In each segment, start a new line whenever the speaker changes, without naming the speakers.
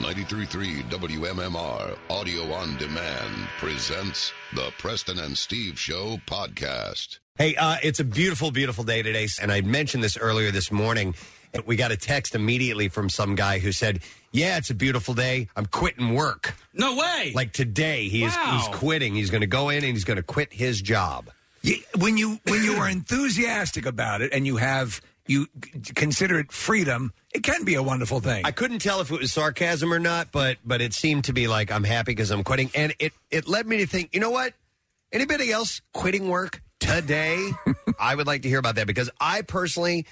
933 WMMR Audio on Demand presents the Preston and Steve Show podcast.
Hey, uh, it's a beautiful, beautiful day today. And I mentioned this earlier this morning. but We got a text immediately from some guy who said, Yeah, it's a beautiful day. I'm quitting work.
No way.
Like today, he
Wow.
is, he's quitting. He's going to go in and he's going to quit his job.
when you when you are enthusiastic about it and you have you c- consider it freedom, it can be a wonderful thing.
I couldn't tell if it was sarcasm or not, but but it seemed to be like I'm happy because I'm quitting, and it it led me to think, you know what? Anybody else quitting work today? I would like to hear about that because I personally,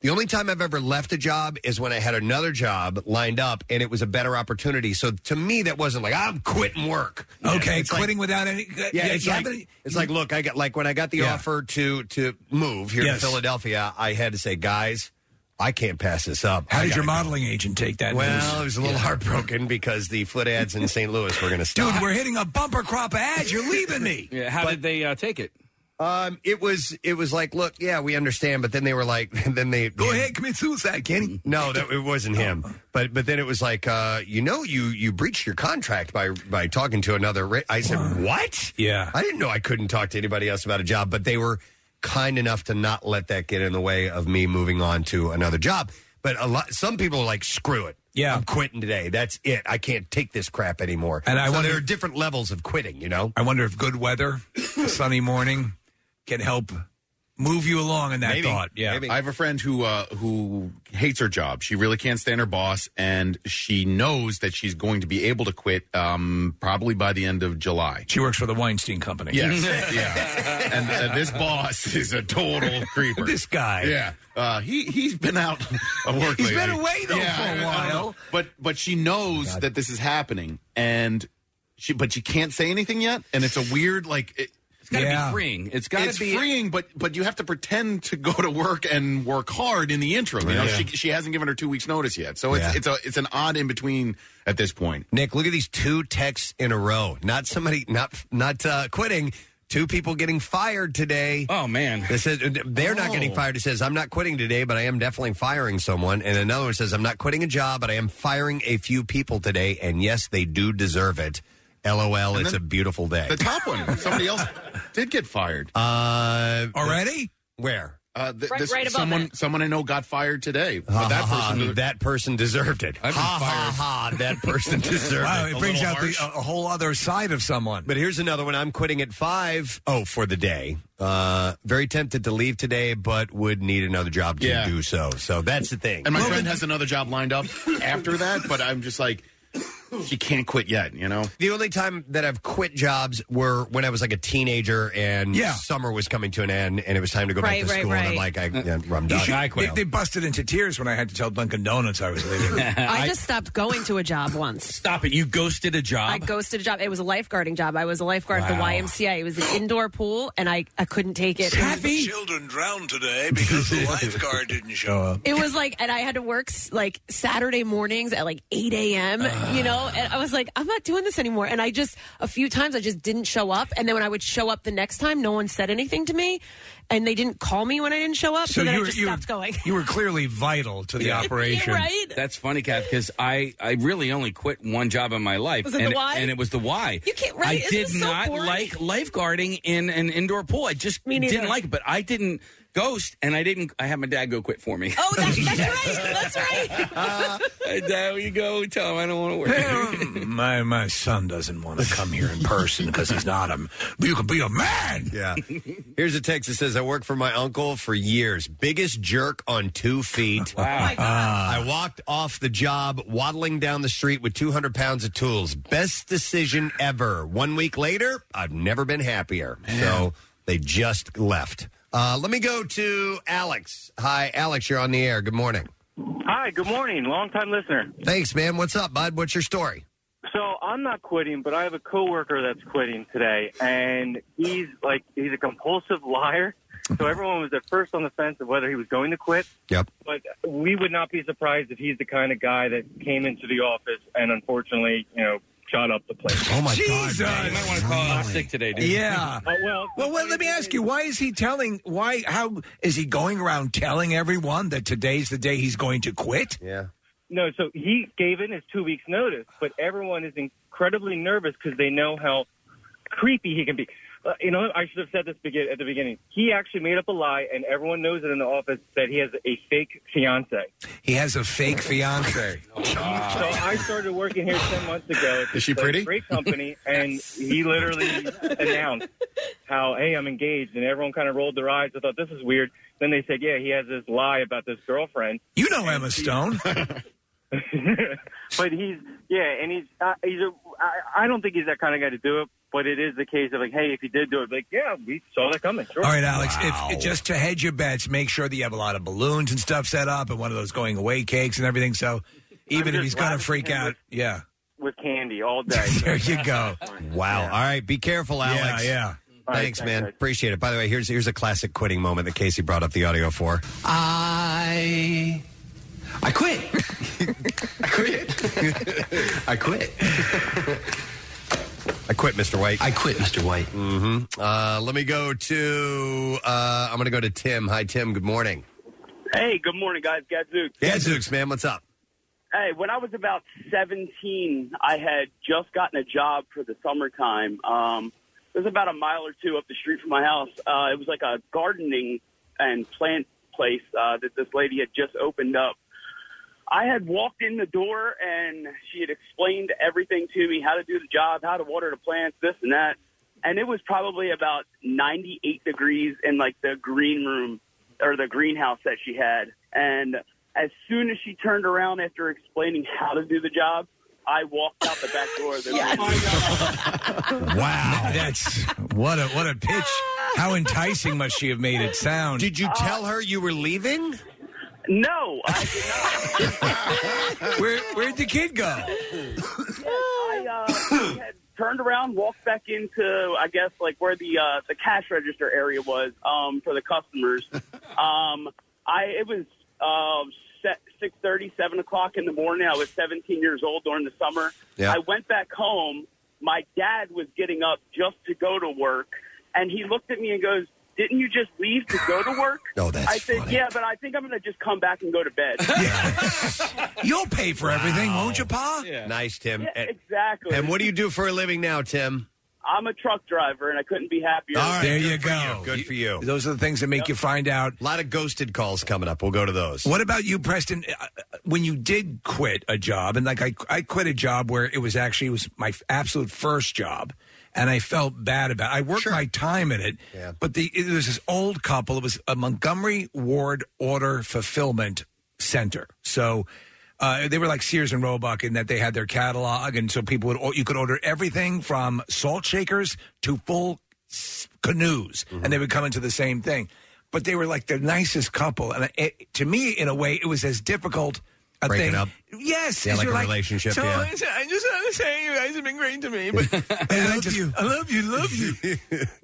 the only time I've ever left a job is when I had another job lined up and it was a better opportunity. So to me, that wasn't like I'm quitting work.
Okay,
It's like-
quitting without any.
yeah, it's
you
like,
haven't-
it's like look, I got like when I got the
Yeah.
offer to to move here
Yes.
to Philadelphia, I had to say, guys, I can't pass this up.
How
I
did your
gotta go."
modeling agent take that?
Well,
news?
I was a little heartbroken because the foot ads in St. Louis were going to stop.
Dude, we're hitting a bumper crop of ads. You're leaving me.
Yeah, how did they uh, take it?
Um, it was it was like, look, yeah, we understand, but then they were like, then they
Go ahead, commit suicide, Kenny. Uh-uh.
No, that it wasn't him. But but then it was like, uh, you know, you you breached your contract by by talking to another. Ra- I said, what?
Yeah.
I didn't know I couldn't talk to anybody else about a job, but they were kind enough to not let that get in the way of me moving on to another job. But a lot, some people are like, screw it.
Yeah.
I'm quitting today. That's it. I can't take this crap anymore.
And I
so
wonder-
there are different levels of quitting, you know?
I wonder if good weather, sunny morning, can help move you along in that
Maybe.
thought. Yeah.
Maybe.
I have a friend who uh, who hates her job. She really can't stand her boss, and she knows that she's going to be able to quit um, probably by the end of July.
She works for the Weinstein Company.
Yes, yeah. And uh, this boss is a total creeper.
This guy.
yeah. Uh, he he's been out of work.
He's been
lately.
away, though, for a
I- I don't
while.
know. But but she knows that this is happening, and she but she can't say anything yet, and it's a weird like. It,
It's got to
Yeah.
be freeing. It's got
it's
to be
freeing, but but you have to pretend to go to work and work hard in the interim. You know, she, she hasn't given her two weeks notice yet, so it's
Yeah.
it's a it's an odd in between at this point.
Nick, look at these two texts in a row. Not somebody, not not uh, quitting. Two people getting fired today.
Oh man.
It says uh, they're not
Oh.
getting fired. It says I'm not quitting today, but I am definitely firing someone. And another one says I'm not quitting a job, but I am firing a few people today. And yes, they do deserve it. LOL. it's a beautiful day.
The top one, somebody else did get fired. Uh,
Uh,
Already?
where?
th-
Right-
this-
right above
someone
it.
someone I know got fired today, but
Ha,
that
Uh-huh.
ha, ha,
person did-
that person deserved it.
I've been
ha,
fired.
ha ha! That person deserved
Wow,
it.
it
A
brings
little
out the,
harsh.
a, a whole other side of someone.
But here's another one. I'm quitting at
Uh,
five. Oh, for the day. Uh, very tempted to leave today, but would need another job to
Yeah.
do so. So that's the thing.
and my friend has another job lined up after that. But I'm just like, she can't quit yet. You know,
the only time that I've quit jobs were when I was like a teenager and
Yeah.
summer was coming to an end and it was time to go
Right,
back to
right,
school. And I'm like,
right.
I, yeah, I'm
You
done.
should-
I quit.
They, they busted into tears when I had to tell Dunkin' Donuts I was leaving.
I just stopped going to a job once.
Stop it! You ghosted a job.
I ghosted a job. It was a lifeguarding job. I was a lifeguard at the
Wow.
YMCA. It was an indoor pool, and I, I couldn't take it.
Kathy,
Children drowned today because the lifeguard didn't show up.
It was like, and I had to work s- like Saturday mornings at like 8 a.m., you know? And I was like, I'm not doing this anymore. And I just, a few times I just didn't show up. And then when I would show up the next time, no one said anything to me. And they didn't call me when I didn't show up. So, then I just
you, were-
stopped going.
you were clearly vital to the operation.
right?
that's funny, Kath, because I I really only quit one job in my life.
Was it the
and,
Y?
and it was the Y.
You can't- right?
I
Isn't
did
it so
not
boring?
like lifeguarding in an indoor pool. I just
Me neither.
didn't like it. But I didn't ghost, and I didn't. I had my dad go quit for me.
Oh, that, that's right. That's right.
Uh,
Hey, dad, you go tell him I don't want to work.
Mm, my my son doesn't want to come here in person because he's not a. But you could be a man.
Yeah. Here's a text that says I worked for my uncle for years. Biggest jerk on two feet.
Wow.
I walked off the job waddling down the street with 200 pounds of tools. Best decision ever. One week later, I've never been happier. So they just left. Uh, let me go to Alex. Hi, Alex. You're on the air. Good morning.
Hi, good morning, longtime listener.
Thanks, man. What's up, bud? What's your story?
So I'm not quitting, but I have a coworker that's quitting today, and he's like he's a compulsive liar. So everyone was at first on the fence of whether he was going to quit,
Mm-hmm. Yep.
but we would not be surprised if he's the kind of guy that came into the office and unfortunately, you know, shot up the place.
Oh my
Jesus.
You might want to call out sick today, dude.
Yeah.
Uh, well,
Well, wait, let me ask you: Why is he telling? Why? How is he going around telling everyone that today's the day he's going to quit?
Yeah.
no, so he gave in his two weeks' notice, but everyone is incredibly nervous because they know how creepy he can be. Uh, you know, I should have said this begin- at the beginning. He actually made up a lie, and everyone knows it in the office that he has a fake fiance.
He has a fake fiance.
So I started working here ten months ago. It's
Ah. Is she
a
pretty?
Great company, and he literally announced how, "Hey, I'm engaged," and everyone kind of rolled their eyes. I thought this is weird. Then they said, "Yeah, he has this lie about this girlfriend."
You know Emma Stone.
but he's yeah, and he's uh, he's a. I, I don't think he's that kind of guy to do it. But it is the case of like, hey, if he did do it, like, yeah, we saw that coming. Sure.
All right, Alex. If, just to hedge your bets, make sure that you have a lot of balloons and stuff set up, and one of those going away cakes and everything. So, even if
just
he's gonna
laughing
freak
at him
out, yeah.
with candy all day.
there you go.
Oh, Wow. All right. Be careful,
Yeah,
Alex.
yeah.
All right,
Thanks,
thanks,
man.
guys.
Appreciate it. By the way, here's here's a classic quitting moment that Casey brought up the audio for.
I I quit. I quit. I quit.
I quit, Mr. White.
I quit, Mr. White.
Mm-hmm. Uh, let me go to. Uh, I'm going to go to Tim. Hi, Tim. Good morning.
Hey, good morning, guys. Gadzooks.
Yeah, Zooks, man. What's up?
Hey, when I was about 17, I had just gotten a job for the summertime. Um, it was about a mile or two up the street from my house. Uh, it was like a gardening and plant place uh, that this lady had just opened up. I had walked in the door and she had explained everything to me how to do the job, how to water the plants, this and that. And it was probably about 98 degrees in like the green room or the greenhouse that she had. And as soon as she turned around after explaining how to do the job, I walked out the back door. of the "Oh
Wow, that's what a what a pitch. How enticing must she have made it sound?
Did you tell her you were leaving?
No, I did
not. Where where'd the kid go?
I uh, had turned around, walked back into, I guess, like where the uh, the cash register area was um, for the customers. Um, I it was um, set six thirty, seven o'clock in the morning. I was seventeen years old during the summer.
Yeah.
I went back home. My dad was getting up just to go to work, and he looked at me and goes. Didn't you just leave to go to work?
No,
that's
I said,
funny.
yeah, but I think I'm going to just come back and go to bed.
You'll pay for everything, won't you, Pa?
Nice, Tim.
Yeah,
And-
exactly.
And what do you do for a living now, Tim?
I'm a truck driver, and I couldn't be happier.
there you
for
go.
you. Good for you.
Those are the things that make you find out.
A lot of ghosted calls coming up. We'll go to those.
What about you, Preston? Uh, uh, When you did quit a job, and like I, I quit a job where it was actually it was my f- absolute first job, and I felt bad about. I worked my time in it, but the it was this old couple. It was a Montgomery Ward Order Fulfillment Center, so. Uh, they were like Sears and Roebuck in that they had their catalog, and so people would or- you could order everything from salt shakers to full s- canoes, and
Mm-hmm.
they would come into the same thing. But they were like the nicest couple, and it, to me, in a way, it was as difficult a
Breaking
thing.
up?
Yes,
Yeah,
is
like
you're
a relationship,
So
yeah.
it's- I just want to say you guys have been great to me, but I love you. I love you, love you.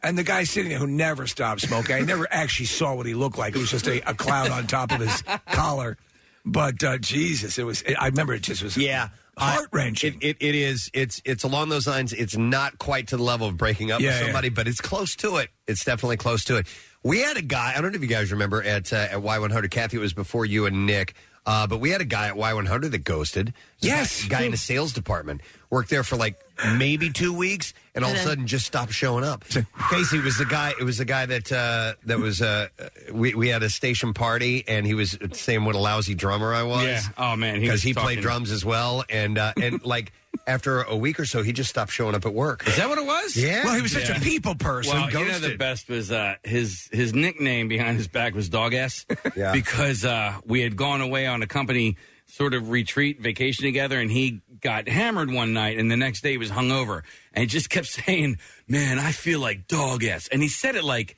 and the guy sitting there who never stopped smoking, I never actually saw what he looked like. It was just a, a cloud on top of his collar. But uh, Jesus, it was. I remember it just was.
Yeah.
heart wrenching.
It, it, it is. It's it's along those lines. It's not quite to the level of breaking up
Yeah,
with
yeah.
somebody, but it's close to it. It's definitely close to it. We had a guy. I don't know if you guys remember at uh, at Y100. Kathy, it was before you and Nick. Uh, but we had a guy at Y100 that ghosted. Yes, guy in the sales department worked there for like maybe two weeks, and all of a
And then-
sudden just stopped showing up. Casey was the guy. It was the guy that uh, that was. Uh, we we had a station party, and he was saying what a lousy drummer I was.
Yeah. Oh, man, he
because
was
he, played
talking-
drums as well, and uh, and like after a week or so, he just stopped showing up at work.
Is that what it was?
Yeah.
Well, he was such a people person,
Well, you know the
ghosted.
best was uh, his his nickname behind his back was Dog Ass
Yeah.
because uh, we had gone away on a company sort of retreat vacation together, and he got hammered one night, and the next day he was hungover, and he just kept saying, "Man, I feel like Dog Ass," and he said it like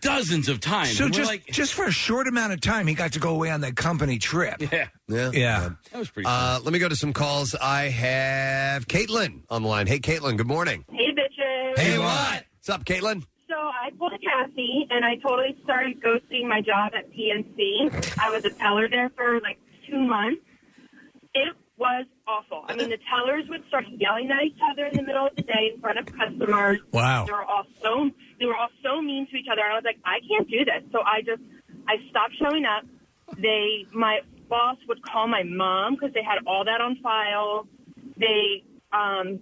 dozens of times.
So
And we're
just
like,
just for a short amount of time, he got to go away on that company trip.
Yeah,
yeah,
yeah.
That was pretty.
Uh, let me go to some calls. I have Caitlin on the line. Hey, Caitlin. Good morning.
Hey, bitches.
What's up, Caitlin?
So I pulled a Cassie, and I totally started ghosting my job at PNC. I was a teller there for like two months. It was awful. I mean, the tellers would start yelling at each other in the middle of the day in front of customers.
Wow.
They were all so they were all so mean to each other. And I was like, I can't do this. So I just I stopped showing up. They my boss would call my mom because they had all that on file. They um,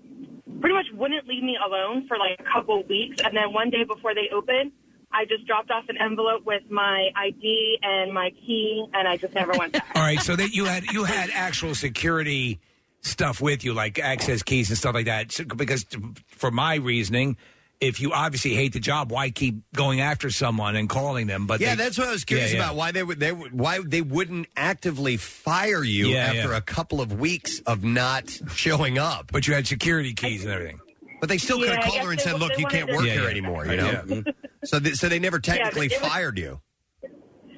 pretty much wouldn't leave me alone for like a couple weeks. And then one day before they opened, I just dropped off an envelope with my ID and my key, and I just never went back.
All right, so that you had you had actual security stuff with you, like access keys and stuff like that. So- because, t- for my reasoning, if you obviously hate the job, why keep going after someone and calling them? But
yeah,
they-
that's what I was curious
Yeah, yeah.
about. Why they would they would- why they wouldn't actively fire you
Yeah,
after
yeah.
a couple of weeks of not showing up.
But you had security keys and everything.
But they still could
Yeah,
have
I
called
guess
her and
they-
said,
they
"Look, you
wanted
can't
to-
work
Yeah,
here
yeah.
anymore." You know. So they, so they never technically
it was-
fired you.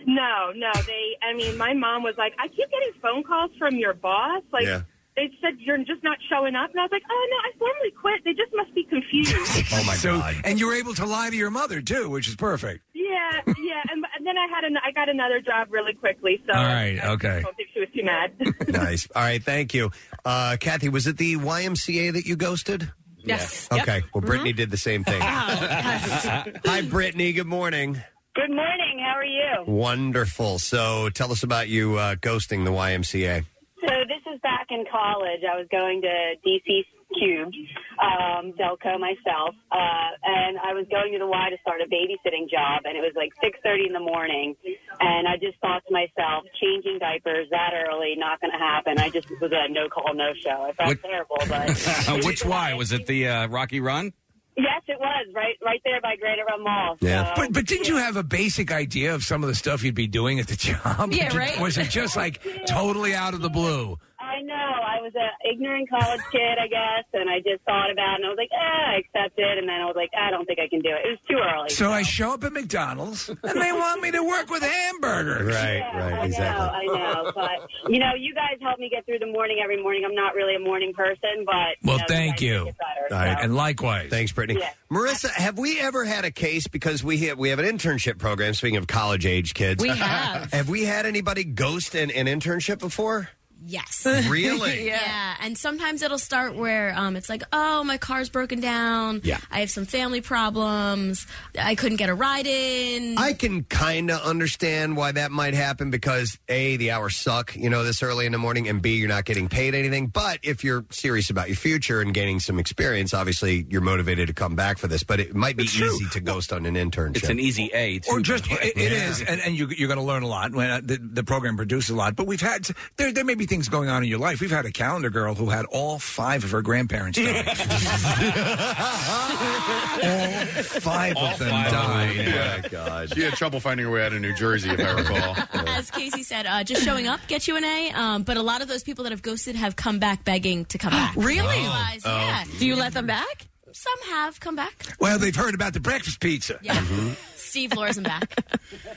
No, no. They, I mean, my mom was like, I keep getting phone calls from your boss. Like,
Yeah.
they said you're just not showing up. And I was like, oh, no, I formally quit. They just must be confused.
Oh my
god! And you were able to lie to your mother too, which is perfect.
yeah, yeah. And, and then I had an, I got another job really quickly. So
All right,
I
okay.
don't think she was too mad.
nice. All right, thank you, uh, Kathy. Was it the YMCA that you ghosted?
Yes.
Okay. Well, Brittany did the same thing. Hi, Brittany. Good morning.
Good morning. How are you?
Wonderful. So, tell us about you uh, ghosting the YMCA.
So this is back in college. I was going to DC Cube, um, Delco myself, uh, and I was going to the Y to start a babysitting job, and it was like 6:30 in the morning, and I just thought to myself, changing diapers that early, not going to happen. I just was a no call, no show. I felt
What-
terrible, but
Uh, which why was it the uh, Rocky Run?
yes, it was right, right there by Greater Run Mall. So-
But but didn't you have a basic idea of some of the stuff you'd be doing at the job?
Yeah, right.
Was it just like totally out of the blue?
I know. I was an ignorant college kid, I guess, and I just thought about it, and I was like, ah, I accept it. And then I was like, "Ah, I don't think I can do it. It was too early.
So I show up at McDonald's and they want me to work with hamburgers.
Right, right,
No, I know. But, you know, you guys help me get through the morning every morning. I'm not really a morning person, but.
Well,
know,
thank
guys
you.
make it better,
All right,
so.
and likewise.
Thanks, Brittany.
Yeah.
Marissa, have we ever had a case because we have, we have an internship program? Speaking of college age kids,
We have.
have we had anybody ghost an, an internship before?
Yes.
Really?
yeah. And sometimes it'll start where um, it's like, oh, my car's broken down.
Yeah.
I have some family problems. I couldn't get a ride in.
I can kind of understand why that might happen because a the hours suck, you know, this early in the morning, and b you're not getting paid anything. But if you're serious about your future and gaining some experience, obviously you're motivated to come back for this. But it might be easy to ghost on an internship.
It's an easy A. Too,
Or just
by the way.
it, it is, and, and you, you're going to learn a lot. When uh, the, the program produces a lot, but we've had there there may be things going on in your life. We've had a calendar girl who had all five of her grandparents die. all five
All
of them
five of them,
died.
yeah. Yeah,
God.
She had trouble finding her way out of New Jersey, if I recall.
As Casey said, uh, just showing up gets you an A. Um, but a lot of those people that have ghosted have come back begging to come back.
Really?
They realize,
Oh.
yeah.
Do you let them back?
Some have come back.
Well, they've heard about the breakfast pizza.
Steve Larson's back.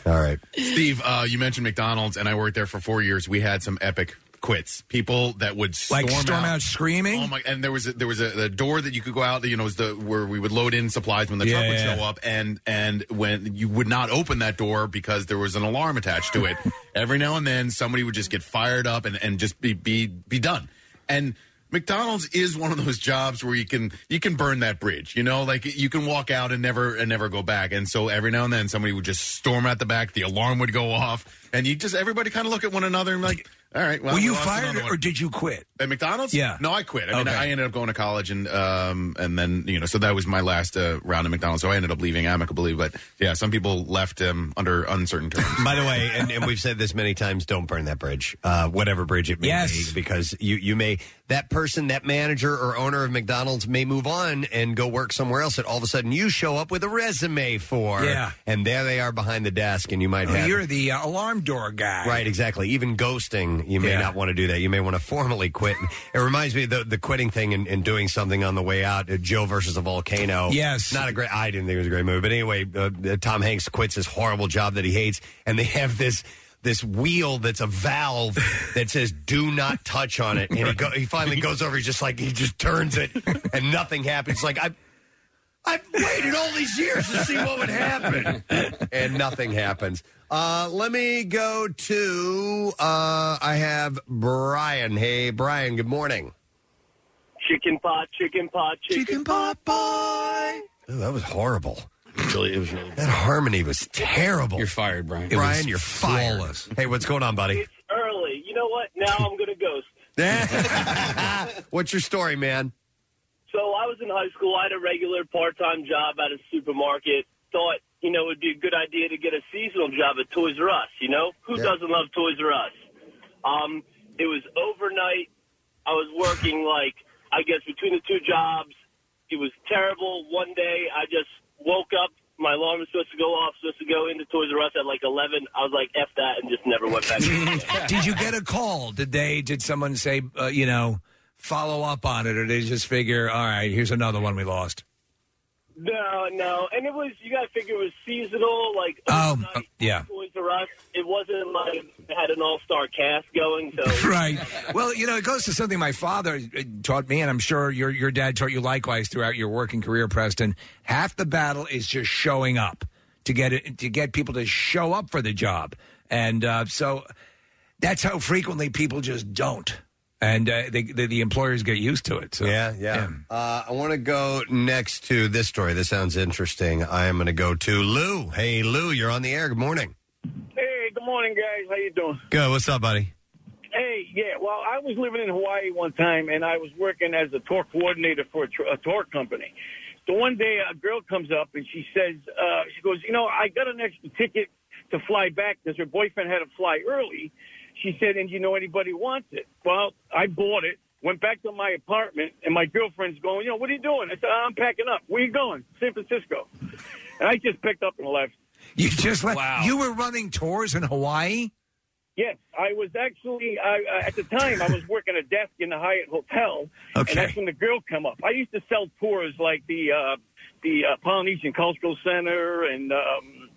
All right.
Steve, uh, you mentioned McDonald's, and I worked there for four years. We had some epic quits. People that would storm
Like storm out,
out
screaming.
Oh my! And there was a, there was a, a door that you could go out. You know, was the where we would load in supplies when the truck
Yeah,
would
yeah.
show up, and and when you would not open that door because there was an alarm attached to it. Every now and then, somebody would just get fired up and and just be be be done. And McDonald's is one of those jobs where you can you can burn that bridge. You know, like you can walk out and never and never go back. And so every now and then, somebody would just storm out the back. The alarm would go off, and you just everybody kind of look at one another and like. All right. Well,
Were
we
you
lost
fired
another one."
or did you quit?
At McDonald's?
Yeah.
No, I quit. I mean,
Okay.
I ended up going to college, and um, and then you know, so that was my last uh, round at McDonald's. So I ended up leaving amicably, but yeah, some people left um, under uncertain terms.
By the way, and, and we've said this many times: don't burn that bridge, uh, whatever bridge it may
Yes.
be, because you you may that person, that manager or owner of McDonald's may move on and go work somewhere else. And all of a sudden, you show up with a resume for,
Yeah.
and there they are behind the desk, and you might have
You're the uh, alarm door guy.
Right, exactly. Even ghosting, you may
Yeah.
not want to do that. You may want to formally quit. it reminds me of the, the quitting thing and, and doing something on the way out. uh, Joe versus a volcano.
Yes.
Not a great, I didn't think it was a great movie. But anyway, uh, uh, Tom Hanks quits his horrible job that he hates, and they have this. This wheel that's a valve that says "Do not touch" on it, and he, go, he finally goes over. He's just like he just turns it, and nothing happens. Like I, I've waited all these years to see what would happen, and nothing happens. Uh, let me go to. Uh, I have Brian. Hey, Brian. Good morning.
Chicken pot, chicken pot, chicken, pot, boy.
Ooh, that was horrible.
Really, it was really.
That harmony was terrible. You're
fired, Brian.
Brian, you're fired. Hey, what's going on, buddy?
Early, you now I'm going to ghost.
What's your story, man?
So I was in high school. I had a regular part-time job at a supermarket. Thought, you know, it would be a good idea to get a seasonal job at Toys R Us, you know? Who doesn't love Toys R Us? Um, it was overnight. I was working, like, I guess between the two jobs. It was terrible. One day I just woke up. My alarm was supposed to go off, supposed to go into Toys R Us at like 11. I was like, F that, and just never went back.
did you get a call? Did they? Did someone say, uh, you know, follow up on it, or did they just figure, all right, here's another one we lost?
No, no. And it was, you got to figure it was seasonal, like
Oh, uh, yeah.
Toys R Us. It wasn't like it had an all star cast going, so.
Right. Well, you know, it goes to something my father uh, taught me, and I'm sure your your dad taught you likewise throughout your working career, Preston. Half the battle is just showing up to get it, to get people to show up for the job, and uh, so that's how frequently people just don't, and uh, they, the the employers get used to it. So.
Yeah, yeah. Uh, I want to go next to this story. This sounds interesting. I am going to go to Lou. Hey, Lou, you're on the air. Good morning.
Hey, good morning, guys. How you doing?
Good. What's up, buddy?
Hey, yeah. Well, I was living in Hawaii one time, and I was working as a tour coordinator for a, tr- a tour company. So one day, a girl comes up and she says, uh, she goes, you know, I got an extra ticket to fly back because her boyfriend had to fly early. She said, and you know anybody wants it? Well, I bought it, went back to my apartment, and my girlfriend's going, you know, what are you doing? I said, I'm packing up. Where you going? San Francisco. And I just picked up and left.
You just left. You were running tours in Hawaii.
Yes, I was actually I, I- at the time I was working a desk in the Hyatt Hotel, and that's when the girl come up. I used to sell tours like the uh, the uh, Polynesian Cultural Center and um,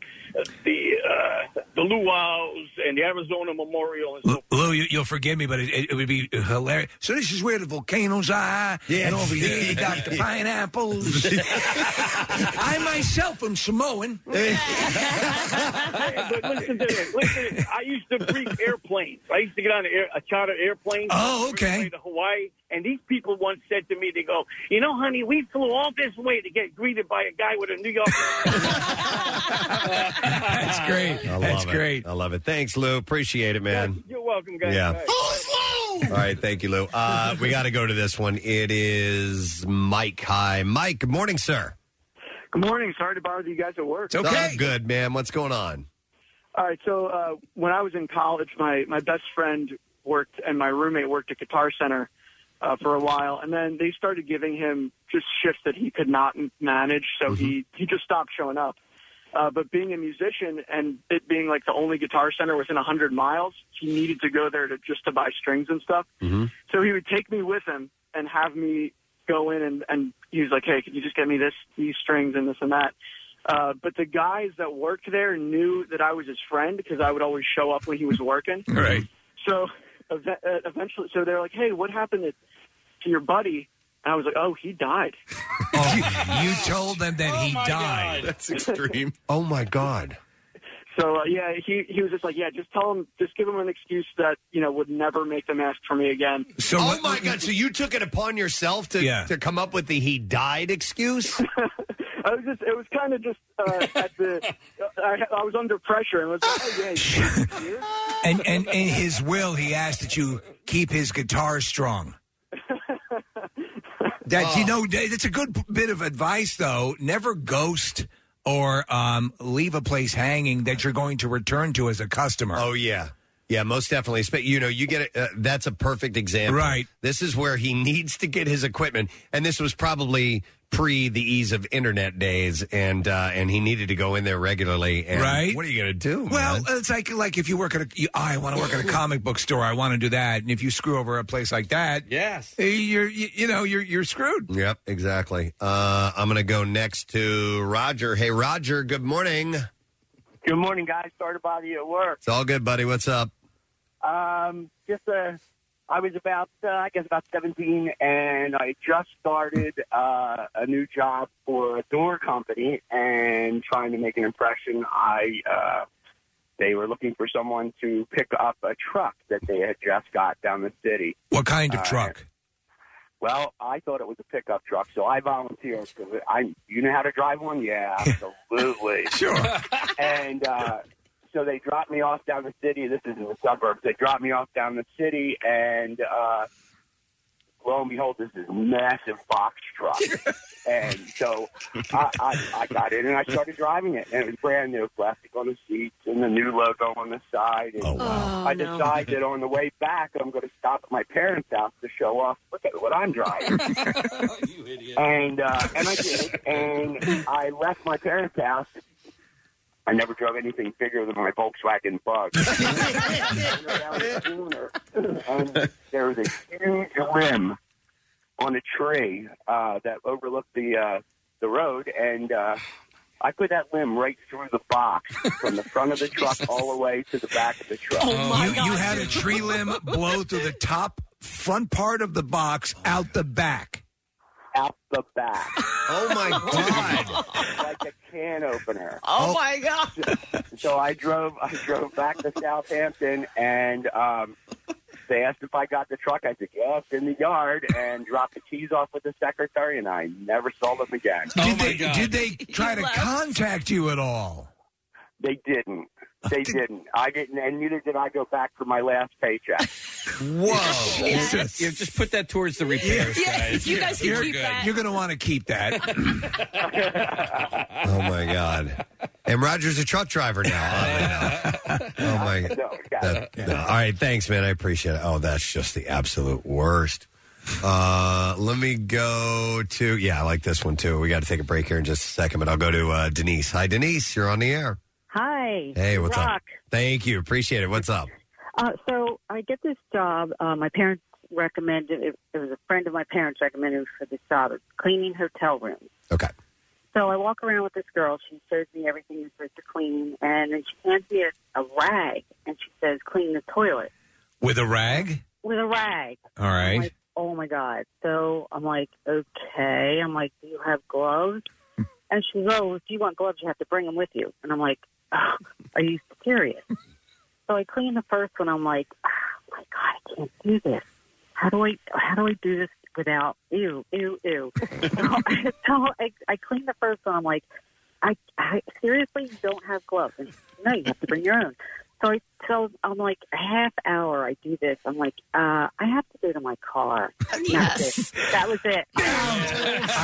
the uh, the luau's and the Arizona Memorial and
L- Lou, you, you'll forgive me, but it, it, it would be hilarious. So this is where the volcanoes are,
Yeah.
and over here you got the pineapples. I myself am Samoan.
but listen to this. Listen to this. I used to brief airplanes. I used to get on an air, a charter airplane.
Oh,
okay. To Hawaii, and these people once said to me, "They go, you know, honey, we flew all this way to get greeted by a guy with a New York."
That's great.
I love
That's
it.
great.
I love it. Thanks, Lou. Appreciate it, man.
You're welcome, guys.
Yeah.
Oh,
All right, thank you, Lou. Uh, we got to go to this one. It is Mike. Hi, Mike. Good morning, sir.
Good morning. Sorry to bother you guys at work.
Oh, good, man. What's going on?
All right. So uh, when I was in college, my my best friend worked and my roommate worked at Guitar Center uh, for a while, and then they started giving him just shifts that he could not m- manage, so he he just stopped showing up. Uh, but being a musician and it being like the only guitar center within a 100 miles, he needed to go there to just to buy strings and stuff.
Mm-hmm.
So he would take me with him and have me go in and, and he was like, hey, could you just get me this, these strings and this and that? Uh, but the guys that worked there knew that I was his friend because I would always show up when he was working.
Right.
So ev- uh, eventually, so they're like, hey, what happened to, to your buddy? And I was like, oh, he died.
Oh, You told them that he died.
That's extreme.
oh my god.
So uh, yeah, he he was just like, yeah, just tell him, just give him an excuse that you know would never make them ask for me again.
oh my god! So you took it upon yourself to
Yeah.
to come up with the he died excuse?
I was just, it was kind of just uh, at the, I, I was under pressure and was like, oh yeah, you- you-
And and in his will, he asked that you keep his guitar strong. That you know, that- that's a good p- bit of advice, though. Never ghost or um, leave a place hanging that you're going to return to as a customer.
Oh yeah, yeah, most definitely. Spe- You know, you get it. Uh, that's a perfect example,
Right.
This is where he needs to get his equipment, and this was probably pre the ease of internet days, and uh, and he needed to go in there regularly. And
Right.
What are you gonna do?
Well, it's like like if you work at a, you, I want to work at a comic book store. I want to do that. And if you screw over a place like that,
yes,
you're you, you know you're you're screwed.
Yep, exactly. Uh, I'm gonna go next to Roger. Hey, Roger. Good morning.
Good morning, guys. Sorry to bother you at work.
It's all good, buddy. What's up?
Um, just uh, I was about, uh, I guess, about 17, and I just started uh, a new job for a door company and trying to make an impression. I uh, they were looking for someone to pick up a truck that they had just got down the city.
What kind of
Uh,
truck?
Well, I thought it was a pickup truck, so I volunteered because I, you know how to drive one, yeah, absolutely,
sure.
And uh,
so they dropped me off down the city. This is in the suburbs. They dropped me off down the city, and uh, lo and behold, this is massive box truck. and so I, I, I got in and I started driving it, and it was brand new, plastic on the seats and the new logo on the side. And
wow.
I
Oh, no.
decided on the way back, I'm going to stop at my parents' house to show off. Look at what I'm driving. And uh, and I did, and I left my parents' house. I never drove anything bigger than my Volkswagen Bug. and there was a huge limb on a tree uh, that overlooked the uh, the road, and uh, I put that limb right through the box from the front of the truck all the way to the back of the truck.
Oh
you, you had a tree limb blow through the top front part of the box out the back.
Out the back.
Oh my god!
like a can opener.
Oh, my god!
so I drove I drove back to Southampton and um they asked if I got the truck. I said, Yes, in the yard and dropped the keys off with the secretary and I never saw them again.
Oh
did they did they try to contact you at all?
They didn't. They didn't. I didn't and neither did I go back for my last paycheck.
Whoa!
Just, you just put that towards the repairs, guys.
you're,
You're good.
You're going to want to keep that.
Oh my god! And Roger's a truck driver now. oddly enough. oh my! That- no. All right, thanks, man. I appreciate it. Oh, that's just the absolute worst. Uh, let me go to yeah, I like this one too. We got to take a break here in just a second, but I'll go to uh, Denise. Hi, Denise. You're on the air.
Hi.
Hey, what's
Rock.
up? Thank you. Appreciate it. What's up?
Uh, so I get this job. Uh, my parents recommended it. It was a friend of my parents recommended me for this job, It's cleaning hotel rooms. Okay. So I walk around with this girl. She shows me everything is supposed to clean, and then she hands me a, a rag, and she says, "Clean the toilet
With a rag?
with a rag."
All
I'm
right.
like, oh my god. So I'm like, okay. I'm like, do you have gloves? and she's, oh, if you want gloves, you have to bring them with you. And I'm like, oh, are you serious? so I clean the first one. I'm like, oh my god, I can't do this. How do I? How do I do this without ew, ew, ew? so I, so I, I clean the first one. I'm like, I, I seriously you don't have gloves. And she's, no, you have to bring your own. So I, so I'm like a half hour. I do this. I'm like, uh, I have to go to my car. Yes, that was it.
I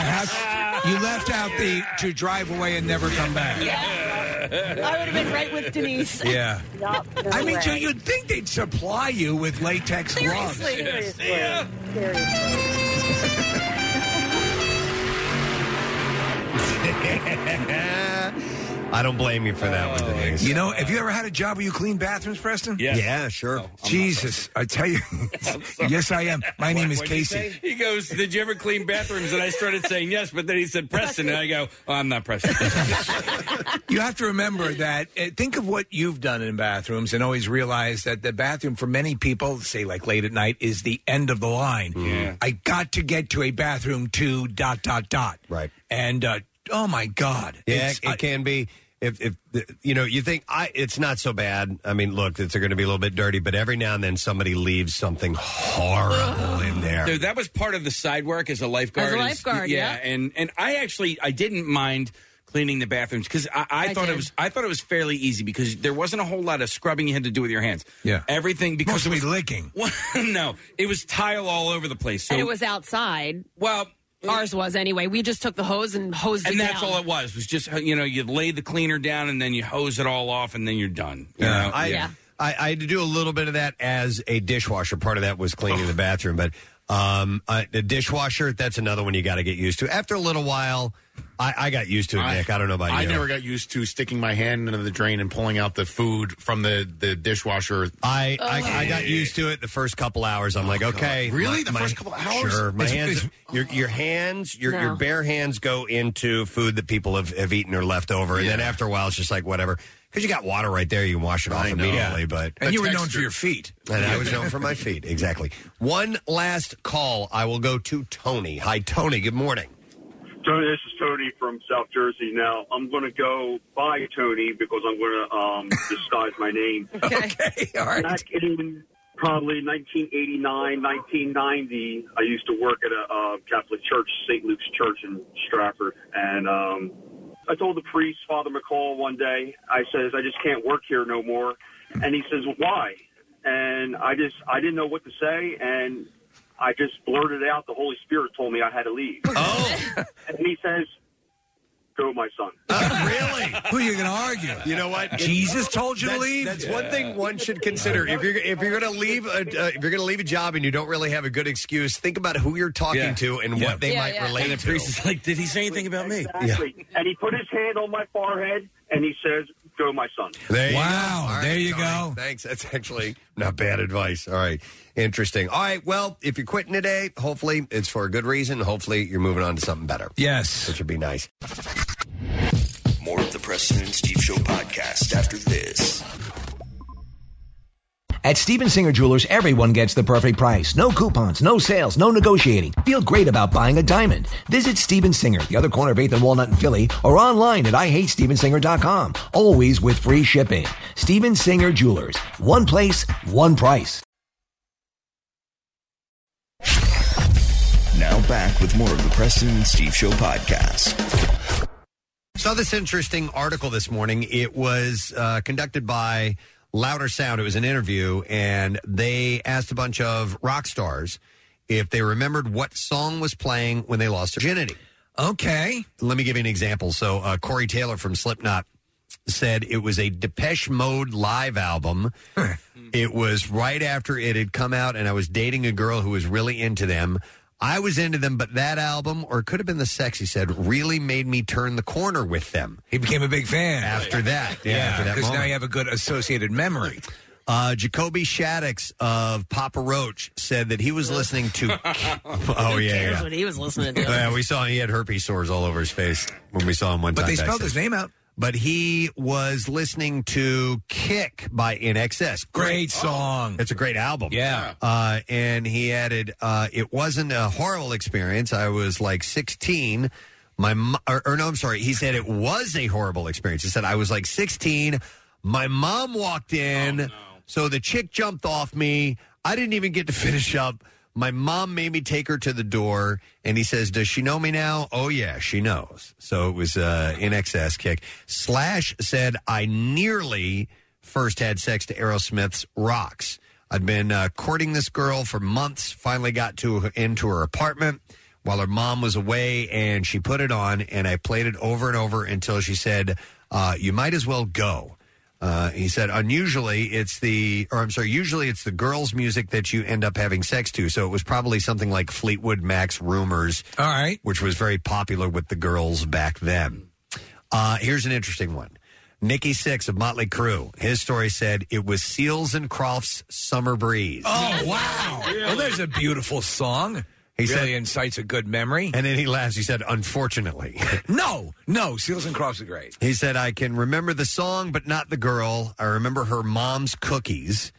have. You left out the to drive away and never come back.
I would have been right with Denise.
Yeah.
Yup, no
I mean,
way.
so you'd think they'd supply you with latex gloves.
Seriously.
I don't blame you for that one, Denise.
Oh, You know, have you ever had a job where you clean bathrooms, Preston?
Yes. Yeah, sure. No, I'm not
Jesus, I tell you. yes, I am. My name is
What'd you
Casey.
say? He goes, "Did you ever clean bathrooms?" And I started saying yes, but then he said Preston, and I go, oh, "I'm not Preston."
You have to remember that. uh, Think of what you've done in bathrooms and always realize that the bathroom for many people, say like late at night, is the end of the line.
Mm-hmm.
Yeah.
I got to get to a bathroom to dot, dot, dot. Right. And, uh, oh my God.
Yeah,
It's-
it can be. If if you know, you think I, it's not so bad. I mean, look, it's going to be a little bit dirty, but every now and then somebody leaves something horrible in there.
Dude, that was part of the side work as a lifeguard.
As a
is-
lifeguard, yeah.
and and I actually I didn't mind cleaning the bathrooms because I, I,
I
thought
did.
it was I thought it was fairly easy because there wasn't a whole lot of scrubbing you had to do with your hands.
Yeah.
everything because
Mostly
it was
licking.
Well, no, it was tile all over the place. So
and it was outside.
Well,
ours was anyway. We just took the hose and hosed
and
it
that's
down.
all it was was just uh, you know you lay the cleaner down and then you hose it all off and then you're done. You
Yeah,
know?
I, I, I had to do a little bit of that as a dishwasher. Part of that was cleaning the bathroom, but um, uh, the dishwasher, that's another one you got to get used to. After a little while, I, I got used to it, Nick. I don't know about
I
you.
never got used to sticking my hand into the drain and pulling out the food from the, the dishwasher. Oh.
I, I, I got used to it the first couple hours. I'm like, okay,
Really?
my-
The
my-
first couple hours?
Sure, my
It's-
hands,
it's-
your your hands, your your
No.
bare hands go into food that people have, have eaten or left over, and then after a while, it's just like whatever, because you got water right there, you can wash it off immediately. But
and you were known for your feet.
and I was known for my feet exactly. One last call. I will go to Tony. Hi, Tony. Good morning.
Tony, this is Tony from South Jersey. Now I'm going to go by Tony because I'm going to um, disguise my name.
Okay, all right.
Back in probably 1989, 1990, I used to work at a uh, Catholic church, St. Luke's Church in Stratford, and um,
I told the priest, Father McCall, one day. I says, I just can't work here no more, and he says, Why? And I just, I didn't know what to say, and I just blurted out. The Holy Spirit told me I had to leave. Oh. and he says, Go, my son.
Who are you going to argue?
You know what?
Jesus told you to
That's-
leave?
That's one thing one should consider. If you're if you're going to leave a uh, if you're going to leave a job and you don't really have a good excuse, think about who you're talking
Yeah.
to and
Yeah.
what they
Yeah,
might
yeah.
relate
And the
to.
priest is like, did he say anything about me?
Exactly. And he put his hand on my forehead, and he says, Go, my son.
wow. there you go. Thanks. That's actually not bad advice. All right. Interesting. All right. Well, if you're quitting today, hopefully it's for a good reason. Hopefully you're moving on to something better.
Yes.
Which would be nice.
More of the Preston and Steve Show podcast after this.
At Steven Singer Jewelers, everyone gets the perfect price. No coupons, no sales, no negotiating. Feel great about buying a diamond. Visit Steven Singer, the other corner of 8th and Walnut in Philly, or online at IHateStevenSinger.com. Always with free shipping. Steven Singer Jewelers. One place, one price.
Now back with more of the Preston and Steve Show podcast.
Saw this interesting article this morning. It was uh, conducted by Louder Sound. It was an interview, and they asked a bunch of rock stars if they remembered what song was playing when they lost their virginity.
Okay.
Let me give you an example. So, uh, Corey Taylor from Slipknot said it was a Depeche Mode live album. it was right after it had come out, and I was dating a girl who was really into them. I was into them, but that album, or it could have been the sex, he said, really made me turn the corner with them.
He became a big fan.
After that. Yeah,
Yeah,
after that
because now
moment.
you have a good associated memory.
Uh, Jacoby Shaddix of Papa Roach said that he was listening to. oh, yeah.
Who cares
yeah.
what he was listening to?
Yeah, we saw he had herpes sores all over his face when we saw him one
But
time.
they spelled his
backstage.
name out.
But he was listening to Kick by NXS.
Great song.
It's a great album.
Yeah.
Uh, and he added, uh, it wasn't a horrible experience. I was like 16. My mo- or, or no, I'm sorry. He said it was a horrible experience. He said I was like 16. My mom walked in,
Oh,
so the chick jumped off me. I didn't even get to finish up. My mom made me take her to the door, and he says, "Does she know me now?" Oh yeah, she knows. So it was uh, in excess kick. Slash said, "I nearly first had sex to Aerosmith's Rocks." I'd been uh, courting this girl for months. Finally got to into her apartment while her mom was away, and she put it on, and I played it over and over until she said, uh, "You might as well go." Uh, he said, unusually it's the, or I'm sorry, usually it's the girls' music that you end up having sex to. So it was probably something like Fleetwood Mac's Rumors. All right. Which was very popular with the girls back then. Uh, here's an interesting one. Nikki Six of Motley Crue, his story said it was Seals and Crofts' Summer Breeze.
Oh wow! Well, there's a beautiful song.
He
He really
said-
incites a good memory.
And then he laughs. He said, "Unfortunately,
no, no, Seals and Crofts are great.
He said, I can remember the song, but not the girl. I remember her mom's cookies.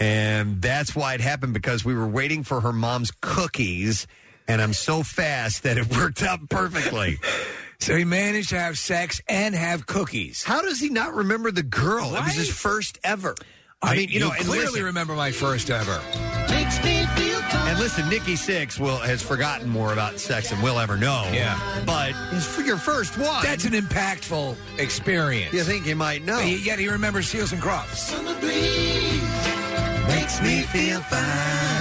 And that's why it happened because we were waiting for her mom's cookies. And I'm so fast that it worked out perfectly.
So he managed to have sex and have cookies.
How does he not remember the girl? It was his first ever. I, mean, you, know, and
clearly
listen-
remember my first ever.
And listen, Nikki Six will has forgotten more about sex than we'll ever know.
Yeah.
But his- for your first one,
That's an impactful experience.
You think you might know?
But yet he remembers Seals and Crofts.
makes me feel
fine.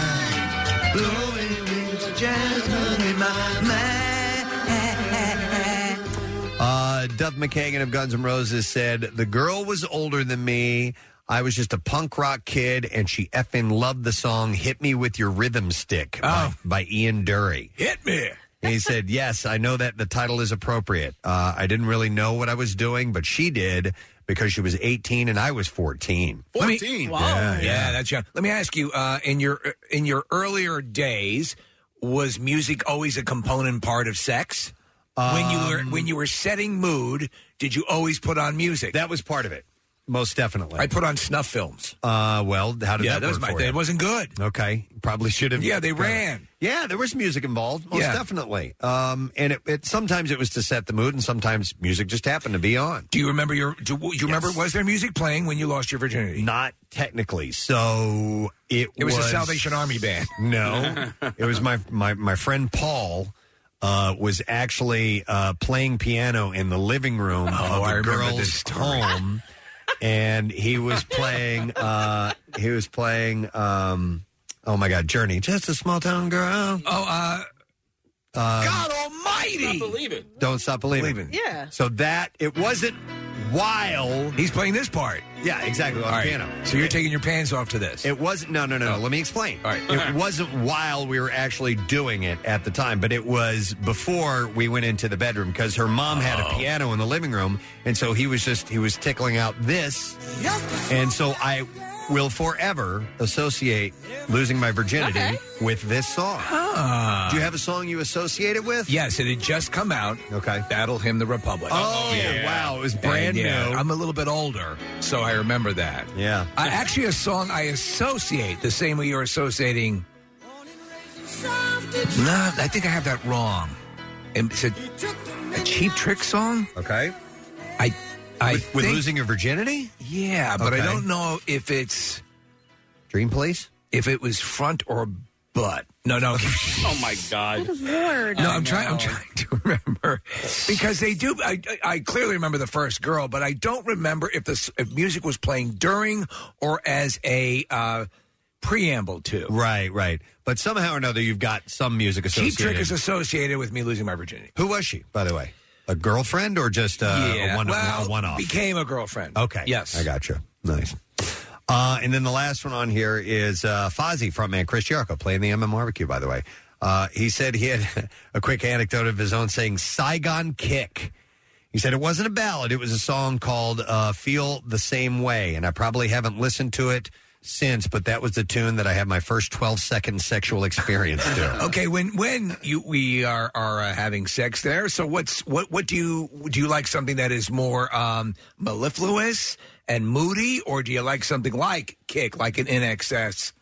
Uh, Duff McKagan of Guns N' Roses said, The girl was older than me. I was just a punk rock kid, and she effing loved the song Hit Me With Your Rhythm Stick by, by Ian Dury.
Oh. Hit me.
He said, Yes, I know that the title is appropriate. Uh, I didn't really know what I was doing, but she did because she was 18 and I was 14.
14.
Yeah,
Yeah,
yeah.
that's young. Let me ask you, uh, in your in your earlier days, was music always a component part of sex? when you were
Um,
when you were setting mood, did you always put on music?
That was part of it. Most definitely.
I put on snuff films.
Uh, well, how did
yeah,
that,
was
work
my
for
thing.
you?
It wasn't good.
Okay, probably should have.
Yeah, they ran.
Yeah, there was music involved, most
Yeah.
definitely. Um, and it, it sometimes it was to set the mood, and sometimes music just happened to be on.
Do you remember your do you remember was there music playing when you lost your virginity?
Not technically. So it
It was a Salvation Army band.
No, it was my my my friend Paul. uh, was actually uh, playing piano in the living room of the
Oh, I remember
girl's
this story.
home, and he was playing. Uh, he was playing. Um, oh my God, Journey, just a small town girl.
Oh, uh,
uh,
God Almighty! I believe it.
don't stop believing.
Yeah.
So that it wasn't while
he's playing this part.
Yeah, exactly. On
All right.
piano.
So you're taking your pants off to this. Oh.
It wasn't. No, no, no, no. Let me explain. All right. It wasn't while we were actually doing it at the time, but it was before we went into the bedroom because her mom had
Oh.
a piano in the living room, and so he was just he was tickling out this, and so I will forever associate losing my virginity with this song.
Ah.
Do you have a song you associate it with?
Yes, it had just come out.
Okay.
Battle Him the Republic.
Oh, wow. It was brand
And, yeah,
new.
I'm a little bit older, so I remember that.
Yeah.
I, actually, a song I associate the same way you're associating. No, I think I have that wrong. And It's a, a Cheap Trick song.
Okay.
I, I
With- with
think-
losing your virginity?
Yeah, but
Okay.
I don't know if it's
Dream Police.
If it was front or butt. No, no.
Oh my God!
Lord.
No, I'm trying. I'm trying to remember because they do. I, I I clearly remember the first girl, but I don't remember if this if music was playing during or as a uh, preamble to.
Right, right. But somehow or another, you've got some music
Cheap
associated.
Trick is associated with me losing my virginity.
Who was she, by the way? A girlfriend or just uh, a one
well,
a one-off?
became a girlfriend.
Okay. Yes. I gotcha. Nice. Uh, and then the last one on here is uh, Fozzy frontman Chris Jericho playing the MM Barbecue, by the way. Uh, he said he had a quick anecdote of his own saying Saigon Kick. He said it wasn't a ballad, it was a song called uh, Feel the Same Way. And I probably haven't listened to it since, but that was the tune that I had my first 12 second sexual experience to.
Okay, when when you we are are uh, having sex there, so what's what what do you do you like something that is more um mellifluous and moody, or do you like something like kick, like an in excess?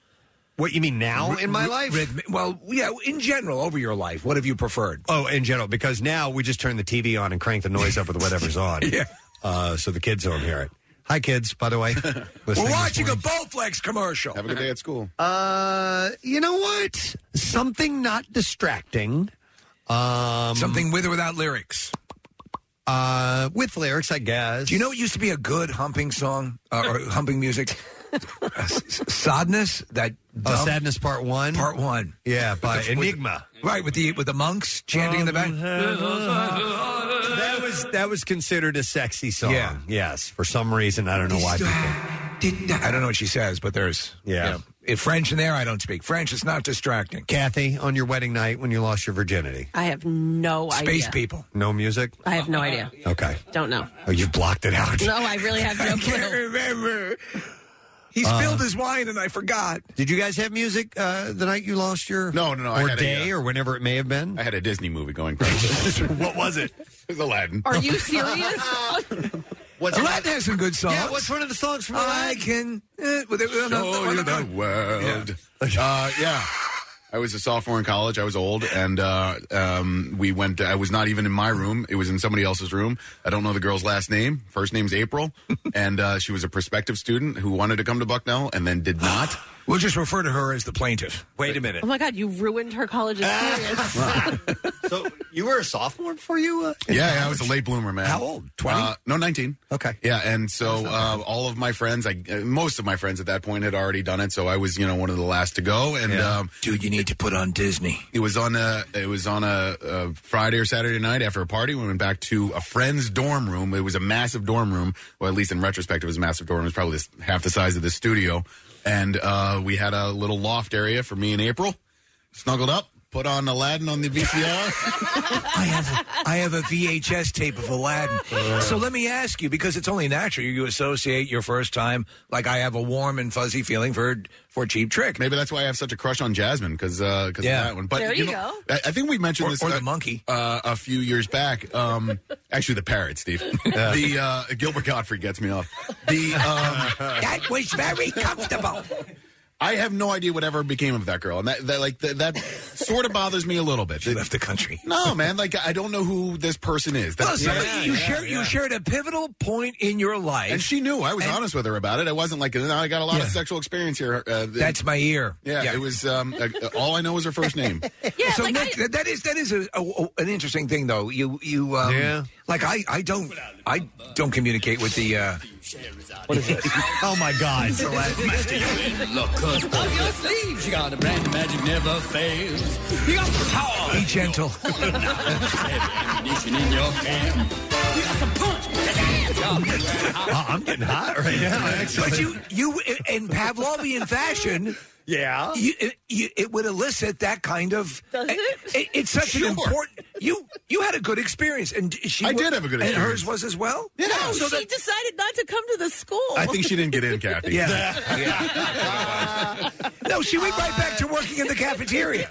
What you mean now in my life?
well, yeah, in general over your life, what have you preferred?
Oh, in general, because now we just turn the TV on and crank the noise up with whatever's on. yeah. Uh, so the kids don't hear it. Hi, kids, by the way.
We're
Listening this
watching a
morning.
Bowflex commercial. Have
a good day at school.
Uh, you know what? Something not distracting. Um,
Something with or without lyrics.
Uh, with lyrics, I guess.
Do you know it used to be a good humping song uh, or humping music? Uh, s- s- Sadness that
Oh,
dumb-
Sadness Part One.
Part One.
Yeah, by
With the- with-
Enigma.
right with the with the monks chanting in the back.
That was that was considered a sexy song.
Yeah.
Yes, for some reason I don't know why.
people- I don't know what she says, but there's
Yeah.
you know, if French in there, I don't speak French. It's not distracting.
Kathy, on your wedding night when you lost your virginity,
I have no idea.
Space people.
no music.
I have no idea.
Okay.
Don't know.
Oh, you blocked it out.
No, I really have no clue.
remember. He
Uh,
spilled his wine and I forgot.
Did you guys have music uh, the night you lost your
No, no, no. I
or
had
day
a, uh,
or whenever it may have been?
I had a Disney movie going. what
was it?
It was Aladdin.
Are you serious?
What's
Aladdin has some good songs.
Yeah,
what's one of the songs from
I can. Uh, with it, with it-
Show
with
you
it-
the world. Uh, yeah. I was a sophomore in college. I was old, and uh, um, we went. I was not even in my room. It was in somebody else's room. I don't know the girl's last name. First name's April, and uh, she was a prospective student who wanted to come to Bucknell and then did not.
We'll just refer to her as the plaintiff.
Wait a minute.
oh my God, you ruined her college experience.
You were a sophomore before you. Uh,
Yeah, yeah, I was a late bloomer, man.
How old? 20?
Uh, no, 19.
Okay.
Yeah, and so uh, all of my friends, I, uh, most of my friends at that point had already done it, so I was, you know, one of the last to go. And
Yeah.
um,
Dude, you need to put on Disney.
it was on a it was on a, a Friday or Saturday night after a party. We went back to a friend's dorm room. It was a massive dorm room. Well, at least in retrospect, it was a massive dorm. It was probably this, half the size of this studio, and uh, we had a little loft area for me and April. Snuggled up, put on Aladdin on the VCR.
I have I have a VHS tape of Aladdin. So let me ask you, because it's only natural you associate your first time. Like I have a warm and fuzzy feeling for for Cheap Trick.
Maybe that's why I have such a crush on Jasmine because because
Yeah.
of that one. But
There you
know, I, I think we mentioned
Or-
this
or the
uh,
monkey.
uh, a few years back. Um, actually, the parrot, Steve. the uh, Gilbert Godfrey gets me off. The um,
that was very comfortable.
I have no idea whatever became of that girl, and that, that like that, that sort of bothers me a little bit. She
left the country.
No, man, like I don't know who this person is.
Well, somebody- you shared- you shared a pivotal point in your life,
and she knew. I was honest with her about it. I wasn't like, "No, I got a lot of sexual experience here. Uh,
That's my ear.
Yeah, it was. Um, uh, all I know is her first name.
so Nick, that- that is that is a, a- a- an interesting thing though. You you um,
Yeah.
Like I I don't I don't communicate with the. Uh, what is it?
oh my God!
Master, you in luck, cause up your sleeves, you got a brand magic never fails. You got the power.
Be gentle.
ammunition in your camp. You got some punch.
Oh, I'm getting hot right now. Actually,
but you you in Pavlovian fashion.
Yeah,
you, it- you, it would elicit that kind of. Does it? it's such
Sure.
an important. You you had a good experience, and she.
I
wa-
did have a good
And
experience.
hers was as well.
No,
So
she
that-
decided not to come to the school.
I think she didn't get in, Kathy.
Yeah. no, she went right back to working in the cafeteria.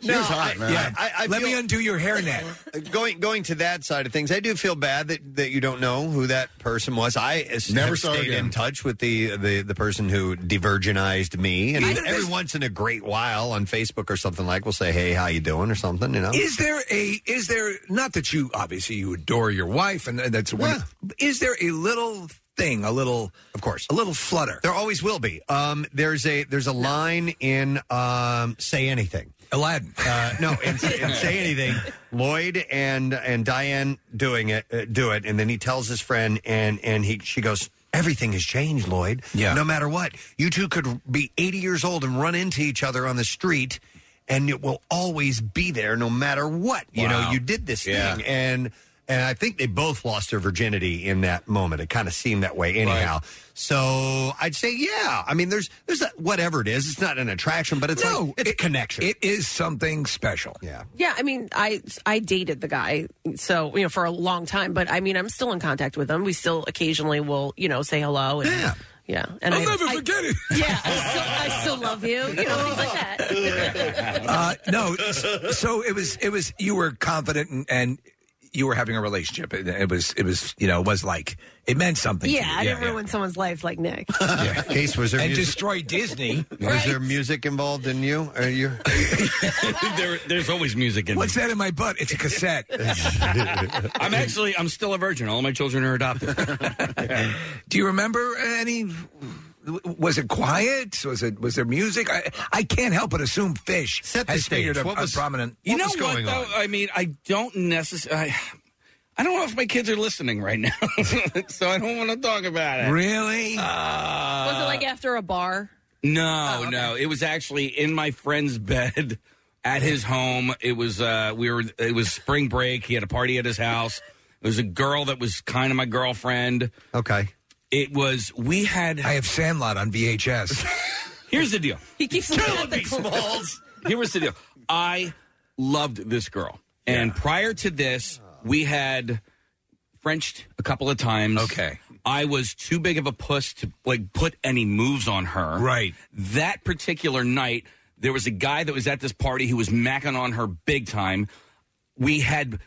She was hot, man.
Yeah, let me undo your hairnet.
Going going to that side of things, I do feel bad that, that you don't know who that person was. I s-
Never
have
saw her
stayed
again.
in touch with the, the the person who divergenized me, and
Even if
every once in a great while on Facebook or something like, we'll say, "Hey, how you doing?" or something. You know,
Is there a is there not that you obviously you adore your wife and and that's one is there a little thing a little
of course
a little flutter
there always will be um there's a there's a line in um say anything
Aladdin
uh, no and, and say anything Lloyd and and Diane doing it uh, do it and then he tells his friend and and he she goes everything has changed Lloyd
Yeah.
no matter what you two could be 80 years old and run into each other on the street and it will always be there no matter what you know
Wow.
you did this
Yeah.
thing and and I think they both lost their virginity in that moment. It kind of seemed that way, anyhow. So I'd say, yeah. I mean, there's there's that, whatever it is. It's not an attraction, but it's like, it's a connection.
It is something special.
Yeah.
Yeah, I mean, I I dated the guy, so you know, for a long time. But I mean, I'm still in contact with him. We still occasionally will, you know, say hello. And, yeah, yeah. And
I'll
I-
never
I-
forget it.
Yeah, I still, I still love you. You know, things like that.
Uh, no, s- so it was it was you were confident and, and you were having a relationship. It, it was it was you know it was like it meant something. to
yeah,
you.
I didn't ruin someone's life like Nick.
yeah.
Case was there
and
music-
destroy Disney.
Was there music involved in you? Are you?
there, there's always music in
What's that in my butt? It's a cassette.
it. I'm actually, I'm still a virgin. All my children are adopted.
Do you remember any? Was it quiet? Was it was there music? I I can't help but assume Fish
Set the
has
stage.
figured a,
What was-
a prominent.
You know what, though? I mean, I don't necessarily. I don't know if my kids are listening right now, so I don't want to talk about it.
Really?
Uh,
Was it like after a bar?
Oh,
No, no. It was actually in my friend's bed at his home. It was uh we were it was spring break. He had a party at his house. It was a girl that was kind of my girlfriend.
Okay.
It was we had I
have Sandlot on VHS.
Here's the deal.
He keeps
killing me, Smalls. Here was the deal. I loved this girl. And prior to this, we had Frenched a couple of times. Okay. I was too big of a puss to like put any moves on her. Right. That particular night, there was a guy that was at this party who was macking on her big time. We had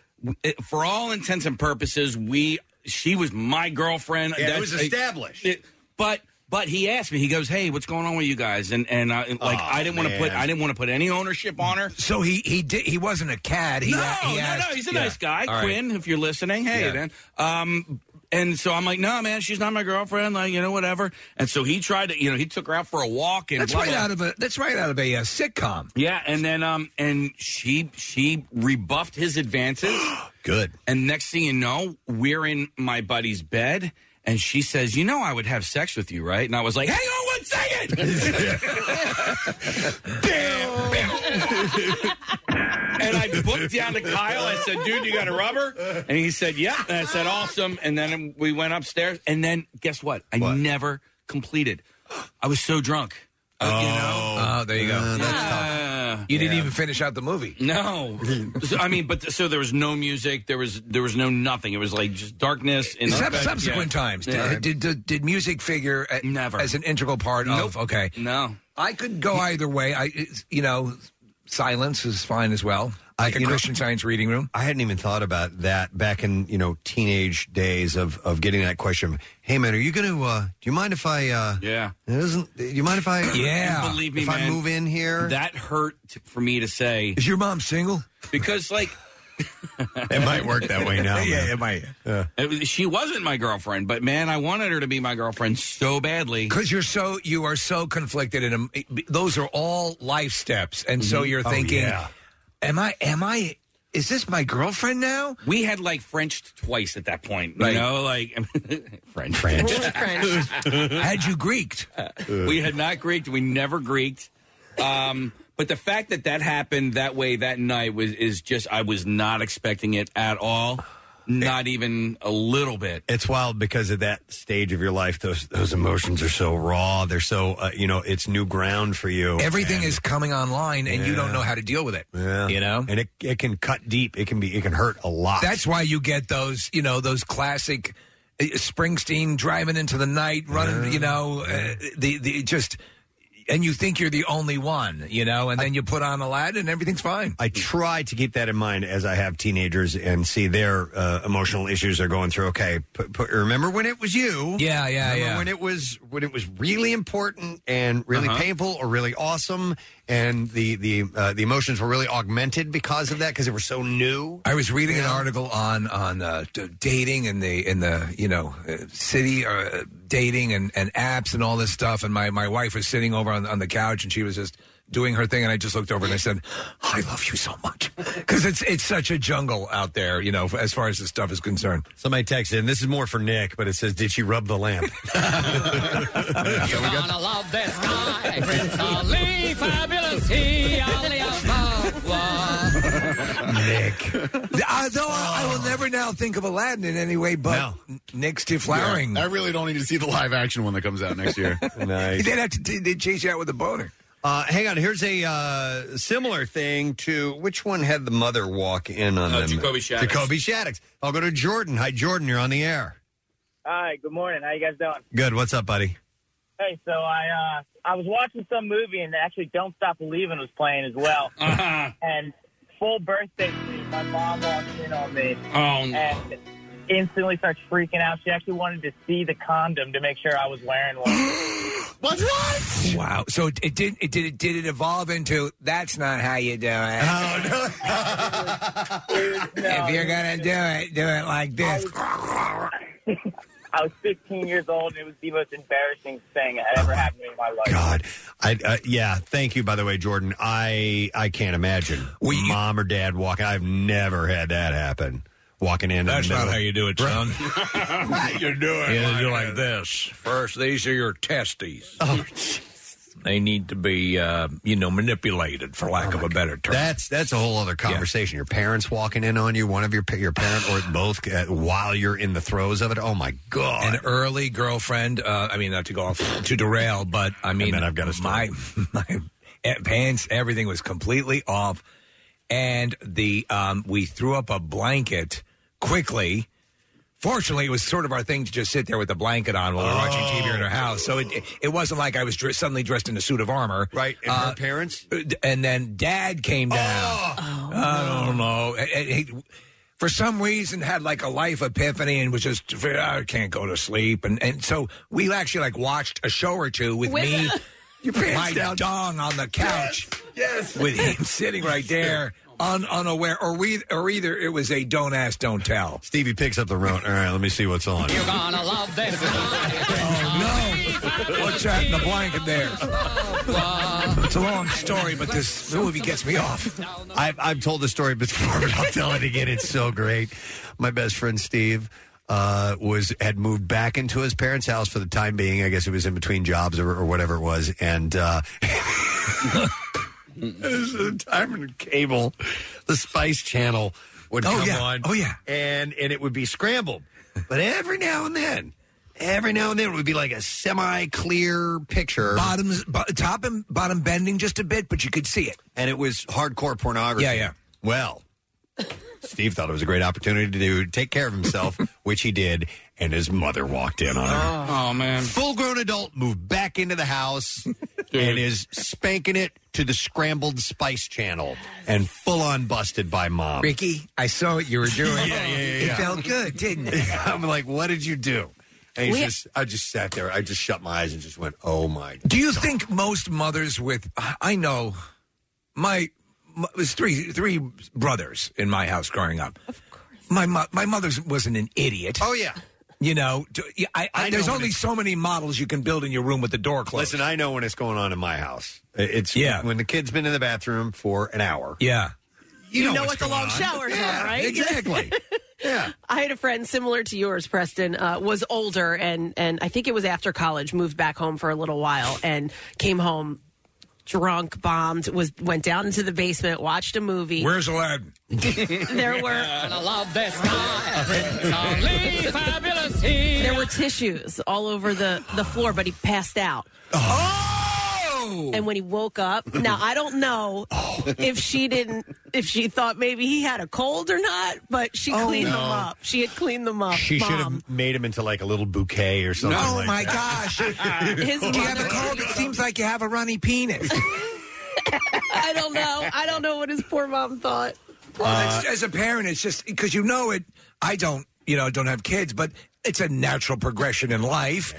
eh, for all intents and purposes, we she was my girlfriend.
Yeah, it
That's-
was established.
it- but but he asked me. He goes, "Hey, what's going on with you guys?" And and I, like
Aw,
I didn't want to put
man.
I didn't want to put any ownership on her.
So he he did he wasn't a cad. He,
no,
he
no,
asked-
no. He's a
yeah.
nice guy,
All right.
Quinn. If you're listening, hey,
Yeah.
man. Um, and so I'm like, no, nah, man, she's not my girlfriend. Like, you know, whatever. And so he tried to, you know, he took her out for a walk. And
That's
blah,
right
blah.
out of a that's right out of a uh, sitcom.
Yeah, and then um, and she she rebuffed his advances.
Good.
And next thing you know, we're in my buddy's bed, and she says, "You know, I would have sex with you, right?" And I was like, "Hang on one second. Bam, bam. and I booked down to Kyle. I said, "Dude, you got a rubber?" And he said, "Yep." And I said, "Awesome." And then we went upstairs, and then guess what? I never completed. I was so drunk. Oh,
Oh, there you go. you didn't even finish out the movie.
No, So, I mean, but th- so there was no music. There was there was no nothing. It was like just darkness. And
Sub- subsequent times did, did, did did music figure at, never as an integral part of okay
no
I could go either way I it's- you know silence is fine as well Like a Christian Science reading room.
I hadn't even thought about that back in you know teenage days of of getting that question. Hey man, are you going to? Uh, do you mind if I? Uh,
Yeah.
it Doesn't do you mind if I?
And believe me,
if I
man,
move in here,
that hurt t- for me to say.
Is your mom single?
Because like,
it might work that way now.
Yeah,
man.
it might.
It was- she wasn't my girlfriend, but man, I wanted her to be my girlfriend so badly.
Because you're so you are so conflicted, and those are all life steps, and so
Mhm.
you're
Oh,
thinking,
yeah.
"Am I? Am I? Is this my girlfriend now?"
We had like Frenched twice at that point,
Right.
you know, like French,
French. Had you Greeked?
we had not Greeked. We never Greeked. Um, but the fact that that happened that way that night was is just I was not expecting it at all, not even a little bit.
It's wild because at that stage of your life, those those emotions are so raw. They're so uh, you know, it's new ground for you.
Everything is coming online, and you don't know how to deal with it.
Yeah.
You know,
and it it can cut deep. It can be it can hurt a lot.
That's why you get those, you know, those classic uh, Springsteen driving into the night, running, you know, uh, the the just, and you think you're the only one, you know, and then you put on a lad, and everything's fine.
I try to keep that in mind as I have teenagers and see their uh, emotional issues they're going through. Okay, put, put, remember when it was you?
Yeah, yeah,
remember
yeah.
When it was when it was really important and really
Uh-huh.
painful or really awesome, and the the uh, the emotions were really augmented because of that because they were so new.
I was reading an article on on uh, d- dating and the in the you know uh, city uh, dating and, and apps and all this stuff. And my, my wife was sitting over on, on the couch and she was just doing her thing. And I just looked over and I said, "I love you so much," because it's it's such a jungle out there, you know, as far as this stuff is concerned.
Somebody texted, and this is more for Nick, but it says, "Did she rub the lamp?"
You're gonna love this guy, Prince Ali, fabulous he, Ali Ababa.
Nick.
I, though I I will never now think of Aladdin in any way but Nick's deflowering.
Yeah. I really don't need to see the live action one that comes out next year.
nice.
They'd have to they'd chase you out with a boner.
Uh, hang on. Here's a uh, similar thing to which one had the mother walk in on
Uh,
them?
Jacoby Shaddix.
Jacoby Shaddix. I'll go to Jordan. Hi, Jordan. You're on the air.
Hi, good morning. How you guys doing?
Good. What's up, buddy?
Hey, so I uh, I was watching some movie and actually Don't Stop Believing was playing as well. and full birthday suit, my mom walks in on me.
Oh, no.
And instantly starts freaking out. She actually wanted to see the condom to make sure I was wearing one.
What? What? Wow. So it, it did. It did. It did. It evolve into that's not how you do it. Oh no! if you're gonna do it, do it like this.
I was 15 years old and it was the most embarrassing thing that ever happened to me in my life.
God. I, uh, yeah. Thank you, by the way, Jordan. I I can't imagine mom or dad walking. I've never had that happen. Walking in.
That's not how you do it, son.
you
do
it
like
like this. Oh, First, these are your testes. They need to be, uh, you know, manipulated, for lack of a better term.
That's that's a whole other conversation. Your parents walking in on you, one of your pa- your parent or both, uh, while you're in the throes of it. Oh my god!
An early girlfriend. Uh, I mean, not to go off to derail, but I mean, I've got a my my eh, pants. Everything was completely off, and the um, we threw up a blanket quickly. Fortunately, it was sort of our thing to just sit there with the blanket on while we were watching TV
Oh.
in our house. So it it wasn't like I was dr- suddenly dressed in a suit of armor. Right.
and her parents? Oh.
And then dad came down. I don't know. And- and he- for some reason, had like a life epiphany and was just, I can't go to sleep. And, and so we actually like watched a show or two with,
With-
me,
Your pants
my
down.
dong on the couch
Yes.
with him sitting right there, un, unaware, or we, or either it was a don't ask, don't tell.
Stevie picks up the rope. All right, let me see what's on.
You're gonna love this guy.
Oh no! What's that in the blanket there? It's a long story, but this movie gets me off.
I've, I've told the story before, but I'll tell it again. It's so great. My best friend Steve uh, was had moved back into his parents' house for the time being. I guess it was in between jobs or, or whatever it was, and. Uh, this is the time when cable, the Spice Channel would
Oh,
come
yeah.
on.
Oh, yeah.
and and it would be scrambled, but every now and then, every now and then it would be like a semi-clear picture,
Bottoms, bo- top and bottom bending just a bit, but you could see it.
and it was hardcore pornography.
Yeah, yeah.
Well, Steve thought it was a great opportunity to do- take care of himself, which he did, and his mother walked in on him.
Oh man,
full grown adult moved back into the house and is spanking it to the Scrambled Spice Channel and full on busted by mom.
Ricky, I saw what you were doing.
Yeah, yeah, yeah, yeah.
It felt good, didn't it?
I'm like, what did you do? And he's
We-
just, I just sat there. I just shut my eyes and just went, oh my.
Do you think most mothers with I know my m- it was three three brothers in my house growing up. Of course, my mo- my mother wasn't an idiot. Oh
yeah.
You know, do- yeah, I, I,
I know
there's
when
only so many models you can build in your room with the door closed.
Listen, I know when it's going on in my house. It's
Yeah.
when the kid's been in the bathroom for an hour.
Yeah.
You, know,
what's
what the
going
long
on.
showers
Yeah,
are, right?
Exactly. yeah.
I had a friend similar to yours, Preston, uh, was older and and I think it was after college, moved back home for a little while and came home drunk, bombed, was went down into the basement, watched a movie.
Where's Aladdin?
there were
And I love this guy. It's only fabulous here.
There were tissues all over the, the floor, but he passed out.
Oh!
And when he woke up, now I don't know if she didn't, if she thought maybe he had a cold or not, but she
Oh,
cleaned
no.
them up. She had cleaned them up.
She should have made him into like a little bouquet or something.
oh
like
my
that.
gosh!
His
Do you have a
mother-
cold? It seems like you have a runny penis.
I don't know. I don't know what his poor mom thought.
Well,
Uh,
it's- as a parent, it's just because you know it. I don't, you know, don't have kids, but it's a natural progression in life.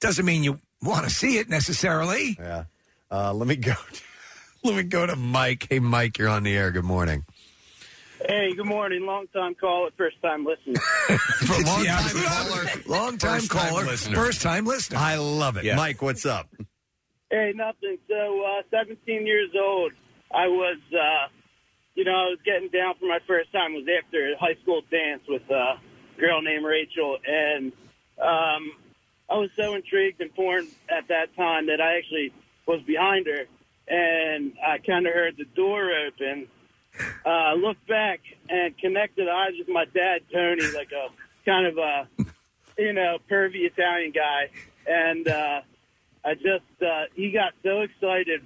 Doesn't mean you want to see it necessarily.
Yeah. Uh, let me go. let me go to Mike. Hey, Mike, you're on the air. Good morning.
Hey, good morning. Long time caller, first time listener.
long time caller, long time
First time
caller,
listener.
first time listener.
I love it. Mike, what's up?
hey, nothing. So, uh, 17 years old, I was, uh, you know, I was getting down for my first time. It was after a high school dance with a girl named Rachel, and um, I was so intrigued and porn at that time that I actually was behind her, and I kind of heard the door open. Uh, I looked back and connected eyes with my dad, Tony, like a kind of a, you know, pervy Italian guy. And uh, I just, uh, he got so excited.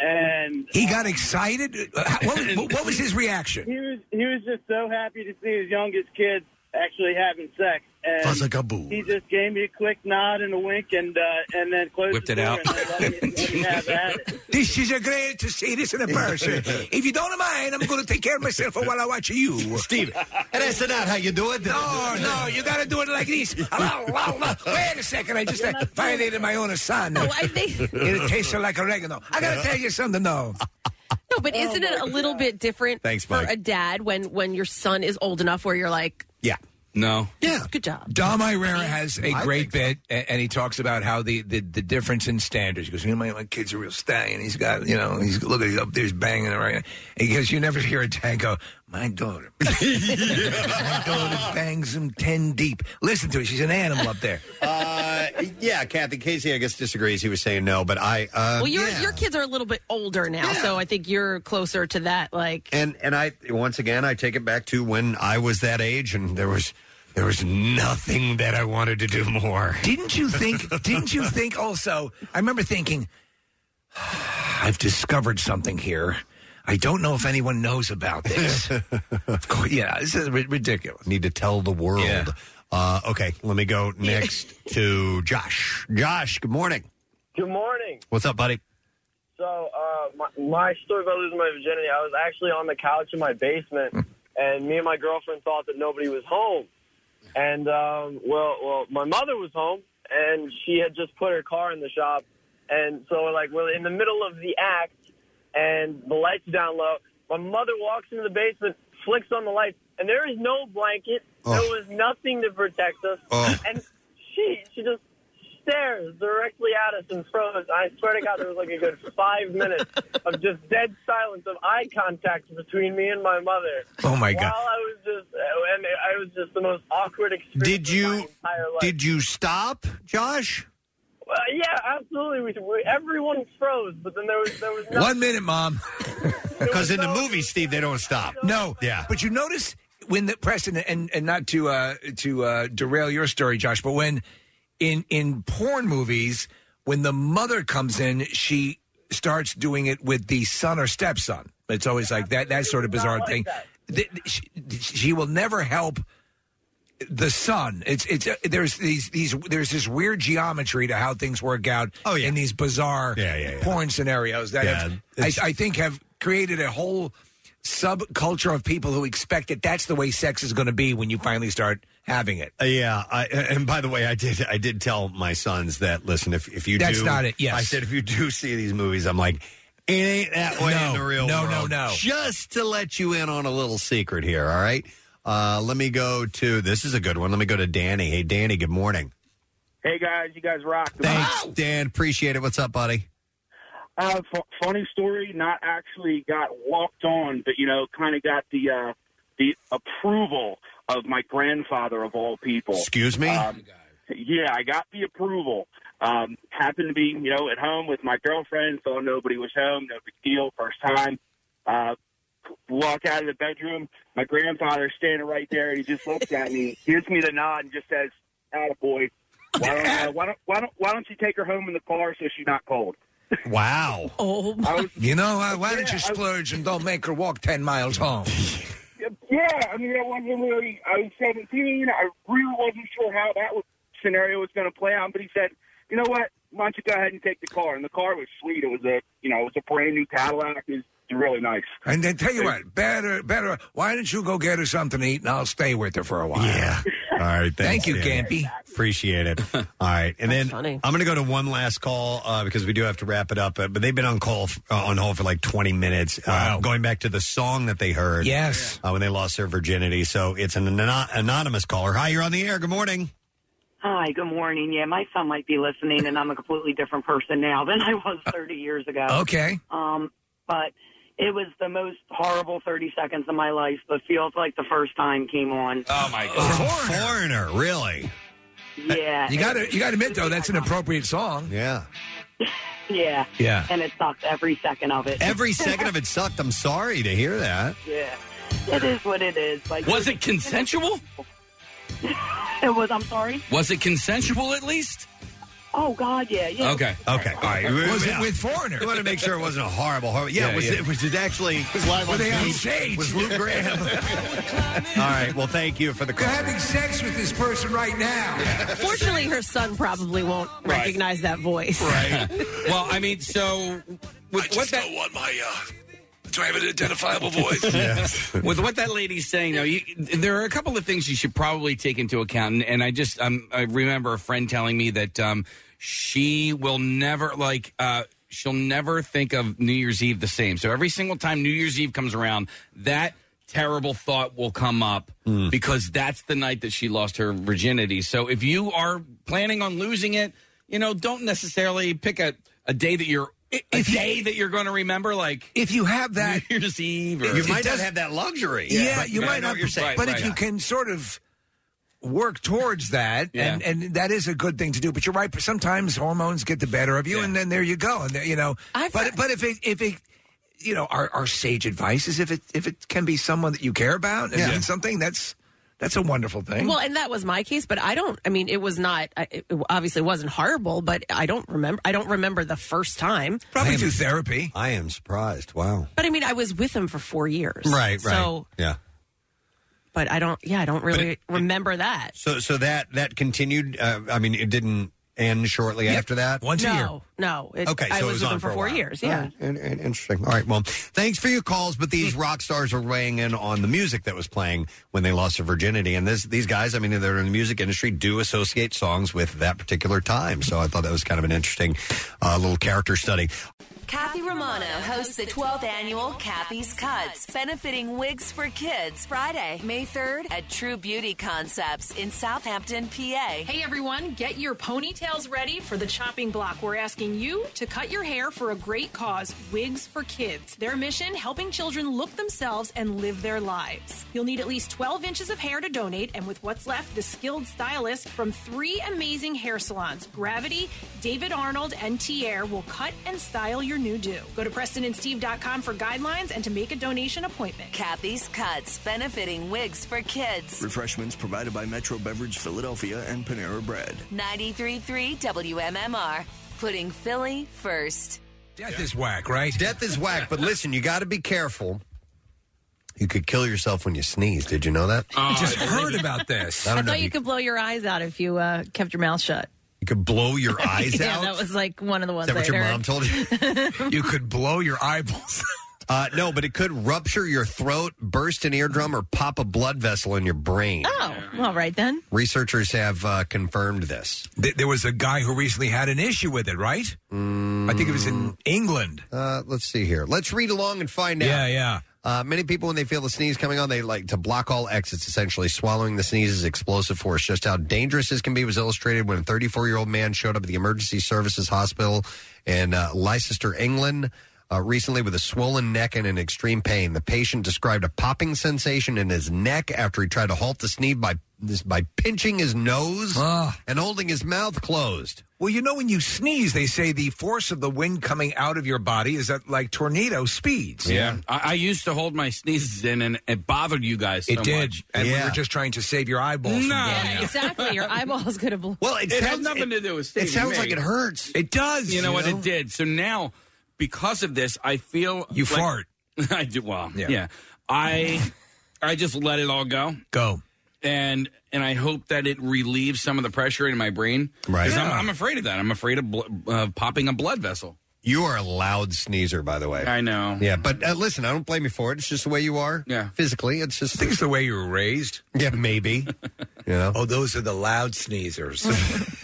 And
He got excited. Uh, how- What was, what was his reaction?
he was he was just so happy to see his youngest kid actually having sex. And
Fuzzakaboo.
He just gave me a quick nod and a wink, and uh, and then closed
Whipped
the
it
door
out.
And let me, let me have at it.
This is a great to see this in a person. if you don't mind, I'm going to take care of myself while I watch you,
Steve. And that's not how you do it.
No, no, you got to do it like this. Hello, hello, hello. Wait a second, I just uh, violated my own assignment.
No, I think-
it tasted like oregano. I got to tell you something though.
No, but isn't it a little bit different
Thanks,
for
Mike.
a dad when when your son is old enough where you're like,
Yeah.
No.
Yeah.
good job.
Dom Irera has a
I
great bit, a- and he talks about how the, the, the difference in standards. He goes, you know, my, my kid's a real stallion. He's got, you know, he's look at he's up there, he's banging it right. now." He goes, you never hear a dad go, my daughter, my daughter bangs him ten deep. Listen to her, she's an animal up there.
Uh, yeah, Kathy Casey, I guess disagrees. He was saying no, but I. Uh,
well, your
yeah.
your kids are a little bit older now, so I think you're closer to that. Like,
and and I once again I take it back to when I was that age and there was there was nothing that I wanted to do more.
Didn't you think? didn't you think also? I remember thinking, I've discovered something here. I don't know if anyone knows about this. of course, yeah, this is ri- ridiculous.
Need to tell the world. Uh, okay, let me go next to Josh. Josh, good morning.
Good morning.
What's up, buddy?
So, uh, my, my story about losing my virginity, I was actually on the couch in my basement, and me and my girlfriend thought that nobody was home. And, um, well, well, my mother was home, and she had just put her car in the shop. And so, like, we're in the middle of the act, and the lights are down low. My mother walks into the basement, flicks on the lights, and there is no blanket.
Oh.
There was nothing to protect us. And she, she just stares directly at us and froze. I swear to God, there was like a good five minutes of just dead silence of eye contact between me and my mother.
Oh, my
While
God.
I was just, and I was just the most awkward experience.
Did you
my entire life.
did you stop, Josh?
Well, yeah, absolutely. We, we, everyone froze, but then there was there was no
One minute, mom.
Because in the movie, Steve, they don't stop.
No,
Yeah.
But you notice when the Preston and and not to uh, to uh, derail your story, Josh, but when in in porn movies, when the mother comes in, she starts doing it with the son or stepson. It's always like that that sort of bizarre thing. Th- th- She, she will never help the sun. It's it's uh, there's these these there's this weird geometry to how things work out. Oh yeah. in these bizarre porn scenarios that
Yeah,
have, I, I think have created a whole subculture of people who expect that that's the way sex is going to be when you finally start having it.
Uh, yeah, I, and by the way, I did I did tell my sons that listen if if you
That's
do,
not it, yes.
I said if you do see these movies, I'm like it ain't that way
No,
in the real
no, no,
world.
no.
Just to let you in on a little secret here, all right? Uh, let me go to this is a good one. Let me go to Danny. Hey, Danny. Good morning.
Hey guys, you guys rock.
Thanks, Dan. Appreciate it. What's up, buddy?
Uh, f- funny story. Not actually got walked on, but you know, kind of got the uh, the approval of my grandfather of all people.
Excuse me?
Um, yeah, I got the approval. Um, happened to be you know at home with my girlfriend, so nobody was home. No big deal. First time. Uh, walk out of the bedroom. My grandfather standing right there. He just looks at me, gives me the nod, and just says, "Attaboy." Why don't, uh, why don't why don't why don't you take her home in the car so she's not cold?
Wow.
Oh,
you know, uh, why don't
Yeah,
you
I-
splurge and don't make her walk 10 miles home?
Yeah, I mean, I wasn't really. I was 17. I really wasn't sure how that was, scenario was going to play out. But he said, "You know what? Why don't you go ahead and take the car?" And the car was sweet. It was a, you know, it was a brand new Cadillac. It was really nice.
And then tell you what, better, better, why don't you go get her something to eat and I'll stay with her for a while?
Yeah. All right. Thanks,
Thank you,
Dan.
Campy.
Appreciate it. All right, and then I'm going to go to one last call uh, because we do have to wrap it up. Uh, but they've been on call f- uh, on hold for like 20 minutes. Uh, going back to the song that they heard,
yes,
uh, when they lost their virginity. So it's an ano- anonymous caller. Hi, you're on the air. Good morning.
Hi, good morning. Yeah, my son might be listening, and I'm a completely different person now than I was 30 years ago.
Okay.
Um, but it was the most horrible 30 seconds of my life, but feels like the first time came on. Um,
Oh my
foreigner. really?
Yeah.
You gotta, you gotta admit though, that's an appropriate song.
Yeah.
Yeah.
Yeah.
And it sucked every second of it.
Every second of it sucked. I'm sorry to hear that.
Yeah. It is what it is. Like
Was it consensual?
It was. I'm sorry.
Was it consensual at least?
Oh God, yeah, yeah.
Okay.
Okay. All right.
Was it
Yeah.
with Foreigner?
We want to make sure it wasn't a horrible, horrible. Yeah.
Yeah,
was
yeah.
it? Was it actually?
Was live on Were they on
Luke-
stage?
Was Luke Graham? All right. Well, thank you for the
You're
call.
having sex with this person right now.
Fortunately, her son probably won't
Right.
recognize that voice.
Right. well, I mean, so with what that
want my uh, do I have an identifiable voice?
with what that lady's saying, though, you, there are a couple of things you should probably take into account. And, and I just um, I remember a friend telling me that um, she will never like. Uh, She'll never think of New Year's Eve the same. So every single time New Year's Eve comes around, that terrible thought will come up
Hmm.
because that's the night that she lost her virginity. So if you are planning on losing it, you know, don't necessarily pick a, a day that you're a day that you're going to remember. Like
if you have that
New Year's Eve, or,
You might not have that luxury.
Yeah,
But-
you
but I know
might not.
what you're saying.
But
Right,
if you
yeah.
can sort of work towards that,
Yeah.
and and that is a good thing to do. But you're right. Sometimes hormones get the better of you, and then there you go. And there- you know, but but if it if it you know our, our sage advice is if it if it can be someone that you care about and means something that's that's a wonderful thing.
Well, and that was my case, but I don't. I mean, it was not. I- It obviously wasn't horrible, but I don't remember. I don't remember the first time.
Probably through therapy.
I am surprised. Wow.
But I mean, I was with him for four years.
Right. Right.
So,
yeah.
but I don't. Yeah, I don't really remember that.
So so that that continued. Uh, I mean, it didn't end shortly after that.
no, No, It-
okay,
I
so
was,
it was
with
on
him
for
for
a
four
while.
years. Yeah.
All right, and- and interesting. All right, well, thanks for your calls. But these
Mm.
rock stars are weighing in on the music that was playing when they lost their virginity, and this, these guys, I mean, they're in the music industry, do associate songs with that particular time. So I thought that was kind of an interesting uh, little character study.
Kathy Romano hosts the 12th annual Kathy's Cuts, benefiting Wigs for Kids, Friday, May 3rd at True Beauty Concepts in Southampton, PA.
Hey everyone, get your ponytails ready for the chopping block. We're asking you to cut your hair for a great cause, Wigs for Kids. Their mission, helping children look themselves and live their lives. You'll need at least 12 inches of hair to donate, and with what's left, the skilled stylist from three amazing hair salons, Gravity, David Arnold, and Tier will cut and style your new do. Go to PrestonandSteve.com for guidelines and to make a donation appointment.
Kathy's Cuts, benefiting Wigs for Kids.
Refreshments provided by Metro Beverage Philadelphia and Panera Bread.
93.3 WMMR, putting Philly first.
Death is whack, right?
Death is whack, but listen, you got to be careful. You could kill yourself when you sneeze. Did you know that?
Oh, I just heard about this.
I, thought you could blow your eyes out if you uh, kept your mouth shut.
you could blow your eyes
yeah,
out.
that was like one of the ones
Is that what
I'd
your
heard.
mom told you? you could blow your eyeballs. uh, no, but it could rupture your throat, burst an eardrum, or pop a blood vessel in your brain.
Oh, well, right then.
Researchers have uh, confirmed this.
Th- There was a guy who recently had an issue with it, right? I think it was in England.
Mm. Uh, let's see here. Let's read along and find out.
Yeah, yeah.
Uh, many people, when they feel the sneeze coming on, they like to block all exits, essentially. Swallowing the sneeze is explosive force. Just how dangerous this can be was illustrated when a 34 year old man showed up at the emergency services hospital in uh, Leicester, England, uh, recently with a swollen neck and an extreme pain. The patient described a popping sensation in his neck after he tried to halt the sneeze by, this, by pinching his nose and holding his mouth closed.
Well, you know, when you sneeze, they say the force of the wind coming out of your body is at like tornado speeds.
I, I used to hold my sneezes in, and it bothered you guys. So
It did.
much.
And we were just trying to save your eyeballs.
No.
from
Yeah,
blowing out.
Exactly. Your eyeball's going to blow.
Well,
it, has nothing to do with. Stevie May.
It does.
You know what? It did. So now, because of this, I feel
You
like-
fart.
I do. Well,
Yeah.
yeah. I I just let it all go.
Go.
And and I hope that it relieves some of the pressure in my brain.
Right.
'Cause
Yeah.
I'm, I'm afraid of that. I'm afraid of bl- uh, popping a blood vessel.
You are a loud sneezer, by the way.
I know.
Yeah, but uh, listen, I don't blame you for it. It's just the way you are. Yeah, physically, it's just. I
think it's the way you were raised.
Yeah, maybe. yeah.
Oh, those are the loud sneezers.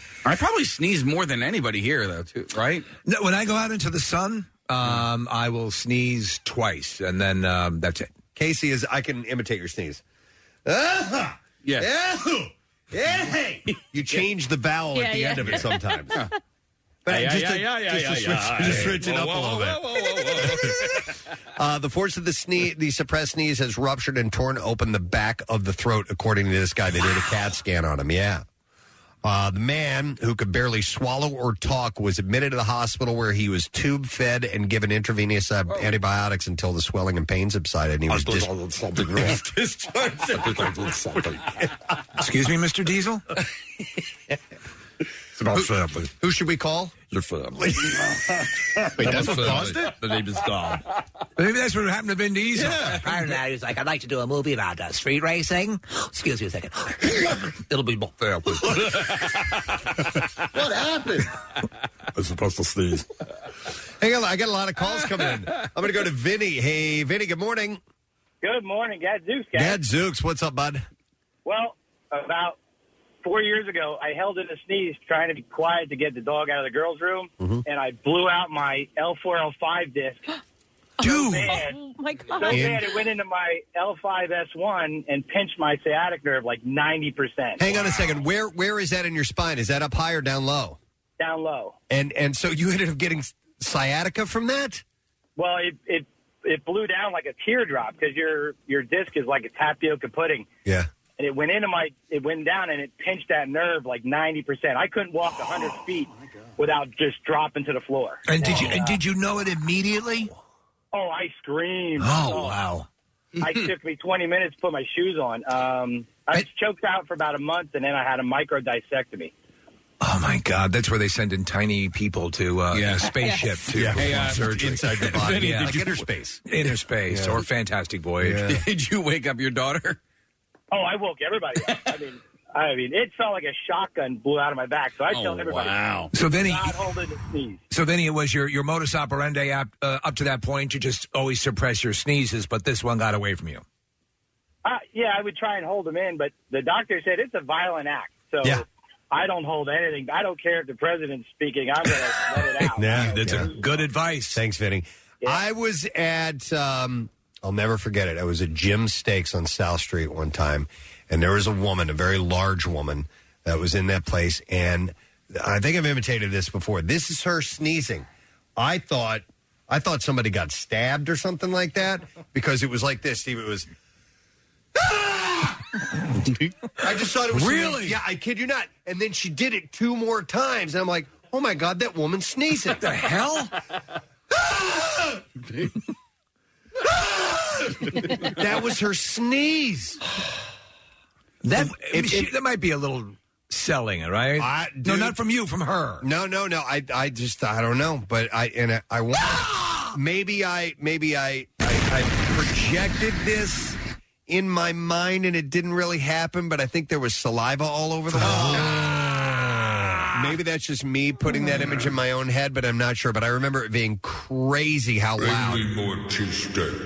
I probably sneeze more than anybody here, though. Too right.
No, when I go out into the sun, um, I will sneeze twice, and then um, that's it.
Casey is. I can imitate your sneeze. Uh-huh. Yeah. Yeah. You change the vowel at the end of it sometimes. But
Yeah,
just
yeah,
to-
yeah, yeah,
just to
yeah, yeah.
switch- just switch it
Whoa,
up a
whoa,
little bit.
whoa, whoa, whoa, whoa.
Uh, the force of the sneeze, the suppressed sneeze, has ruptured and torn open the back of the throat, according to this guy. They did a CAT scan on him. Yeah. Uh, the man who could barely swallow or talk was admitted to the hospital where he was tube fed and given intravenous uh, antibiotics until the swelling and pain subsided. And he was dis-
Excuse me, Mr. Diesel?
it's about family. Who should we call?
Your family.
Wait, that's what caused it?
The name is Dom. Maybe that's what happened to Vin Diesel.
I don't know. He's like, I'd like to do a movie about uh, street racing. Excuse me a second.
It'll be more family.
what happened?
I'm supposed to sneeze.
Hang on, I got a lot of calls coming in. I'm going to go to Vinny. Hey, Vinny, good morning.
Good morning, Gadzooks, guys.
Dad Zooks, what's up, bud?
Well, about four years ago, I held in a sneeze trying to be quiet to get the dog out of the girls' room, and I blew out my L4 L5 disc. Dude, so bad,
Oh, my
so
God.
bad it went into my L5S1 and pinched my sciatic nerve like ninety percent.
Hang on a second. Where where is that in your spine? Is that up high or down low?
Down low.
And and so you ended up getting sciatica from that?
Well, it it it blew down like a teardrop because your your disc is like a tapioca pudding.
Yeah.
And it went into my, it went down and it pinched that nerve like ninety percent. I couldn't walk a hundred feet without just dropping to the floor.
And did you and did you know it immediately?
Oh, I screamed.
Oh, wow.
I took me 20 minutes to put my shoes on. Um, I was choked out for about a month, and then I had a micro dissectomy.
Oh my God! That's where they send in tiny people to uh, in a
Yes.
spaceship
Yes.
to
Yeah.
perform
Hey, uh,
surgery
inside the body. Vinny, did you-
inner space,
Yeah.
or Fantastic Voyage.
Did you wake up your daughter?
Oh, I woke everybody up. I mean, I mean, it felt like a shotgun blew out of my back. So I tell everybody, wow.
Oh, So then he-
not holding the sneeze.
So Vinny, it was your your modus operandi up, uh, up to that point to just always suppress your sneezes, but this one got away from you.
Uh, yeah, I would try and hold them in, but the doctor said it's a violent act. So I don't hold anything. I don't care if the president's speaking. I'm going to let it out.
Yeah,
that's a good advice.
Thanks, Vinny. I was at, um, I'll never forget it. I was at Jim Steaks on South Street one time, and there was a woman, a very large woman, that was in that place. And I think I've imitated this before. This is her sneezing. I thought, I thought somebody got stabbed or something like that because it was like this. Steve, it was. "Ah!" I just thought it was
Really?
Yeah, I kid you not. And then she did it two more times, and I'm like, oh my god, that woman's sneezing.
What the hell?
that was her sneeze.
That she- that might be a little selling it, right? no, not from you, from her.
No, no, no. I, I just, I
Ah!
don't know. But I, and I, I want. maybe I, maybe I, I, I projected this in my mind and it didn't really happen, but I think there was saliva all over the wall.
Ah!
Maybe that's just me putting that image in my own head, but I'm not sure. But I remember it being crazy how loud.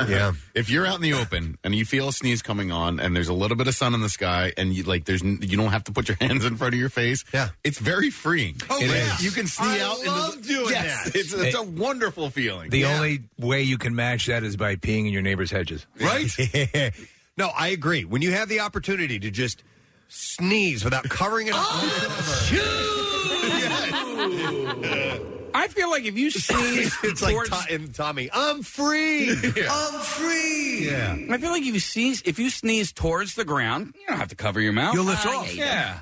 Yeah.
If you're out in the open and you feel a sneeze coming on, and there's a little bit of sun in the sky, and you like, there's n- you don't have to put your hands in front of your face. Yeah, it's very freeing.
Oh,
It
yeah.
is. you can sneeze
I
out.
love
in the,
doing
yes,
that.
It's, it's a wonderful feeling.
The
Yeah.
only way you can match that is by peeing in your neighbor's hedges.
Right? no, I agree. When you have the opportunity to just sneeze without covering it up.
Ah!
I feel like if you sneeze,
it's like to- and Tommy. I'm free. Um, I'm free.
Yeah. I feel like if you sneeze, if you sneeze towards the ground, you don't have to cover your mouth.
You'll lift
Uh,
off.
Yeah.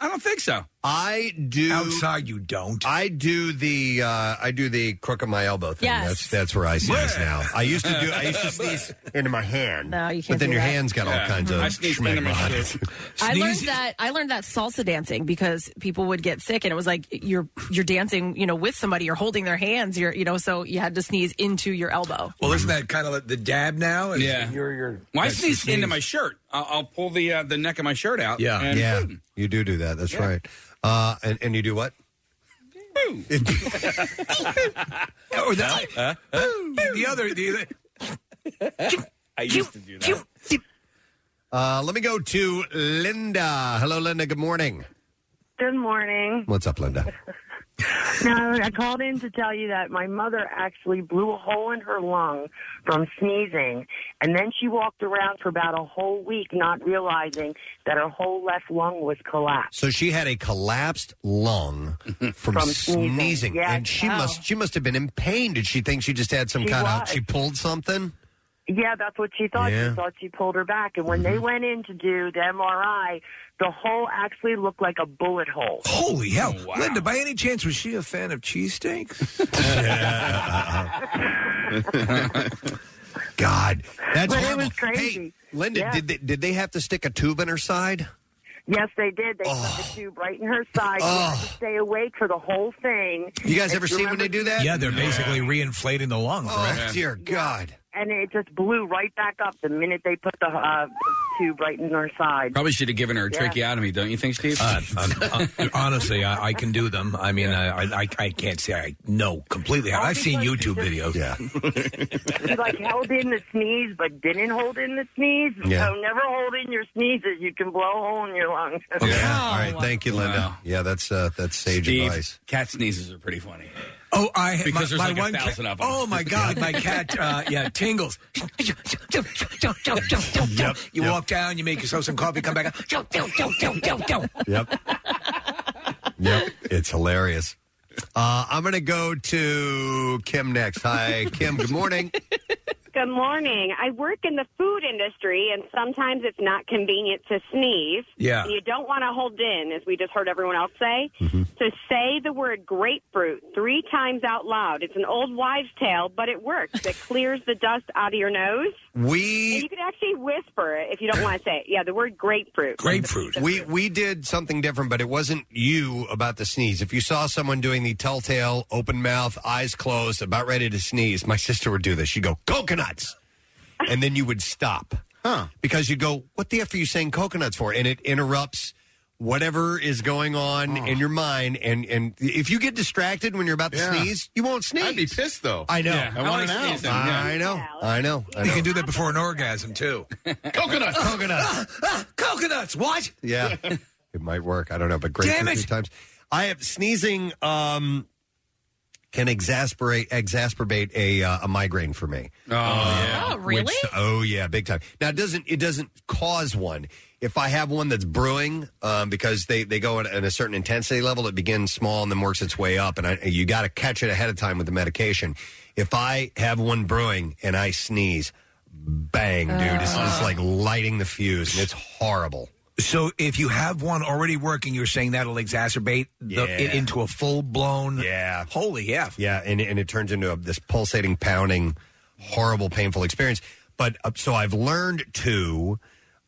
I don't think so.
I do
outside. You don't.
I do the uh, I do the crook of my elbow thing.
Yes.
That's that's where I sneeze now. I used to do I used to sneeze into my hand.
No, you can't
But then
do
your
that.
hands got all
Yeah.
kinds of
I sneeze
schmeck
into my
behind it.
I learned that I learned that salsa dancing because people would get sick and it was like you're you're dancing, you know, with somebody, you're holding their hands, you're you know, so you had to sneeze into your elbow.
Well, isn't that kind of like the dab now? Is
Yeah.
Your, your,
Well, I
that's the
sneeze into my shirt. I'll, I'll pull the uh, the neck of my shirt out. and-
yeah. You do do that. That's right. Uh, and and you do what?
Or that, the other, the other.
I used to do that.
Uh, let me go to Linda. Hello, Linda. Good morning.
Good morning.
What's up, Linda?
Now, I called in to tell you that my mother actually blew a hole in her lung from sneezing, and then she walked around for about a whole week not realizing that her whole left lung was collapsed.
So she had a collapsed lung from, sneezing, and she
wow.
must she must have been in pain. Did she think she just had some
oh. She
kind of
was.
she pulled something?
Yeah, that's what she thought.
Yeah. Mm-hmm.
She thought she pulled her back. And when they went in to do the MRI, the hole actually looked like a bullet hole.
Holy hell. Linda, by any chance, was she a fan of cheesesteaks?
God, that's
But it
horrible.
was crazy.
Hey, Linda,
Yeah.
did they, did they have to stick a tube in her side? Oh.
Yes, they did. They put the tube right in her side. She had to stay awake for the whole thing.
You guys
And
ever
she
seen when
remembered
they do that?
Yeah, they're basically reinflating the lung,
Oh
correct?
dear God!
and it just blew right back up the minute they put the uh, tube right in her side.
Probably should have given her a
Yeah.
tracheotomy, don't you think, Steve?
Uh, honestly, I, I can do them. I mean, I, I, I can't say I know completely. I've seen YouTube videos.
Yeah.
She like held in the sneeze, but didn't hold in the sneeze.
Yeah.
So never hold in your sneezes. You can blow a hole in your lung.
All right, thank you, Linda. Yeah, that's uh, that's sage
Oh, Steve,
advice.
Cat sneezes are pretty funny.
Oh, I
Because there's
my, my
like a
one cat-
thousand of 'em.
Oh my God, my cat, uh, yeah, tingles. You walk down, you make yourself some coffee, come back up.
Yep. yep. It's hilarious. Uh, I'm going to go to Kim next. Hi, Kim. Good morning.
Good morning. I work in the food industry, and sometimes it's not convenient to sneeze.
Yeah. Mm-hmm.
And you don't want to hold in, as we just heard everyone else say. So say the word grapefruit three times out loud. It's an old wives' tale, but it works. It clears the dust out of your nose.
We-
And you could actually whisper it if you don't want to say it. Yeah, the word grapefruit.
We we did something different, but it wasn't you about the sneeze. If you saw someone doing the telltale open mouth, eyes closed, about ready to sneeze, my sister would do this. She'd go coconuts, and then you would stop, huh? Because you'd go, "What the f are you saying coconuts for?" And it interrupts whatever is going on
Oh.
in your mind. And and if you get distracted when you're about to
Yeah.
sneeze, you won't sneeze.
I'd be pissed though.
I know.
I want it out.
I know. I know. I know.
You can do that before an orgasm too.
Coconuts.
Coconuts.
coconuts. What?
Yeah, it might work. I don't know, but great
Damn
for
it.
three times. I have sneezing um, can exasperate exasperate a uh, a migraine for me.
Oh, yeah.
Oh, really?
which- oh yeah, big time. Now it doesn't it doesn't cause one. If I have one that's brewing, um, because they they go at, at a certain intensity level, it begins small and then works its way up, and I, you got to catch it ahead of time with the medication. If I have one brewing and I sneeze, bang, dude, it's just like lighting the fuse, and it's horrible.
So if you have one already working, you're saying that'll exacerbate the, it
Yeah.
into a full blown.
Yeah.
Holy F.
Yeah, and, and it turns into a, this pulsating, pounding, horrible, painful experience. But uh, so I've learned to,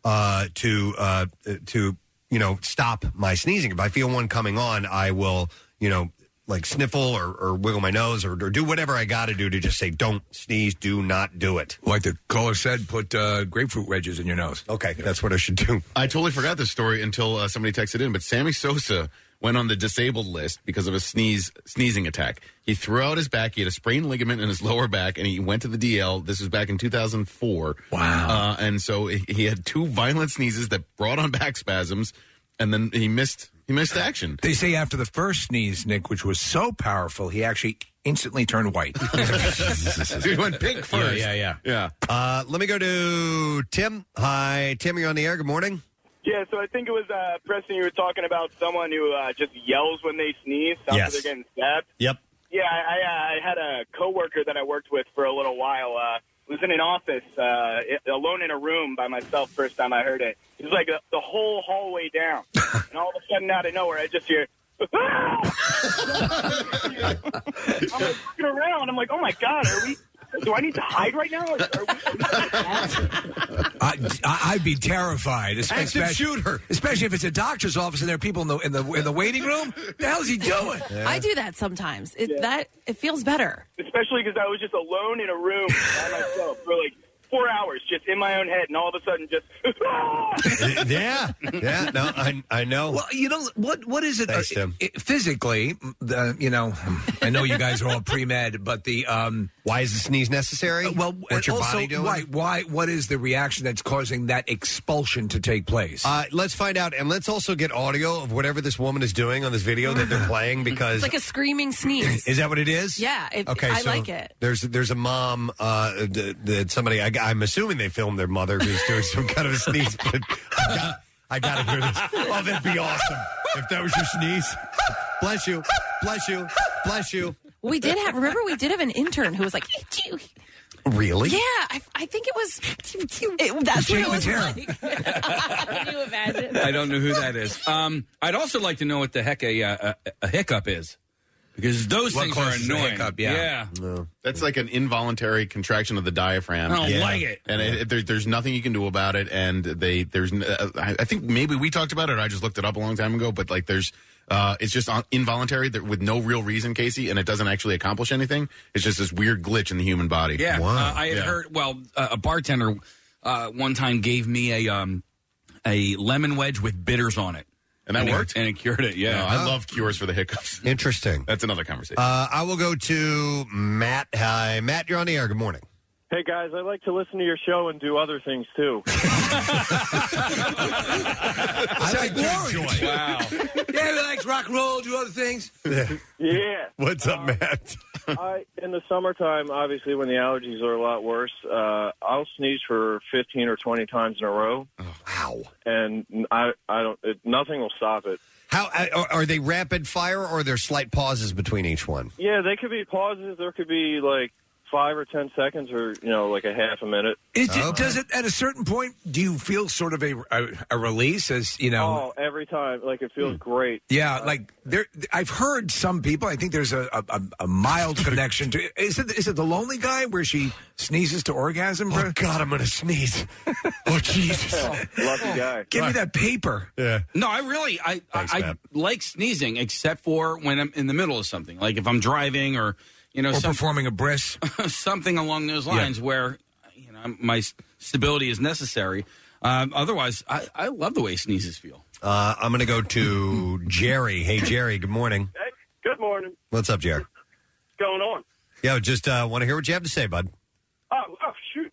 uh, to, uh, to, you know, stop my sneezing. If I feel one coming on, I will, you know, like sniffle or, or wiggle my nose or, or do whatever I got to do to just say don't sneeze, do not do it.
Like the caller said, put uh, grapefruit wedges in your nose.
Okay, that's what I should do.
I totally forgot this story until uh, somebody texted in. But Sammy Sosa went on the disabled list because of a sneeze sneezing attack. He threw out his back. He had a sprained ligament in his lower back, and he went to the DL. This was back in 2004. Wow! Uh, and so he he had two violent sneezes that brought on back spasms, and then he missed he missed action.
They say after the first sneeze, Nick, which was so powerful, he actually instantly turned white.
he went pink first.
Yeah, yeah,
yeah.
Uh, let me go to Tim. Hi, Tim. You're on the air. Good morning.
Yeah, so I think it was uh, Preston. You were talking about someone who uh, just yells when they sneeze after
Yes.
they're getting stabbed.
Yep.
Yeah, I, I, uh, I had a coworker that I worked with for a little while. Uh, was in an office, uh, i- alone in a room by myself. First time I heard it, it was like the the whole hallway down, and all of a sudden, out of nowhere, I just hear. "Ah!" I'm like looking around. I'm like, oh my god, are we? Do I need to hide right now? Or are
I, I, would be terrified. espe-
Active
especially- especially if it's a doctor's office and there are people in the in the in the waiting room. the hell's he doing?
I do that sometimes. It that it feels better.
especially because I was just alone in a room by myself for like four hours, just in my own head, and all of a sudden, just
yeah, yeah. No, I I know.
Well, you know what? What is it?
Thanks,
uh,
Tim.
it- physically, the, you know, I know you guys are all pre med, but the um, Uh,
why is the sneeze necessary?
well,
What's your
and also,
body doing?
Why, why? What is the reaction that's causing that expulsion to take place?
Uh, let's find out, and let's also get audio of whatever this woman is doing on this video that they're playing
It's
because
like a screaming sneeze.
Is that what it is?
Yeah, it,
okay,
I
so
like it.
There's there's a mom uh, th- that somebody I, am assuming they filmed their mother who's doing some kind of a sneeze. But I got I got to hear this. Oh, that'd be awesome if that was your sneeze. Bless you, bless you, bless you.
We did have. Remember, we did have an intern who was like, "Ew."
Really?
"Yeah, I, I think it was." It, that's what
Jane
it was
Matera.
like. Can you imagine?
I don't know who that is. Um, I'd also like to know what the heck a uh, a, a hiccup is, because those
What
things are
causes the
annoying.
hiccup, yeah.
yeah.
That's like an involuntary contraction of the diaphragm.
I don't like it.
and it, it- there, there's nothing you can do about it. And they there's n- uh, I I think maybe we talked about it. I just looked it up a long time ago, but like there's uh, it's just on, involuntary there, with no real reason, Casey, and it doesn't actually accomplish anything. It's just this weird glitch in the human body.
Yeah, uh, I had
Yeah.
heard. Well, uh, a bartender uh, one time gave me a um, a lemon wedge with bitters on it,
And that
it-
worked?
and it cured it. Yeah,
No, I love cures for the hiccups.
Interesting.
That's another conversation.
Uh, I will go to Matt. Hi, Matt. You're on the air. Good morning.
Hey guys, I like to listen to your show and do other things too.
I like Warren.
Wow.
yeah, he likes rock and roll, do other things.
Yeah.
What's up, Matt?
I, in the summertime, obviously, when the allergies are a lot worse, uh, I'll sneeze for 15 or 20 times in a row.
Wow.
And I, I don't, it, nothing will stop it.
How uh, are, are they rapid fire or are there slight pauses between each one?
Yeah, they could be pauses. There could be like five or 10 seconds or, you know, like a half a minute.
Is it, Does it at a certain point? Do you feel sort of a a, a release as you know?
Oh, every time. Like, it feels great.
Yeah, like there. I've heard some people. I think there's a a, a- a mild connection to. Is it is it the lonely guy where she sneezes to orgasm? Oh
God, I'm gonna sneeze. Oh Jesus,
lucky guy.
Give me that paper.
Yeah.
No, I really I I, I like sneezing, except for when I'm in the middle of something, like if I'm driving or you know
Or performing a brisk,
something along those lines where you know my s- stability is necessary. Um, otherwise, I, I love the way sneezes feel.
Uh, I'm going to go to Jerry. Hey, Jerry. Good morning.
Good morning.
What's up, Jerry?
Going on?
Yo, just uh, want to hear what you have to say, bud.
Oh, oh shoot.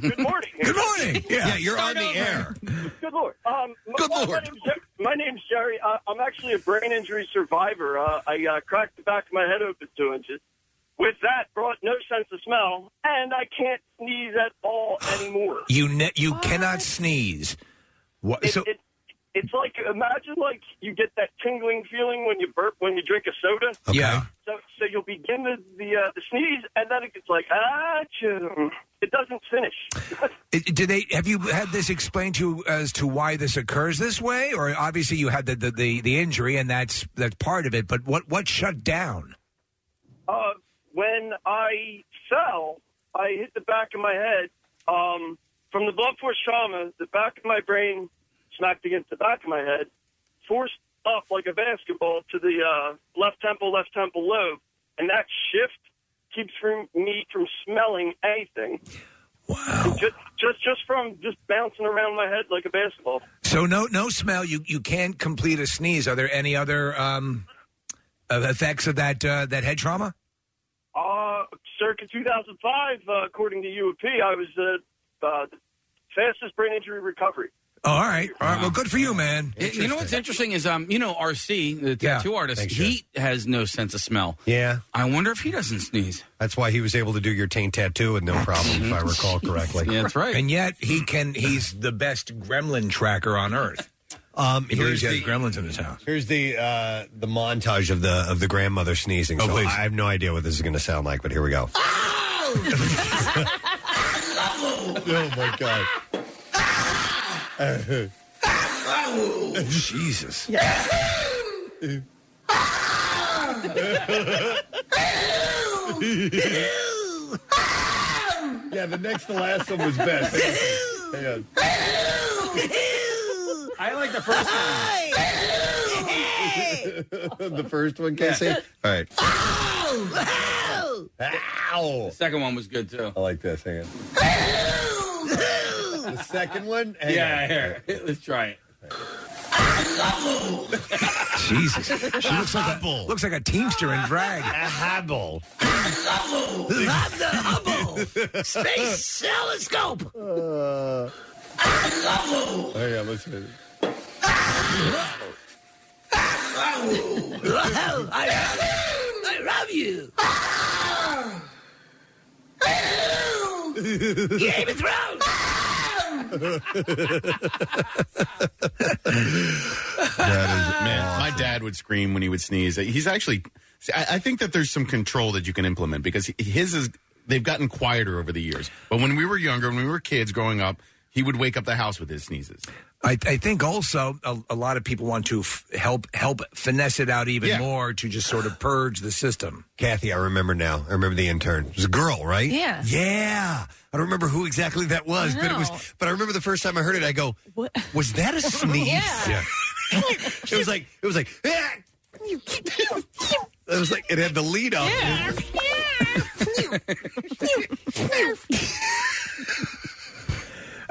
Good morning.
Good morning. Yeah. Yeah, you're on the
air. Good lord. Um,
Good
my,
lord.
My name's, Jer- my name's Jerry. Uh, I'm actually a brain injury survivor. Uh, I uh, cracked the back of my head open two inches. With that, brought no sense of smell, and I can't sneeze at all anymore.
you ne- you cannot sneeze. What?
It,
so
it, it's like imagine like you get that tingling feeling when you burp when you drink a soda.
yeah.
So, so you'll begin the the, uh, the sneeze, and then it gets like ah, it doesn't finish.
It- Do they have you had this explained to you as to why this occurs this way, or obviously you had the the, the, the injury and that's that's part of it. But what what shut down?
Uh, when I fell, I hit the back of my head. Um, from the blunt force trauma, the back of my brain smacked against the back of my head, forced up like a basketball to the uh, left temple, left temple lobe, and that shift keeps from me from smelling anything.
Wow!
Just, just, just from just bouncing around my head like a basketball.
So no, no smell. You you can't complete a sneeze. Are there any other um, uh, effects of that uh, that head trauma?
Uh, circa 2005, uh, according to UOP, I was uh, uh, fastest brain injury recovery.
Oh, all right, all right. Well, good for
Uh,
you, man.
You know what's interesting is, um, you know, RC, the
Yeah.
tattoo artist,
Thanks,
he has no sense of smell.
Yeah.
I wonder if he doesn't sneeze.
That's why he was able to do your taint tattoo with no problem, if I recall correctly.
Mm-hmm. Yeah, that's right.
And yet he can. He's the best gremlin tracker on earth.
Um,
he believes he has gremlins in his house.
Here's the uh, the montage of the of the grandmother sneezing.
Oh,
so
please.
I have no idea what this is going to sound like, but here we go. oh my god!
Oh,
Jesus.
yeah, the next to last one was best. Hang on.
I like the first
one. the first one, can say. All right. Ow! The
second one was good too.
I like this. Hang on. the second one? Hang
yeah,
on.
here. Let's try it.
Jesus. She looks like a, looks like a teamster in drag. A
hobble.
I'm the Hubble Space Telescope.
Uh. Hang on, Oh, let's hear it.
I love you. Game of Thrones.
Man, my dad would scream when he would sneeze. He's actually. see, I, I think that there's some control that you can implement because his is. They've gotten quieter over the years, but when we were younger, when we were kids growing up, he would wake up the house with his sneezes.
I, I think also a, a lot of people want to f- help help finesse it out even more to just sort of purge the system.
Kathy, I remember now. I remember the intern. It was a girl, right?
Yeah.
Yeah. I don't remember who exactly that was, but it
know.
was. But I remember the first time I heard it, I go,
What?
"Was that a sneeze?"
Yeah.
it was like it was like. "Ah!" It was like it had the lead up.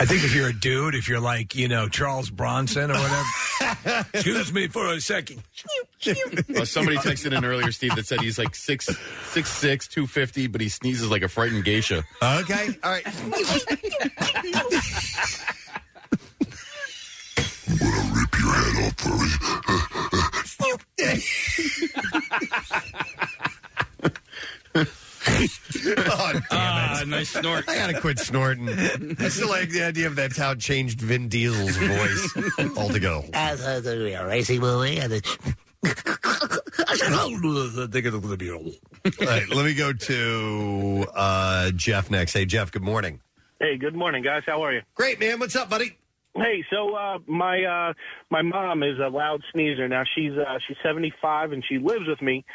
I think if you're a dude, if you're like you know Charles Bronson or whatever, excuse me for a second.
Uh, somebody texted in earlier, Steve, that said he's like six, six, six, two fifty, but he sneezes like a frightened geisha.
Okay. All right. oh, damn
Ah,
it.
Ah, nice snort.
I gotta quit snorting. I still like the idea of that's how it changed Vin Diesel's voice altogether.
As a, the a racing movie, and the
All right, let me go to uh, Jeff next. Hey, Jeff. Good morning.
Hey, good morning, guys. How are you?
Great, man. What's up, buddy?
Hey, so uh, my uh, my mom is a loud sneezer. Now she's uh, she's seventy five and she lives with me,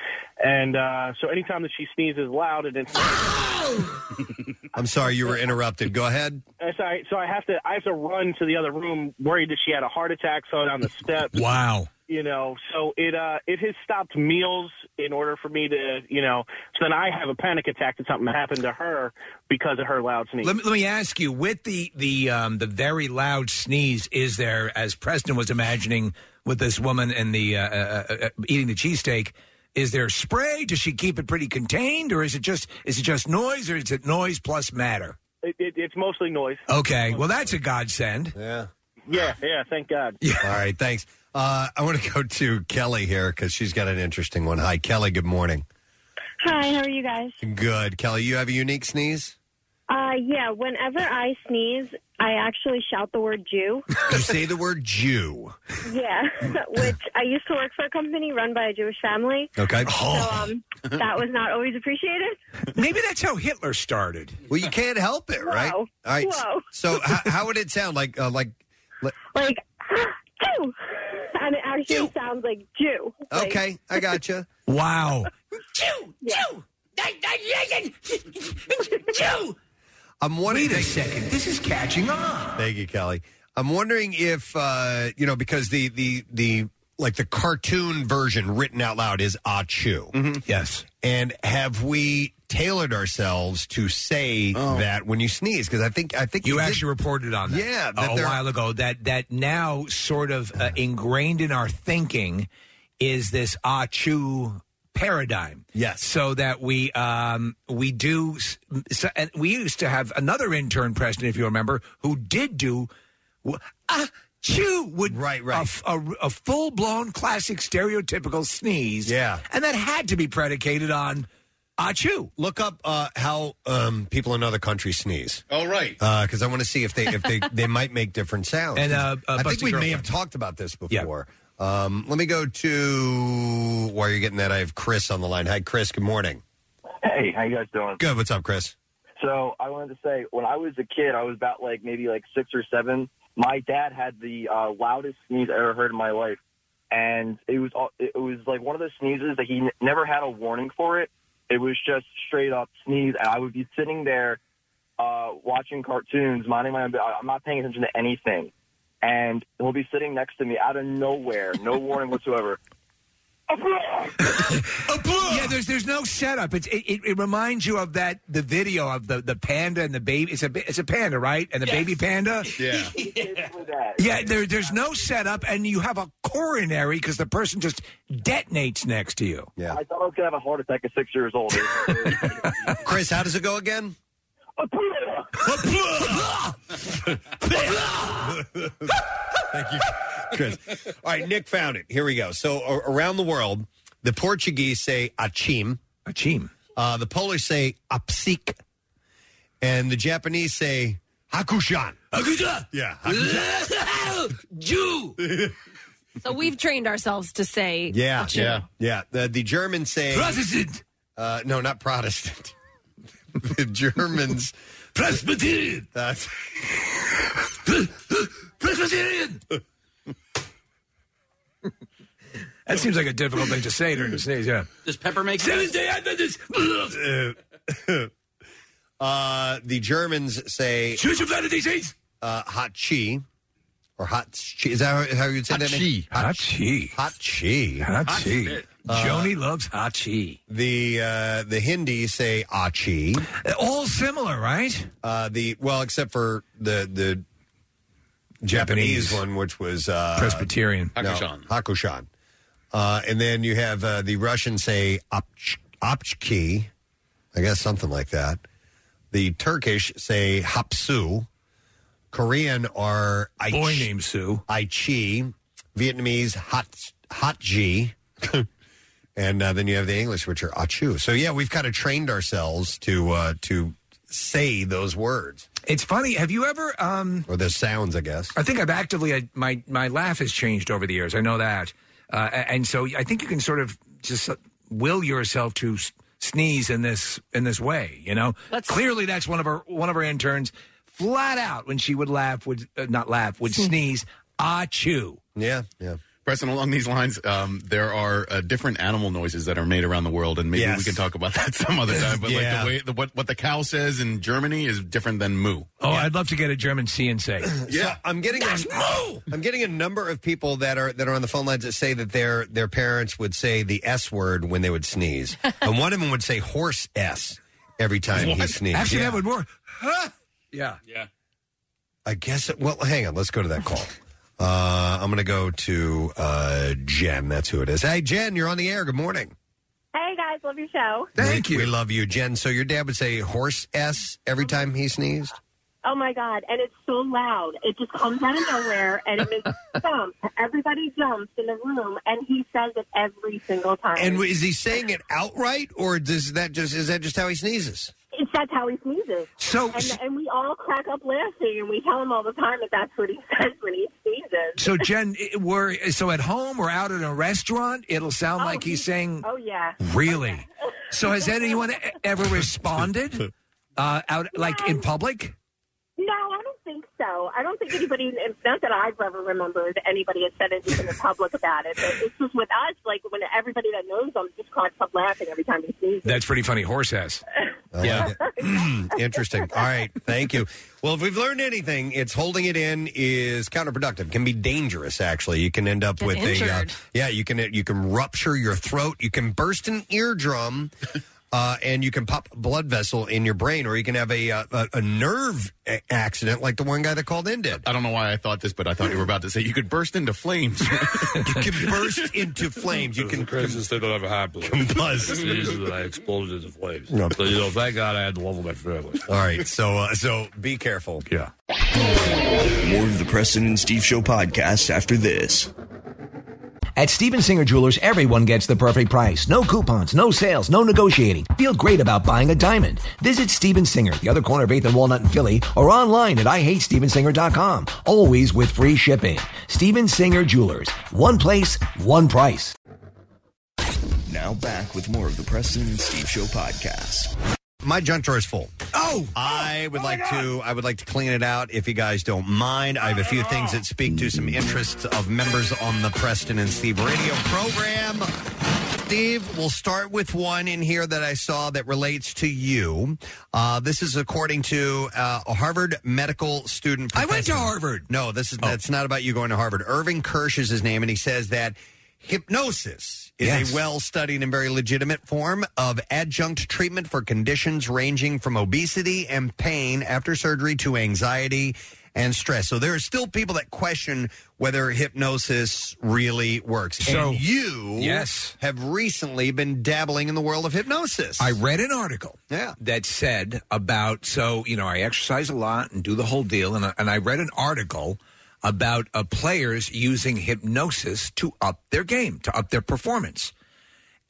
and uh, so anytime that she sneezes loud and it's
I'm sorry you were interrupted. Go ahead.
That's all right. So I have to I have to run to the other room, worried that she had a heart attack, fell down the steps.
Wow.
You know, so it uh it has stopped meals in order for me to you know. So then I have a panic attack that something happened to her because of her loud sneeze.
Let me, let me ask you: with the the um, the very loud sneeze, is there, as Preston was imagining with this woman and the uh, uh, uh, uh, eating the cheesesteak, is there spray? Does she keep it pretty contained, or is it just is it just noise, or is it noise plus matter?
It, it, it's mostly noise.
Okay, well that's a godsend.
Yeah.
Yeah, yeah. Thank God.
All right, thanks. Uh, I want to go to Kelly here because she's got an interesting one. Hi, Kelly. Good morning.
Hi, how are you guys?
Good, Kelly. You have a unique sneeze.
Uh, yeah, whenever I sneeze, I actually shout the word Jew.
You say the word Jew.
yeah, which I used to work for a company run by a Jewish family.
Okay.
So um, that was not always appreciated.
Maybe that's how Hitler started.
Well, you can't help it, right? All right. s-
Whoa.
So, how, how would it sound? Like, uh, like, li-
Like, Jew! And it actually sounds like Jew. Like,
okay, I gotcha.
Wow.
Jew, Jew, Jew.
I'm wondering.
Wait a second. This is catching on.
Thank you, Kelly. I'm wondering if uh, you know because the the the like the cartoon version written out loud is Achu.
Mm-hmm. Yes.
And have we tailored ourselves to say that when you sneeze? Because I think I think
Oh. you
we did-
actually reported on that,
Yeah, that
a
there-
while ago. That that now sort of uh, ingrained in our thinking is this achu paradigm. Yes, so that we um, we do. s- So, and we used to have another intern, Preston, if you remember, who did do w- achu would right right a, full blown classic stereotypical sneeze. Yeah, and that had to be predicated on achu.
Look up uh, how um, people in other countries sneeze.
All right.
Because Uh, I want to see if they if they, they might make different sounds.
And, uh, uh,
I think
Busty
we may
Girlfriend.
have talked about this before. Um, let me go to while you're getting that. I have Chris on the line. Hi, Chris. Good morning.
Hey, how you guys doing?
Good. What's up, Chris?
So I wanted to say, when I was a kid, I was about like maybe like six or seven. My dad had the uh, loudest sneeze I ever heard in my life, and it was all- it was like one of those sneezes that he n- never had a warning for it. It was just straight up sneeze, and I would be sitting there uh, watching cartoons, minding my own. bu- I- I'm not paying attention to anything, and he'll be sitting next to me out of nowhere, no warning whatsoever.
Yeah, there's there's no setup. It's it, it, it reminds you of that the video of the, the panda and the baby. It's a ba- it's a panda, right? And the baby panda.
Yeah.
Yeah, there, there's no setup, and you have a coronary because the person just detonates next to you.
Yeah.
I thought I was gonna have a heart attack at six years old.
Chris, how does it go again? Thank you, Chris. All right, Nick found it. Here we go. So a- around the world, the Portuguese say achim.
Achim.
Uh, the Polish say apsik. And the Japanese say hakushan.
Hakushan.
Yeah. hakushan.
Jew.
So we've trained ourselves to say,
Yeah,
Achoo.
yeah, yeah. The, the Germans say
Protestant.
Uh, no, not Protestant. the Germans
Presbyterian.
That's
Presbyterian. That seems like a difficult thing to say during the sneeze. Yeah.
Does pepper make
Seventh Day Adventist.
uh, the Germans say
Church of Latter-day Saints.
Uh, hot chi. Or hot chi. Is that how, how you would say that? name?
Hot chi.
Hot chi.
Hot chi.
Uh,
Joni loves hot chi.
The uh, the Hindi say achi.
All similar, right?
Uh, the well, except for the the
Japanese.
Japanese, one, which was uh,
Presbyterian.
no,
Hakushan.
Hakushan. Uh, and then you have uh, the Russians say opch- opchki, I guess something like that. The Turkish say hapsu. Korean are I- boy named
Sue.
Aichi. Vietnamese hot hotji. and uh, then you have the English, which are achu. So yeah, we've kind of trained ourselves to uh, to say those words
It's funny. Have you ever? Um,
or those sounds, I guess.
I think I've actively I, my my laugh has changed over the years. I know that, uh, a- and so I think you can sort of just will yourself to s- sneeze in this in this way. You know, clearly that's one of our one of our interns flat out when she would laugh would uh, not laugh would sneeze. Ah, chew.
Yeah, yeah.
Preston, along these lines, um, there are uh, different animal noises that are made around the world, and maybe
Yes.
we can talk about that some other time. But like
Yeah.
the way the, what what the cow says in Germany is different than moo.
Oh, I'd love to get a German C and say.
Yeah, I'm getting a, I'm getting a number of people that are that are on the phone lines that say that their their parents would say the S word when they would sneeze, and one of them would say horse S every time he
What?
sneezed.
Actually,
Yeah.
that would work. Huh? Yeah.
Yeah.
I guess. It, well, hang on. Let's go to that call. Uh, I'm going to go to uh, Jen. That's who it is. Hey, Jen, you're on the air. Good morning.
Hey guys, love your show.
Thank we, you. We love you, Jen. So your dad would say horse S every time he sneezed.
Oh my god, and it's so loud. It just comes out of nowhere and it makes you jump. Everybody jumps in the room and he says it every single time.
And is he saying it outright, or does that just is that just how he sneezes?
it's that's how he sneezes.
So-
and, and we all crack up laughing and we tell him all the time that that's what he says when he sneezes.
So Jen, it- we're so at home or out at a restaurant, it'll sound like he's saying
Oh yeah.
Really? So has anyone e- ever responded uh, out like in public?
No, I don't think so. I don't think anybody, not that I've ever remembered anybody has said anything in public about it. But it's just with us, like when everybody that knows them just cracks up laughing every time he sneezes.
That's pretty funny. Horse ass.
I like it. Interesting. All right. Thank you. Well, if we've learned anything, it's holding it in is counterproductive. Can be dangerous. Actually, you can end up
Get
with a uh,
injured.
yeah. You can you can rupture your throat. You can burst an eardrum. Uh, and you can pop a blood vessel in your brain, or you can have a uh, a, a nerve a- accident like the one guy that called in did.
I don't know why I thought this, but I thought you were about to say you could burst into flames. you
can burst into flames. You can.
Christmas, they don't have a high blood.
Combust.
It's easy that I exploded into flames.
No.
So, you know, thank God I had to love my family.
All right, so uh, so be careful.
Yeah.
More of the Preston and Steve Show podcast after this.
At Steven Singer Jewelers, everyone gets the perfect price. No coupons, no sales, no negotiating. Feel great about buying a diamond. Visit Steven Singer, the other corner of 8th and Walnut in Philly, or online at IHateStevenSinger.com. Always with free shipping. Steven Singer Jewelers. One place, one price.
Now back with more of the Preston and Steve Show podcast.
My junk drawer is full.
Oh,
I would like to. I would like to clean it out if you guys don't mind. I have a few things that speak to some interests of members on the Preston and Steve radio program. Steve, we'll start with one in here that I saw that relates to you. Uh, this is according to uh, a Harvard medical student.
I went to
professor.
Harvard. Oh.
No, this is that's not about you going to Harvard. Irving Kirsch is his name, and he says that hypnosis is
Yes.
a well studied and very legitimate form of adjunct treatment for conditions ranging from obesity and pain after surgery to anxiety and stress. So there are still people that question whether hypnosis really works.
So-
and you
Yes.
have recently been dabbling in the world of hypnosis.
I read an article that said about so you know I exercise a lot and do the whole deal, and I, and I read an article about uh, players using hypnosis to up their game, to up their performance.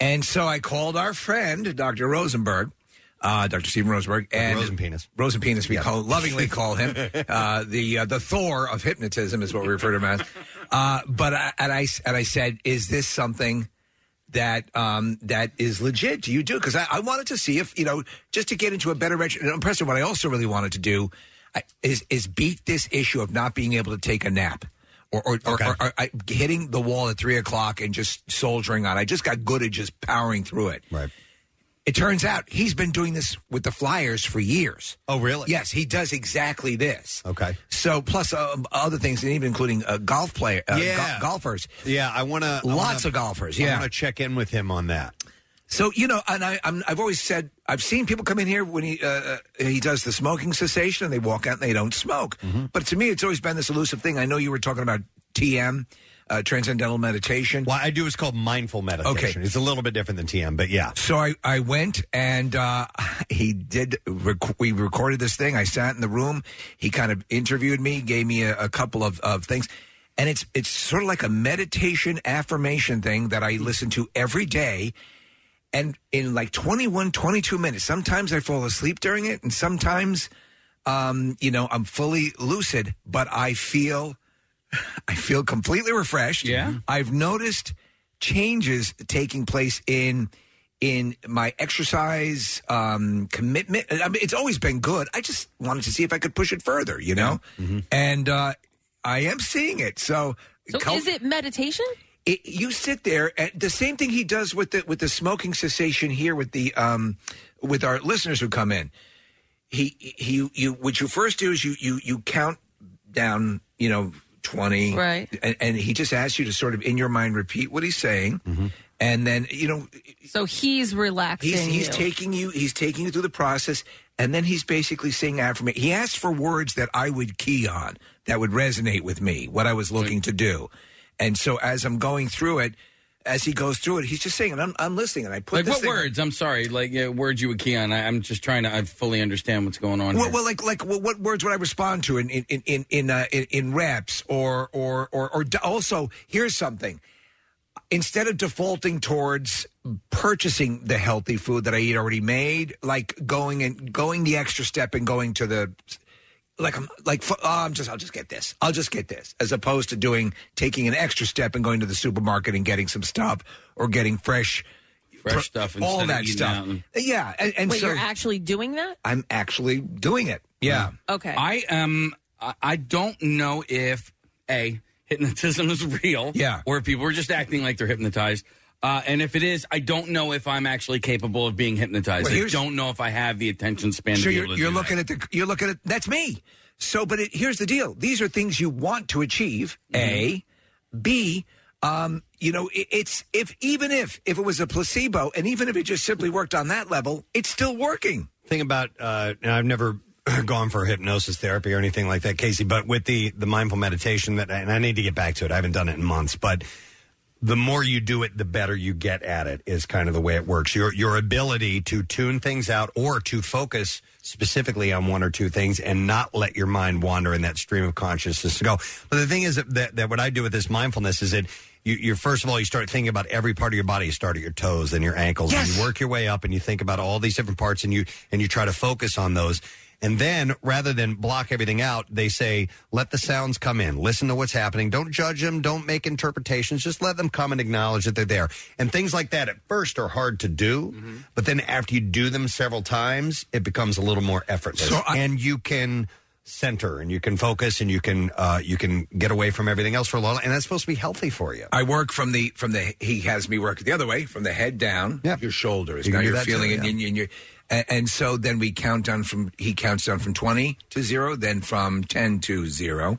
And so I called our friend Dr. Rosenberg, uh, Dr. Stephen Rosenberg, and
Rosenpenis.
Rosenpenis, we
Yeah.
call lovingly call him uh, the uh, the Thor of hypnotism is what we refer to him as. Uh, but I, and I and I said, is this something? that um, that is legit. Do you do? Because I, I wanted to see if you know, just to get into a better direction. And impressive. What I also really wanted to do I, is is beat this issue of not being able to take a nap. Or, or, or, or, or I, hitting the wall at three o'clock and just soldiering on. I just got good at just powering through it.
Right.
It turns out he's been doing this with the Flyers for years.
Oh, really?
Yes, he does exactly this.
Okay.
So, plus uh, other things, and even including uh, golf player, uh,
Yeah.
go- golfers.
Yeah, I want to.
Lots of golfers.
I
Yeah,
want to check in with him on that.
so you know, and I, I'm, I've always said I've seen people come in here when he uh, uh, he does the smoking cessation, and they walk out and they don't smoke. But to me, it's always been this elusive thing. I know you were talking about TM, uh, transcendental meditation.
What I do is called mindful meditation.
Okay,
It's a little bit different than TM, but yeah.
so I, I went and uh, he did. Rec- we recorded this thing. I sat in the room. He kind of interviewed me, gave me a, a couple of, of things, and it's it's sort of like a meditation affirmation thing that I listen to every day. And in like 21, 22 minutes, sometimes I fall asleep during it, and sometimes, um, you know, I'm fully lucid, but I feel I feel completely refreshed. Yeah. I've noticed changes taking place in in my exercise um, commitment. I mean, it's always been good. I just wanted to see if I could push it further, you know? And uh, I am seeing it. So,
So
cul-
is it meditation?
it, you sit there and the same thing he does with the with the smoking cessation here with the um with our listeners who come in he he you what you first do is you you you count down you know 20
Right.
and, and he just asks you to sort of in your mind repeat what he's saying and then you know
So he's relaxing.
He's, he's
you.
taking you. He's taking you through the process, and then he's basically saying affirmation. He asked for words that I would key on, that would resonate with me, what I was looking to do. And so, as I'm going through it, as he goes through it, he's just saying, and I'm, I'm listening, and I put
Like
this
what
thing-
words? I'm sorry. Like uh, words you would key on. I, I'm just trying to. I fully understand what's going on.
Well,
here.
well, like, like, well, what words would I respond to in in in in in, uh, in, in reps or or or or d- also here's something. Instead of defaulting towards purchasing the healthy food that I eat already made, like going and going the extra step and going to the like I'm like fu- oh, I'm just I'll just get this. I'll just get this as opposed to doing taking an extra step and going to the supermarket and getting some stuff or getting fresh
Fresh stuff
all
instead of
that
eating
stuff.
out and-
Yeah, and, and
Wait,
so
you're actually doing that?
I'm actually doing it. Yeah.
Okay.
I am. I- I don't know if a hypnotism is real. Yeah. Or if people are just acting like they're hypnotized. Uh, and if it is, I don't know if I'm actually capable of being hypnotized.
Well,
I
here's-
don't know if I have the attention span
So
to be
you're,
able to
you're
do
looking at the you're looking at that's me. So, but it, here's the deal: these are things you want to achieve. A, B. Um, you know, it, it's if even if if it was a placebo, and even if it just simply worked on that level, it's still working.
thing about uh, and I've never gone for hypnosis therapy or anything like that, Casey. But with the the mindful meditation that, and I need to get back to it. I haven't done it in months, but the more you do it, the better you get at it. Is kind of the way it works. Your your ability to tune things out or to focus specifically on one or two things and not let your mind wander in that stream of consciousness to go. But the thing is that, that, that what I do with this mindfulness is it. You, you first of all you start thinking about every part of your body. You start at your toes, then your ankles, and you work your way up, and you think about all these different parts, and you and you try to focus on those. And then, rather than block everything out, they say, let the sounds come in. Listen to what's happening. Don't judge them. Don't make interpretations. Just let them come and acknowledge that they're there. And things like that at first are hard to do.
Mm-hmm.
But then, after you do them several times, it becomes a little more effortless. and you can center and you can focus and you can uh, you can get away from everything else for a while and that's supposed to be healthy for you
I work from the from the he has me work the other way from the head down. your shoulders.
You can
now
do
you're
that
feeling
too,
it,
yeah.
and, you- and you're, and, and so then we count down from he counts down from twenty to zero, then from ten to 0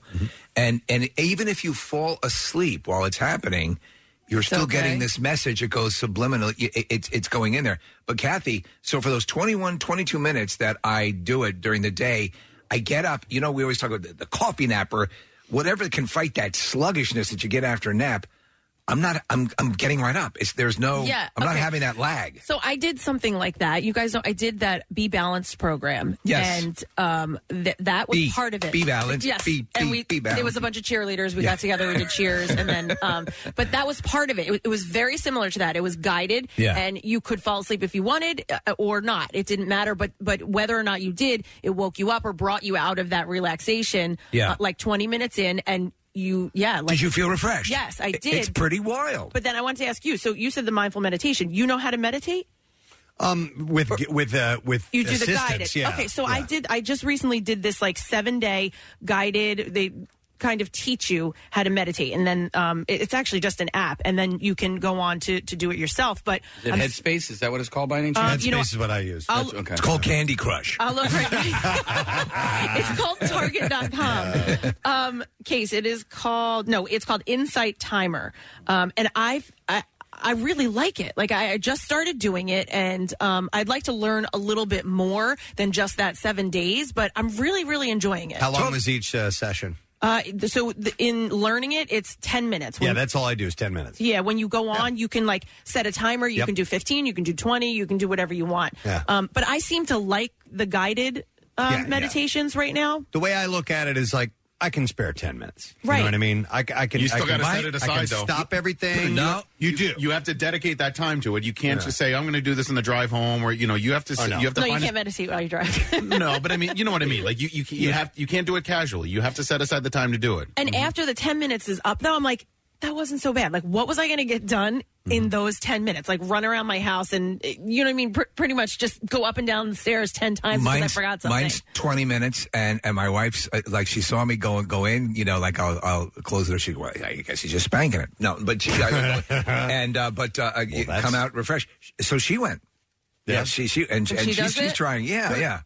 and and even if you fall asleep while it's happening, you're still getting this message. It goes subliminal. It, it- it's it's going in there. But Kathy, so for those 21, 22 minutes that I do it during the day, I get up. You know, we always talk about the, the coffee napper. Whatever can fight that sluggishness that you get after a nap, I'm not. I'm. I'm getting right up. It's there's no.
Yeah,
I'm not
okay.
having that lag.
So I did something like that. You guys know I did that Be Balanced program.
Yes.
And um, th- that was
Be-
part of it.
Be Balanced.
Yes.
Be-
and
Be-
we,
Be Balanced.
It was a bunch of cheerleaders. We
Yeah.
got together, we did cheers. And then, um, but that was part of it. it. wa- It was very similar to that. It was guided.
Yeah.
And you could fall asleep if you wanted uh, or not. It didn't matter. But, but whether or not you did, it woke you up or brought you out of that relaxation
Yeah.
uh, like 20 minutes in. And you, yeah. Like,
Did you feel refreshed?
Yes, I
It-
did.
It's pretty wild.
But then I wanted to ask you. So you said the mindful meditation. You know how to meditate?
um with with uh with
You do the
assistance,
guided.
yeah
Okay, so
Yeah.
I did. I just recently did this like seven day guided. They kind of teach you how to meditate, and then um, it- it's actually just an app, and then you can go on to to do it yourself. But
Is it
I'm-
Headspace? Is that what it's called by any
Um,
chance?
you know- Headspace is what I
use.
I'll-
okay.
It's called Candy Crush.
I'll look right. it's called Target.com. Um, case, it is called, no, it's called Insight Timer. Um, and I've, I, I really like it. Like I, I just started doing it, and um, I'd like to learn a little bit more than just that seven days. But I'm really, really enjoying it.
how long was each uh, session
Uh, so the, in learning it, it's ten minutes.
yeah
When-
that's all i do is 10 minutes
yeah, when you go on, you can like set a timer. You
Yep.
can do 15, you can do 20, you can do whatever you want.
Yeah.
Um, but I seem to like the guided um,
Yeah, yeah.
meditations right now.
the way I look at it is like I can spare ten minutes. You
Right.
know what I mean? I, c- I can.
you still
I can
got to
buy-
set it
I
aside,
can
though.
Stop everything.
No,
you,
do. You have to dedicate that time to it. You can't
Yeah.
just say, "I'm going to do this in the drive home," or you know, you have to.
Oh, no.
You have to
no, you
find Mm-hmm. a-
can't meditate while you drive.
no, but I mean, you know what I mean. Like you, you, you have you can't do it casually. You have to set aside the time to do it.
and after the 10 minutes is up, though, I'm like, that wasn't so bad. Like, what was I going to get done in those 10 minutes? Like, run around my house and, eh, you know what I mean? Pr- pretty much just go up and down the stairs 10 times because I forgot something.
mine's 20 minutes, and, and my wife's uh, like, she saw me go go in, you know, like I'll, I'll close it. She well, I guess she's just spanking it. No, but she, I, and uh, but uh, you come out refreshed. So she went. Yeah, she she and,
So
and
she
she's,
does
she's
it?
trying. Yeah,
Good.
yeah.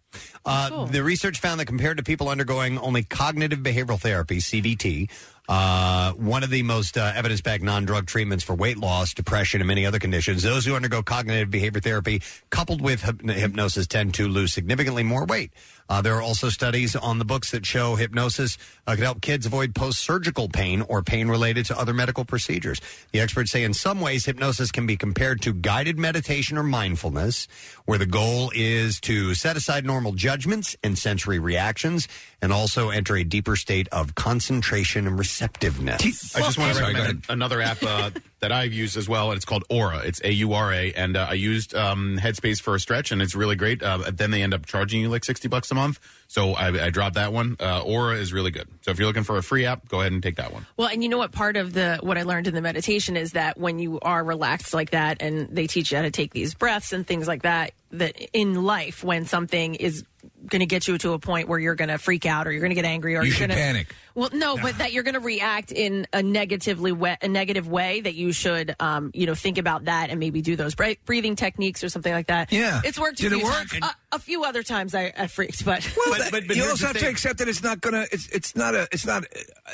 Uh, The research found that compared to people undergoing only cognitive behavioral therapy (CBT), uh, one of the most uh, evidence-backed non-drug treatments for weight loss, depression, and many other conditions, those who undergo cognitive behavior therapy coupled with hyp- hypnosis tend to lose significantly more weight. Uh, there are also studies on the books that show hypnosis uh, can help kids avoid post-surgical pain or pain related to other medical procedures. The experts say in some ways hypnosis can be compared to guided meditation or mindfulness, where the goal is to set aside normal judgments and sensory reactions and also enter a deeper state of concentration and receptiveness.
I just want to recommend an- another app uh, that I've used as well, and it's called Aura. It's A U R A, and uh, I used um, Headspace for a stretch, and it's really great. Uh, then they end up charging you like sixty bucks a month, so I, I dropped that one. Uh, Aura is really good. So if you're looking for a free app, go ahead and take that one.
Well, and you know what part of the what I learned in the meditation is that when you are relaxed like that and they teach you how to take these breaths and things like that that in life when something is going to get you to a point where you're going to freak out or you're going to get angry or
You
are
should
going to
panic.
Well, no, but that you're going to react in a negatively we- a negative way that you should, um, you know, think about that and maybe do those bre- breathing techniques or something like that.
Yeah.
it's worked.
Did
a
it
few
work?
Times. A, a few other times I, I freaked, but
Well, but, you also have to accept that it's not gonna. It's it's not a. It's not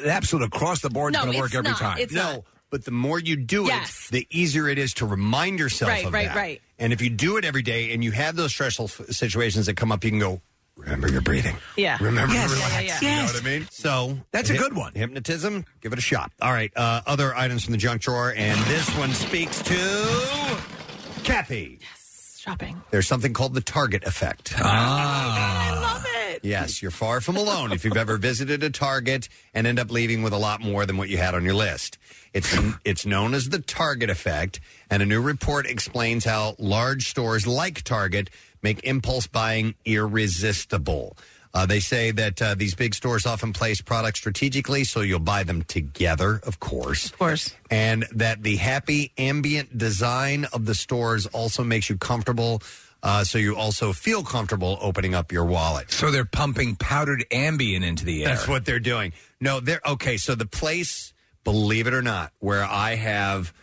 an absolute across the board.
No,
gonna work
it's
every
not.
time.
It's No, not.
but the more you do
Yes.
it, the easier it is to remind yourself
Right,
of
right,
that.
right.
And if you do it every day and you have those stressful f- situations that come up, you can go, remember your breathing.
Yeah.
Remember
Yes,
to
yeah, yeah,
relax.
yeah.
You know
Yes.
what I mean? So
That's a good one.
Hypnotism, give it a shot. All right. Uh, other items from the junk drawer. And this one speaks to Kathy.
shopping. Oh,
There's something called the Target effect. Ah.
I love it.
Yes, you're far from alone if you've ever visited a Target and end up leaving with a lot more than what you had on your list. It's it's known as the Target effect, and a new report explains how large stores like Target make impulse buying irresistible. Uh, they say that uh, these big stores often place products strategically, so you'll buy them together, of course. Of
course.
And that the happy ambient design of the stores also makes you comfortable, uh, so you also feel comfortable opening up your wallet.
So they're pumping powdered Ambien into the air.
That's what they're doing. No, they're okay. So the place, believe it or not, where I have,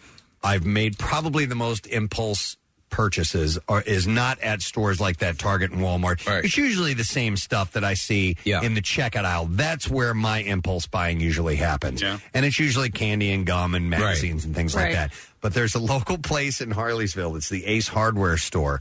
I've made probably the most impulse purchases are, is not at stores like that Target and Walmart. It's usually the same stuff that I see in the checkout aisle. That's where my impulse buying usually happens. And it's usually candy and gum and magazines and things like
Right.
that. But there's a local place in Harleysville. It's the Ace Hardware store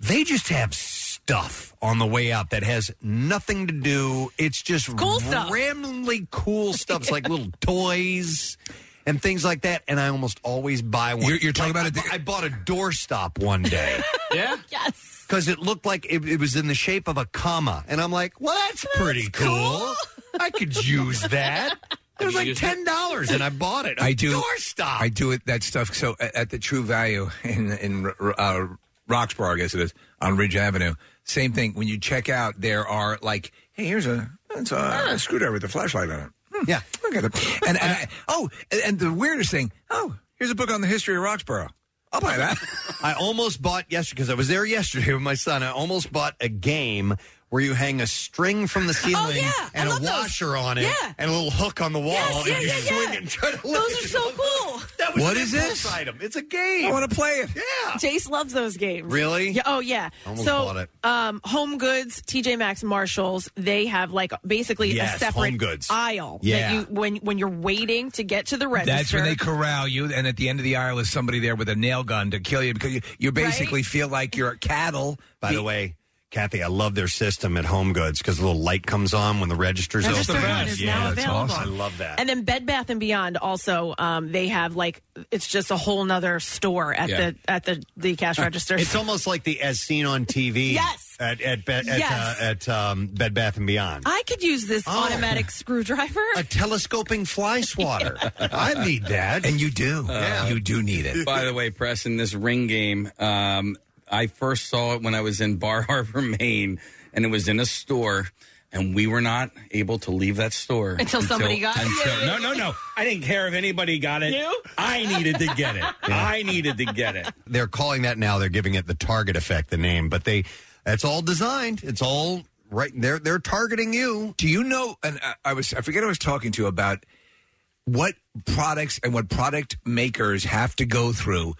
they just have stuff on the way out that has nothing to do. It's just cool
stuff.
randomly cool stuff. It's like little toys and things like that. And I almost always buy one. You're, talking about I, bu- I bought a doorstop one day. yeah.
Yes.
Because it looked like it, it was in the shape of a comma, and I'm like, "Well, that's, pretty cool. I could use that." It was like ten dollars, and I bought it. A
I do
doorstop.
I do it that stuff. So at, at the True Value in in uh, Roxborough, I guess it is on Ridge Avenue. Same thing. When you check out, there are like, hey, here's a that's a, a screwdriver with a flashlight on it.
Yeah,
Hmm. look at it. And, and I, oh, and, and the weirdest thing. Oh, here's a book on the history of Roxborough. I'll buy that.
I almost bought yesterday because I was there yesterday with my son. I almost bought a game where you hang a string from
Oh,
the ceiling and a washer on it
Yeah.
and a little hook on the wall and
Yes, yeah,
you
yeah,
swing
yeah.
it and try to
Those are so
cool.
That was
What
an
is
impulse
this?
item. It's a game.
I wanna
play it.
Yeah.
Jace loves those games.
Really?
Yeah. Oh yeah.
Almost
so,
bought it.
um, Home Goods, TJ Maxx, Marshalls, they have like basically
Yes,
a separate
Home Goods.
aisle
Yeah.
that you when when you're waiting to get to the register.
That's when they corral you, and at the end of the aisle is somebody there with a nail gun to kill you because you, you basically feel like you're cattle.
By the way, Kathy, I love their system at Home Goods because the little light comes on when the register's
That's the
open.
best. Is now
Yeah, that's
available.
awesome. I love that.
And then Bed Bath and Beyond also, um, they have like it's just a whole nother store at
Yeah. Uh,
the at the the cash register.
It's almost like the as seen on TV.
Yes.
At at Bed- at,
Yes.
uh, at um, Bed Bath and Beyond.
I could use this
Oh.
automatic screwdriver.
A telescoping fly swatter. I need that.
And you do.
Yeah.
You do need it.
By the way, Preston, this ring game, um, I first saw it when I was in Bar Harbor, Maine, and it was in a store, and we were not able to leave that store
Until somebody got it.
until- no, no, no. I didn't care if anybody got it.
You?
I needed to get it. I needed to get it.
they're calling that now. They're giving it the target effect, the name, but they that's all designed. It's all right. They're they're targeting you.
Do you know? And I, I was I forget who I was talking to about what products and what product makers have to go through.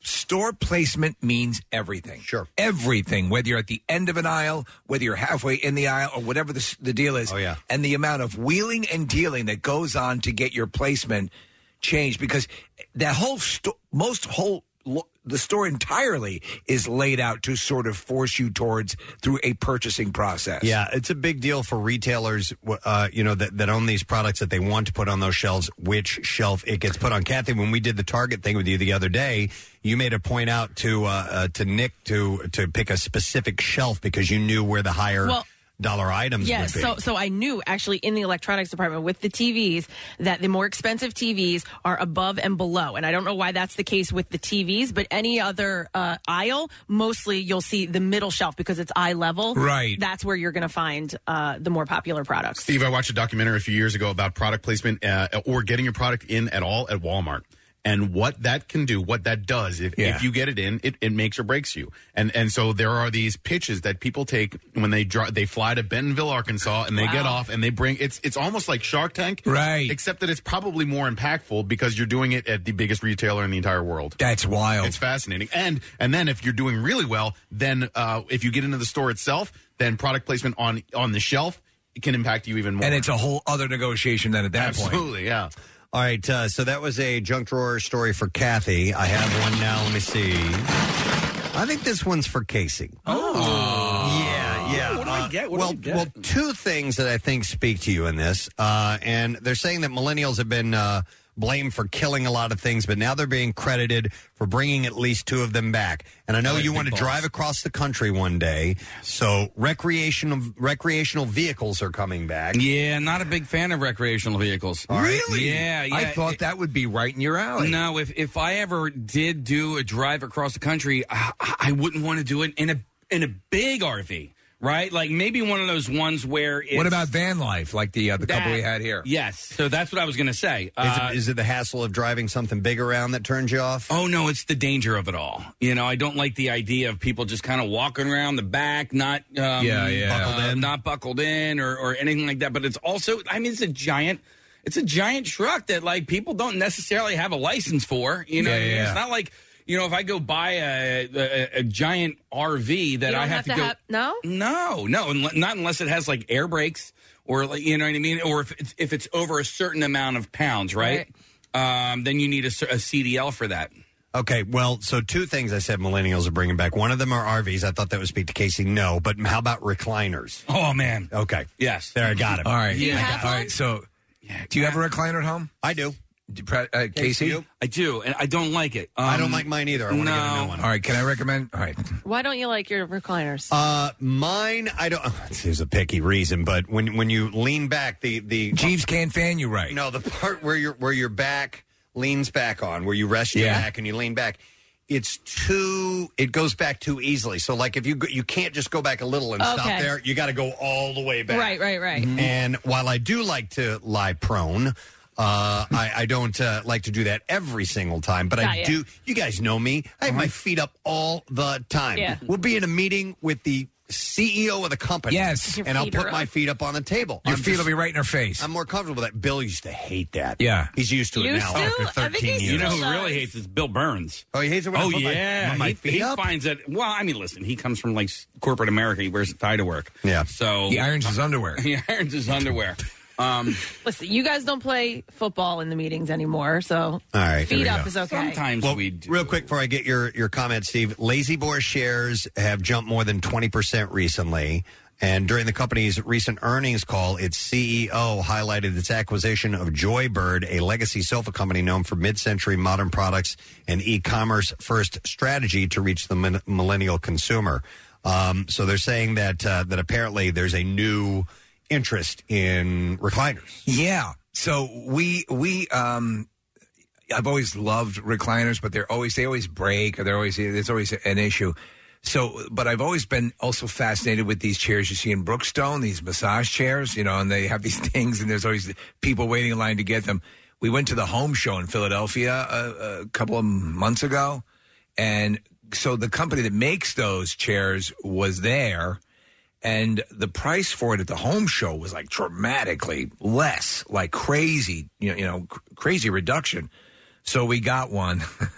Store placement means everything. Sure, everything. Whether you're at the end of an aisle, whether you're halfway in the aisle, or whatever the, s- the deal is. Oh yeah. And the amount of wheeling and dealing that goes on to get your placement changed because that whole sto- most whole lo- the store entirely is laid out to sort of force you towards through a purchasing process.
Yeah, it's a big deal for retailers, uh, you know, that, that own these products that they want to put on those shelves, which shelf it gets put on. Kathy, when we did the Target thing with you the other day, you made a point out to uh, uh, to Nick to to pick a specific shelf because you knew where the higher
Well,
dollar items
Yes,
would be.
so so I knew actually in the electronics department with the TVs that the more expensive TVs are above and below, and I don't know why that's the case with the TVs, but any other uh, aisle, mostly you'll see the middle shelf because it's eye level.
Right.
that's where you're going to find uh, the more popular products.
Steve, I watched a documentary a few years ago about product placement uh, or getting your product in at all at Walmart. and what that can do, what that does. If,
Yeah.
if you get it in, it, it makes or breaks you. And and so there are these pitches that people take when they drive, they fly to Bentonville, Arkansas, and they get
Wow.
off and they bring it's it's almost like Shark Tank,
right?
Except that it's probably more impactful because you're doing it at the biggest retailer in the entire world.
That's wild.
It's fascinating. And and then if you're doing really well, then uh, if you get into the store itself, then product placement on on the shelf can impact you even more.
And it's a whole other negotiation than at that point.
Absolutely, yeah.
All right, uh, so that was a junk drawer story for Kathy. I have one now. Let me see. I think this one's for Casey.
Oh.
Yeah, yeah.
What do I
Uh,
get? What do
well,
I get?
well, two things that I think speak to you in this, uh, and they're saying that millennials have been uh, blamed for killing a lot of things, but now they're being credited for bringing at least two of them back. And I know you want to drive across the country one day, so recreational recreational vehicles are coming back.
Yeah, not a big fan of recreational vehicles.
Really?
Yeah, yeah.
I thought that would be right in your alley.
No, if if I ever did do a drive across the country, I, I wouldn't want to do it in a in a big RV, right? Like maybe one of those ones where it's
What about van life, like the uh, the couple
that-
we had here?
Yes, so that's what I was going to say.
Is,
Uh,
it, is it the hassle of driving something big around that turns you off?
Oh no, it's the danger of it all. You know, I don't like the idea of people just kind of walking around the back, not um,
Yeah, yeah. Buckled
uh, not buckled in or or anything like that. But it's also, I mean, it's a giant. It's a giant truck that like people don't necessarily have a license for. You know,
Yeah,
what I mean?
yeah.
it's not like you know if I go buy a a, a giant RV that
You
I
don't
have, to, go.
have- no?
No, no, unle- not unless it has like air brakes or like you know what I mean, or if it's, if it's over a certain amount of pounds, right? Um, then you need a, cer- a CDL for that.
Okay, well, so two things I said millennials are bringing back. One of them are RVs. I thought that would speak to Casey. No, but how about recliners?
Oh man.
Okay.
Yes.
There, I got it.
All right.
I
I
got
got- all right. So, do you have a recliner at home?
I do.
uh, Casey,
I do, and I don't like it. Um,
I don't like mine either. I wanna get a new one.
All right. Can I recommend? All right.
Why don't you like your recliners?
Uh, mine, I don't. There's a picky reason, but when when you lean back, the the
Jeeves can't fan you right.
No, the part where your where your back leans back on, where you rest your
Yeah.
back and you lean back, it's too. It goes back too easily. So like if you go, you can't just go back a little and stop
Okay.
there. You got to go all the way back.
Right, right, right.
Mm-hmm.
And while I do like to lie prone. Uh, I, I don't uh, like to do that every single time, but I
Not yet.
do. You guys know me. I have
Mm-hmm.
my feet up all the time.
Yeah.
We'll be in a meeting with the CEO of the company.
Yes. Your
And I'll
feet
put
are
my
up.
feet up on the table.
Your
I'm
feet
just-
will be right in her face.
I'm more comfortable with that. Bill used to hate that.
Yeah.
He's used to it
Used
now
to?
after
I think
13
he
years.
still You know who really does. hates is Bill Burns.
Oh, he hates it when I
oh
put my-
yeah,
my
he,
feet
he
up?
finds that. Well, I mean, listen, he comes from like s- corporate America. He wears a tie to work. Yeah, so
He irons his underwear.
He irons his underwear. Um,
Listen, you guys don't play football in the meetings anymore, so
All right.
feet up is okay.
well, we Real quick before I get your, your comment, Steve. Lazy Boy shares have jumped more than 20% recently. And during the company's recent earnings call, its CEO highlighted its acquisition of Joybird, a legacy sofa company known for mid century modern products and e commerce first strategy to reach the min- millennial consumer. Um, so they're saying that, uh, that apparently there's a new interest in recliners.
Yeah. So we we um I've always loved recliners, but they're always they always break or they're always there's always an issue. So, but I've always been also fascinated with these chairs you see in Brookstone, these massage chairs, you know, and they have these things, and there's always people waiting in line to get them. We went to the home show in Philadelphia uh, a, a couple of months ago, and so the company that makes those chairs was there, and the price for it at the home show was like dramatically less, like crazy, you know, you know cr- crazy reduction. So we got one.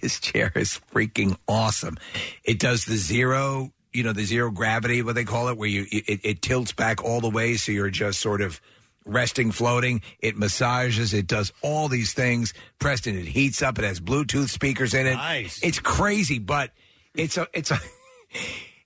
this chair is freaking awesome. It does the zero, you know, the zero gravity, what they call it, where you it, it tilts back all the way, so you're just sort of resting, floating. It massages. It does all these things. Preston, it heats up. It has Bluetooth speakers in it. Nice. It's crazy, but it's a it's a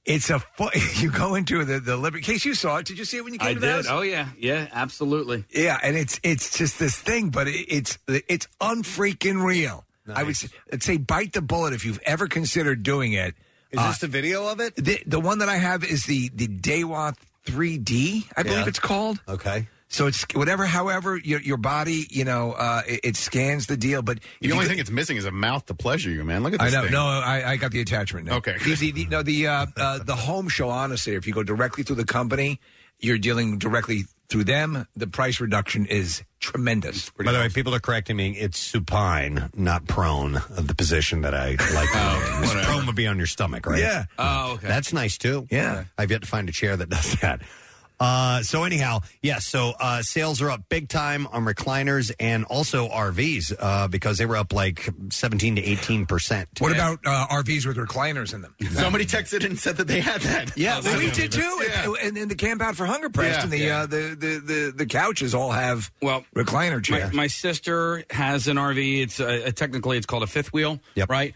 it's a fu- you go into the the living case. You saw it. Did you see it when you came
I
to
did.
the house?
Oh yeah, yeah, absolutely.
Yeah, and it's it's just this thing, but it, it's it's unfreaking real. I would say, I'd say bite the bullet if you've ever considered doing it. Uh,
Is this the video of it?
The, the one that I have is the the Daywa 3D, I believe it's called.
Okay.
So it's whatever, however your your body, you know, uh, it, it scans the deal. But
The only thing it's missing is a mouth to pleasure you, man. Look at
I
this
know.
thing.
No, I, I got the attachment. Now.
Okay.
The, the, the, no, the uh, uh, the home show. Honestly, if you go directly through the company, you're dealing directly through them. The price reduction is tremendous.
By the way, people are correcting me. It's supine, not prone, of the position that I like. oh, prone would be on your stomach, right?
Yeah.
Oh, okay.
That's nice too.
Yeah.
I've yet to find a chair that does that. Uh, so anyhow, yes. so uh, sales are up big time on recliners and also RVs uh, because they were up like seventeen to eighteen percent.
What about uh, RVs with recliners in them?
Somebody texted and said that they had that.
Yeah,
Well,
we did too. And, and the camp out for hunger, Preston. the, Uh, the the the the couches all have
well
recliner
My,
chairs.
my sister has an RV. It's uh, technically it's called a fifth wheel. Right.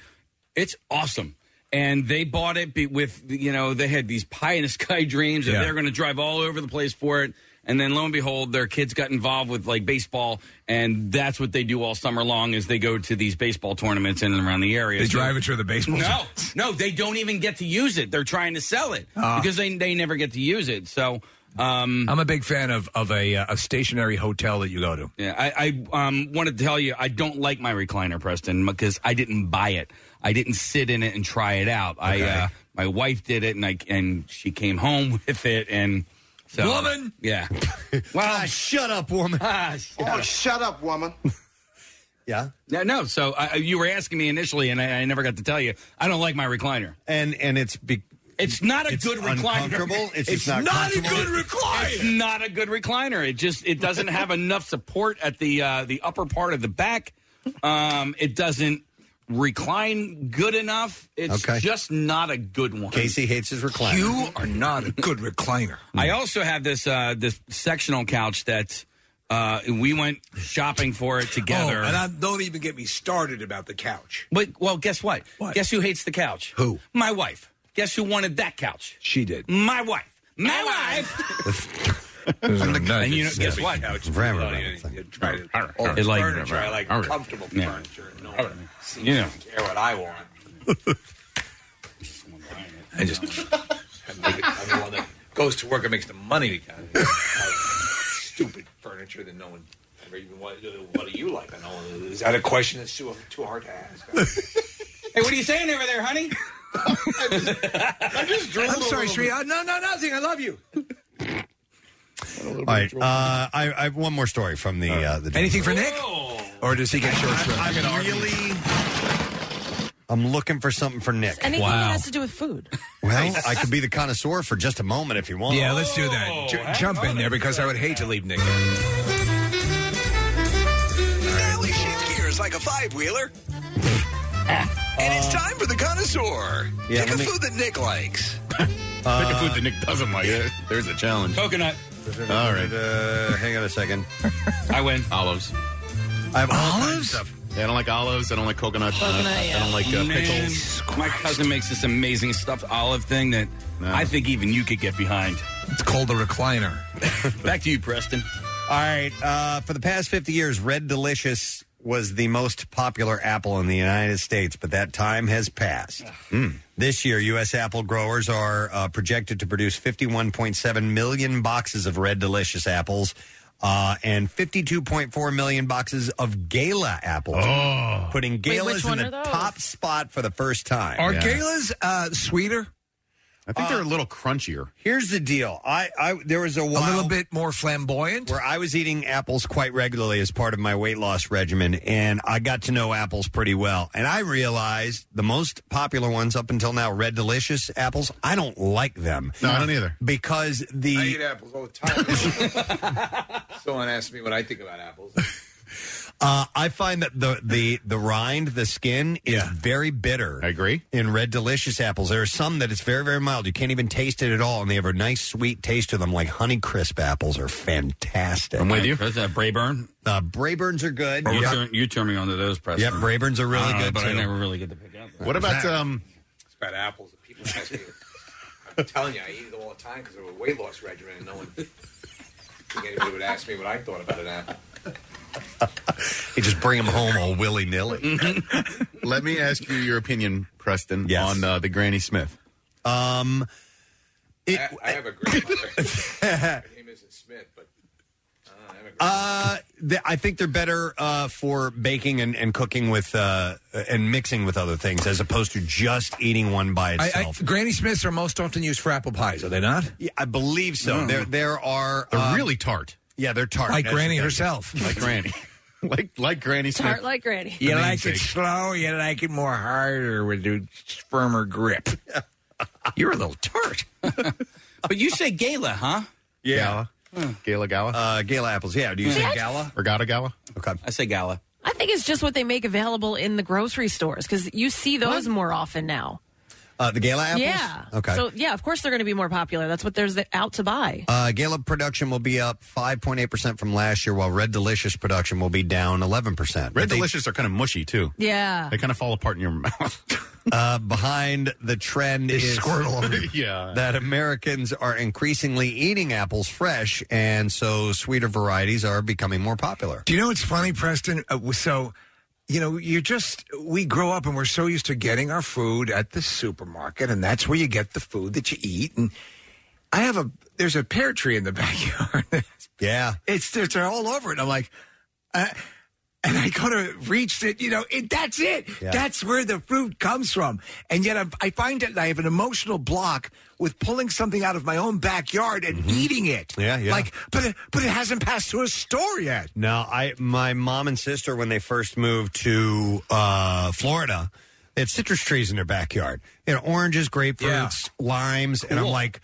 It's awesome. And they bought it be- with you know they had these pie in the sky dreams and
Yeah.
they're going to drive all over the place for it. And then lo and behold, their kids got involved with like baseball, and that's what they do all summer long is they go to these baseball tournaments in and around the area.
they
So-
drive it through the baseball.
no, no, they don't even get to use it. They're trying to sell it
Ah.
because they they never get to use it. So um,
I'm a big fan of of a uh, a stationary hotel that you go to.
Yeah, I, I um, wanted to tell you I don't like my recliner, Preston, because I didn't buy it. I didn't sit in it and try it out.
Okay.
I uh, my wife did it, and I and she came home with it, and so
Woman!
yeah. Well, shut up, woman.
Ah,
oh, shut up, woman.
yeah.
No, no. So I, you were asking me initially, and I, I never got to tell you. I don't like my recliner,
and and it's be-
it's not a good recliner.
uncomfortable. It's just not comfortable.
recliner. It's not a good recliner. It just it doesn't have enough support at the uh, the upper part of the back. Um, it doesn't recline good enough. It's
Okay.
just not a good one.
Casey hates his recliner.
You are not a good recliner.
I also have this uh, this sectional couch that uh, we went shopping for it together.
Oh, and I, don't even get me started about the couch.
But well, guess what? Uh, Guess who hates the couch? Who? My wife. Guess who wanted that couch?
She did.
My wife. My wife. and you know, guess what?
It
It
like-
like
furniture, I like comfortable
Yeah.
furniture. No
one
seems
You know.
to care what I want. I just I'm the one that goes to work and makes the money. Stupid furniture that no one ever even what, what do you like? I know is that a question that's too too hard to ask?
Hey, what are you saying over there, honey?
I'm
just Uh,
I'm sorry, sweetheart. No, no, nothing. I love you.
All right. Uh, I, I have one more story from the uh, the
Anything for Nick?
Oh.
Or does he get short shrift?
I'm really. I'm looking for something for Nick.
Anything that has to do with food.
Well, I could be the connoisseur for just a moment if you want.
Yeah, let's do that. J- jump in there because I would hate to leave Nick.
Now we shift gears like a five wheeler. and it's time for the connoisseur.
Yeah,
Pick
let
a
me-
food that Nick likes.
Pick
Uh,
a food that Nick doesn't like. There's a challenge.
Coconut.
All right.
Oh. Uh, hang on a second.
I win.
Olives.
I have
olives. Yeah, I don't like olives. I don't like coconut.
Coconut,
I don't like uh, pickles.
My cousin makes this amazing stuffed olive thing that I think even you could get behind.
It's called the recliner.
Back to you, Preston.
All right. Uh, for the past 50 years, Red Delicious was the most popular apple in the United States, but that time has passed.
Hmm.
This year, U.S. apple growers are uh, projected to produce 51.7 million boxes of Red Delicious apples. Uh, and 52.4 million boxes of Gala apples,
Oh.
putting
Wait,
Galas
which
in
one
the
are those?
top spot for the first time.
Are galas uh, sweeter?
I think they're a little crunchier.
Here's the deal. I, I there was a while,
a little bit more flamboyant.
Where I was eating apples quite regularly as part of my weight loss regimen, and I got to know apples pretty well. And I realized the most popular ones up until now, Red Delicious apples, I don't like them.
No, I don't either. uh,
Because the
I eat apples all the time. Someone asked me what I think about apples.
Uh, I find that the the the rind, the skin, is very bitter. I
agree.
In red delicious apples, there are some that it's very very mild. You can't even taste it at all, and they have a nice sweet taste to them. Like Honey Crisp apples are fantastic.
That's that Brayburn.
Uh, Brayburns are good.
You,
Yep.
turn, you turn me on to those, Preston.
Yep, Brayburns are really
I don't know,
good,
but I
too.
never really get to pick up.
What about um?
It's about apples. that People ask me. I'm telling you, I eat it all the time because of a weight loss regimen, and no one, I think anybody would ask me what I thought about an apple.
You just bring them home all willy nilly.
Let me ask you your opinion, Preston, on uh, the Granny Smith.
Um,
I, I have a grandmother. Her name isn't Smith, but uh, I have
Uh,
a
th- I think they're better uh, for baking and, and cooking with uh, and mixing with other things as opposed to just eating one by
I- I-
itself.
Granny Smiths are most often used for apple pies, Mm. are they not?
Yeah, I believe so. There, there are
uh,
They're really tart.
Um, Yeah, they're tart.
Like
That's
Granny
the thing.
herself.
like Granny. like like Granny
Tart like granny.
You like it slow, you like it more harder with a firmer grip. You're a little tart.
but you say gala, huh?
Yeah. Gala Gala?
Uh, Gala apples, yeah. Do
you say Yeah. gala?
Regatta Gala?
Okay.
I say gala.
I think it's just what they make available in the grocery stores because you see those more often now.
Uh, the Gala apples?
Yeah.
Okay.
So yeah, of course they're going to be more popular. That's what there's out to buy.
Uh, Gala production will be up 5.8% from last year, while Red Delicious production will be down 11%. Red
Delicious are kind of mushy, too.
Yeah.
They kind of fall apart in your mouth.
uh, behind the trend
Is
is,
Squirtle. Yeah.
that Americans are increasingly eating apples fresh, and so sweeter varieties are becoming more popular.
Do you know what's funny, Preston? Uh, w- so, you know, you're just, we grow up and we're so used to getting our food at the supermarket, and that's where you get the food that you eat. And I have a, there's a pear tree in the backyard.
yeah.
It's, it's all over it. I'm like, uh, and I go to reach it, you know, it, that's it.
Yeah.
That's where the fruit comes from. And yet i I find that I have an emotional block with pulling something out of my own backyard and eating it.
Mm-hmm. Yeah, yeah.
Like, but it, but it hasn't passed through a store yet.
No, I my mom and sister when they first moved to uh, Florida, they had citrus trees in their backyard. They had oranges, grapefruits, limes, and I'm
Cool.
like,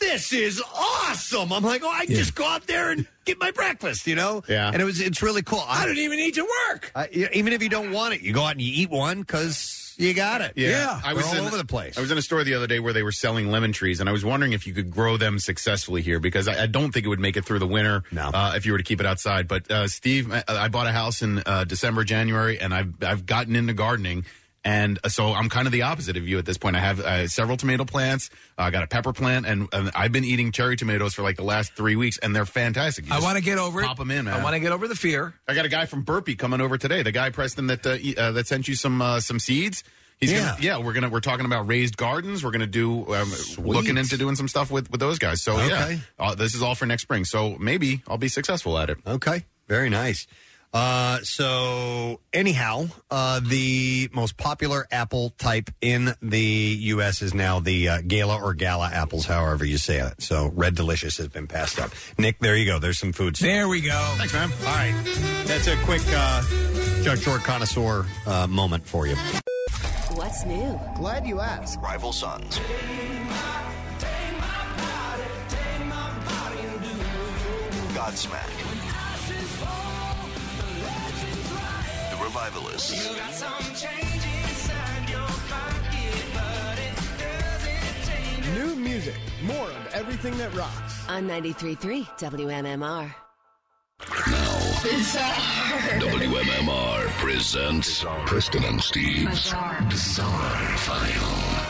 this is awesome. I'm like, oh, I can just go out there and get my breakfast, you know?
Yeah.
And it was it's really cool. I, e-
don't even need to work.
even if you don't want it, you go out and you eat one because you got it.
I was
They're all
in-
over the place.
I was in a store the other day where they were selling lemon trees, and I was wondering if you could grow them successfully here because I, I don't think it would make it through the winter uh, if you were to keep it outside. But uh, Steve, I, I bought a house in uh, December, January, and I've I've gotten into gardening. And uh, so I'm kind of the opposite of you at this point. I have uh, several tomato plants. Uh, I got a pepper plant, and, and I've been eating cherry tomatoes for like the last three weeks, and they're fantastic. You
I
just
want to get over
pop
it.
them in, man.
I want to get over the fear.
I got a guy from Burpee coming over today. The guy Preston that uh, e- uh, that sent you some uh, some seeds. He's yeah. Gonna, yeah, we're gonna we're talking about raised gardens. We're gonna do um, looking into doing some stuff with with those guys. So yeah,
Okay.
uh, this is all for next spring. So maybe I'll be successful at it.
Okay, very nice. Uh, so, anyhow, uh, the most popular apple type in the U.S. is now the uh, Gala or Gala apples, however you say it. So, Red Delicious has been passed up. Nick, there you go. There's some food. Stuff.
There we go.
Thanks, man. All right, that's a quick uh, junk short connoisseur uh, moment for you.
What's new?
Glad you asked.
Rival Sons. Godsmack. The Revivalists.
New music, more of everything that rocks.
On 93.3 WMMR.
WMMR presents Preston and Steve's Bizarre, File.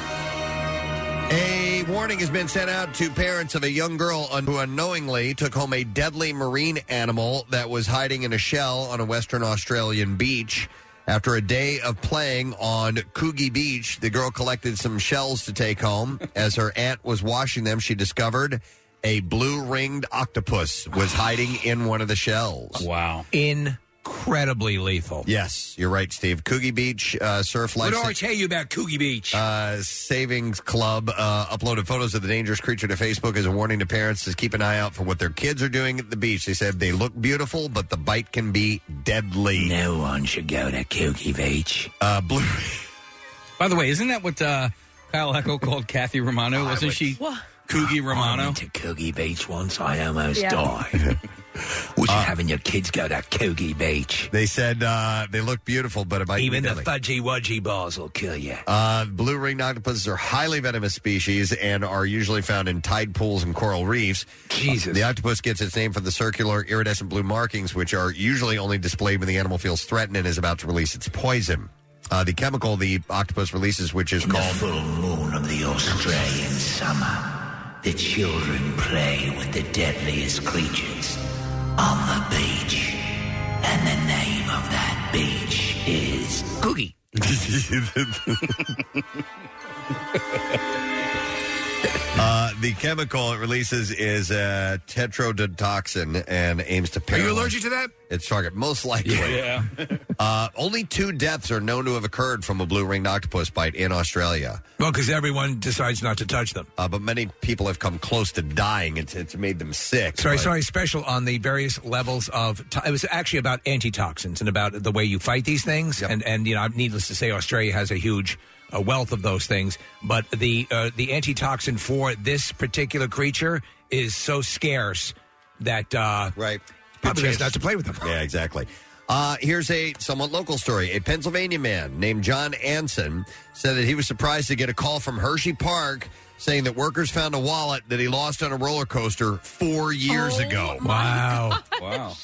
A warning has been sent out to parents of a young girl who unknowingly took home a deadly marine animal that was hiding in a shell on a Western Australian beach. After a day of playing on Coogee Beach, the girl collected some shells to take home. As her aunt was washing them, she discovered a blue ringed octopus was hiding in one of the shells.
Wow.
Incredibly lethal.
Yes, you're right, Steve. Coogee Beach uh, Surf
What
Life
do I tell you about Coogie Beach?
uh, Savings Club uh, uploaded photos of the dangerous creature to Facebook as a warning to parents to keep an eye out for what their kids are doing at the beach. They said they look beautiful, but the bite can be deadly.
No one should go to Kooky Beach.
Uh, blue.
By the way, isn't that what uh, Kyle Echo called Kathy Romano? Wasn't she Coogie Romano?
to Coogie Beach once. I almost
Yeah.
died. Was
Uh,
you having your kids go to Coogie Beach?
They said uh, they look beautiful, but a bite
Even
can be
the
deadly.
fudgy wudgy bars will kill you.
Uh, blue ringed octopuses are highly venomous species and are usually found in tide pools and coral reefs. Jesus. the octopus gets its name from the circular iridescent blue markings, which are usually only displayed when the animal feels threatened and is about to release its poison. Uh, the chemical the octopus releases, which is called.
Moon of the Australian summer. The children play with the deadliest creatures on the beach. And the name of that beach is Coogie.
Uh, the chemical it releases is uh, tetrodotoxin and aims to
Are
paralyze.
you allergic to that?
Its target, most likely.
Yeah.
uh, only two deaths are known to have occurred from a blue ringed octopus bite in Australia.
Well, because everyone decides not to touch them.
Uh, but many people have come close to dying. It's, it's made them sick.
So I
but-
saw a special on the various levels of. To- it was actually about antitoxins and about the way you fight these things. And and you know, needless to say, Australia has a huge uh, wealth of those things. But the uh, the antitoxin for this particular creature is so scarce that uh,
right
probably best not to play with them.
Yeah, exactly. Uh, here's a somewhat local story. A Pennsylvania man named John Anson said that he was surprised to get a call from Hershey Park saying that workers found a wallet that he lost on a roller coaster four years ago.
Wow.
Wow.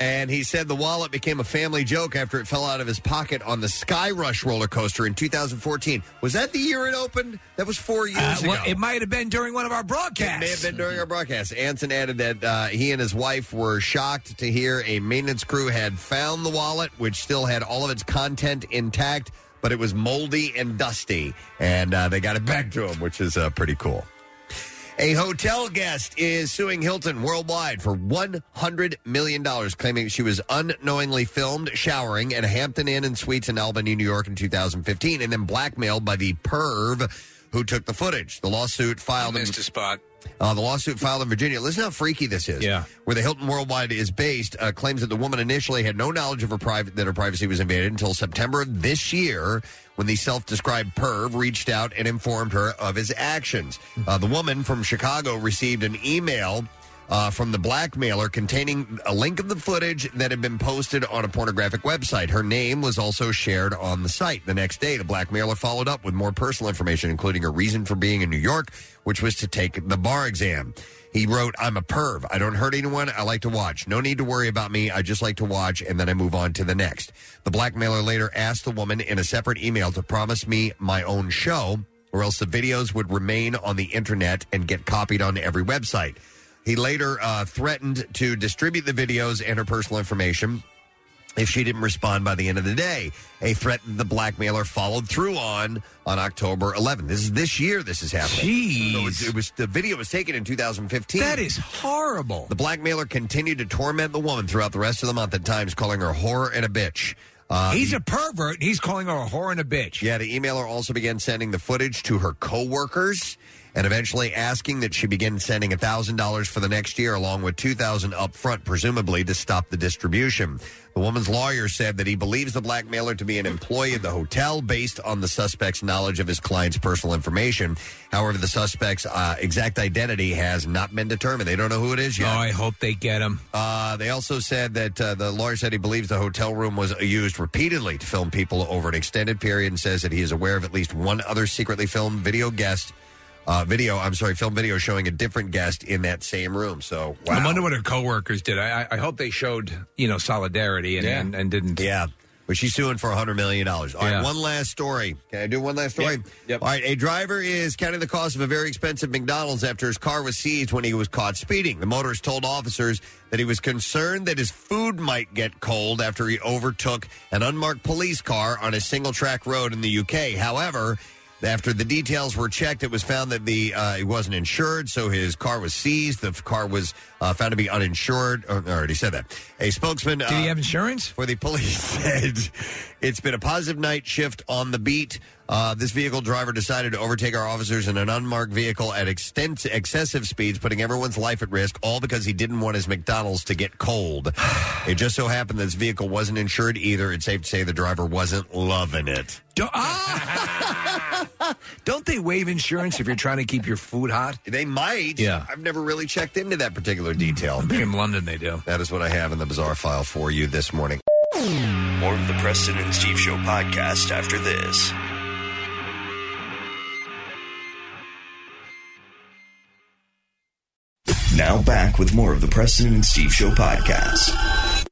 And he said the wallet became a family joke after it fell out of his pocket on the Sky Rush roller coaster in 2014. Was that the year it opened? That was four years
Uh,
ago.
well, it might have been during one of our broadcasts.
It may have been during our broadcast. Anson added that uh, he and his wife were shocked to hear a maintenance crew had found the wallet, which still had all of its content intact, but it was moldy and dusty. And uh, they got it back to him, which is uh, pretty cool. A hotel guest is suing Hilton worldwide for $100 million, claiming she was unknowingly filmed showering at a Hampton Inn and Suites in Albany, New York in 2015, and then blackmailed by the perv who took the footage. The lawsuit filed in,
spot.
Uh, the lawsuit filed in Virginia. Listen how freaky this is. Yeah. Where the Hilton Worldwide is based uh, claims that the woman initially had no knowledge of her private that her privacy was invaded until September of this year when the self-described perv reached out and informed her of his actions. Uh, the woman from Chicago received an email uh, from the blackmailer containing a link of the footage that had been posted on a pornographic website. Her name was also shared on the site. The next day, the blackmailer followed up with more personal information, including her reason for being in New York, which was to take the bar exam. He wrote, I'm a perv. I don't hurt anyone. I like to watch. No need to worry about me. I just like to watch, and then I move on to the next. The blackmailer later asked the woman in a separate email to promise me my own show, or else the videos would remain on the internet and get copied on every website. He later uh, threatened to distribute the videos and her personal information if she didn't respond by the end of the day. A threat that the blackmailer followed through on on October 11th. This is this year. This is happening. Jeez, it, it was the video was taken in 2015. That
is horrible.
The blackmailer continued to torment the woman throughout the rest of the month at times, calling her whore and a bitch. Uh,
he's a pervert. and He's calling her a whore and a bitch.
yeah, the emailer also began sending the footage to her coworkers and eventually asking that she begin sending $1,000 for the next year along with 2000 up front, presumably to stop the distribution. The woman's lawyer said that he believes the blackmailer to be an employee of the hotel based on the suspect's knowledge of his client's personal information. However, the suspect's uh, exact identity has not been determined. They don't know who it is yet.
Oh, I hope they get him.
Uh, they also said that uh, the lawyer said he believes the hotel room was used repeatedly to film people over an extended period, and says that he is aware of at least one other secretly filmed video guest. Uh, video, I'm sorry, film video showing a different guest in that same room. So, wow.
I wonder what her coworkers did. I, I- I hope they showed you know solidarity and,
Yeah.
and, and didn't.
Yeah, but she's suing for 100 million dollars. All right, one last story. Can I do one last story? All right, a driver is counting the cost of a very expensive McDonald's after his car was seized when he was caught speeding. The motorist told officers that he was concerned that his food might get cold after he overtook an unmarked police car on a single track road in the UK. However, after the details were checked, it was found that the uh, it wasn't insured, so his car was seized. The car was uh, found to be uninsured. Oh, I already said that. A spokesman. Did he
have insurance?
For the police said, "It's been a positive night shift on the beat. Uh, this vehicle driver decided to overtake our officers in an unmarked vehicle at extent- excessive speeds, putting everyone's life at risk, all because he didn't want his McDonald's to get cold. it just so happened this vehicle wasn't insured either. It's safe to say the driver wasn't loving it."
Don't, ah! Don't they waive insurance if you're trying to keep your food hot?
They might.
Yeah.
I've never really checked into that particular detail. I
think in London they do.
That is what I have in the bizarre file for you this morning.
More of the Preston and Steve Show podcast after this. Now back with more of the Preston and Steve Show podcast.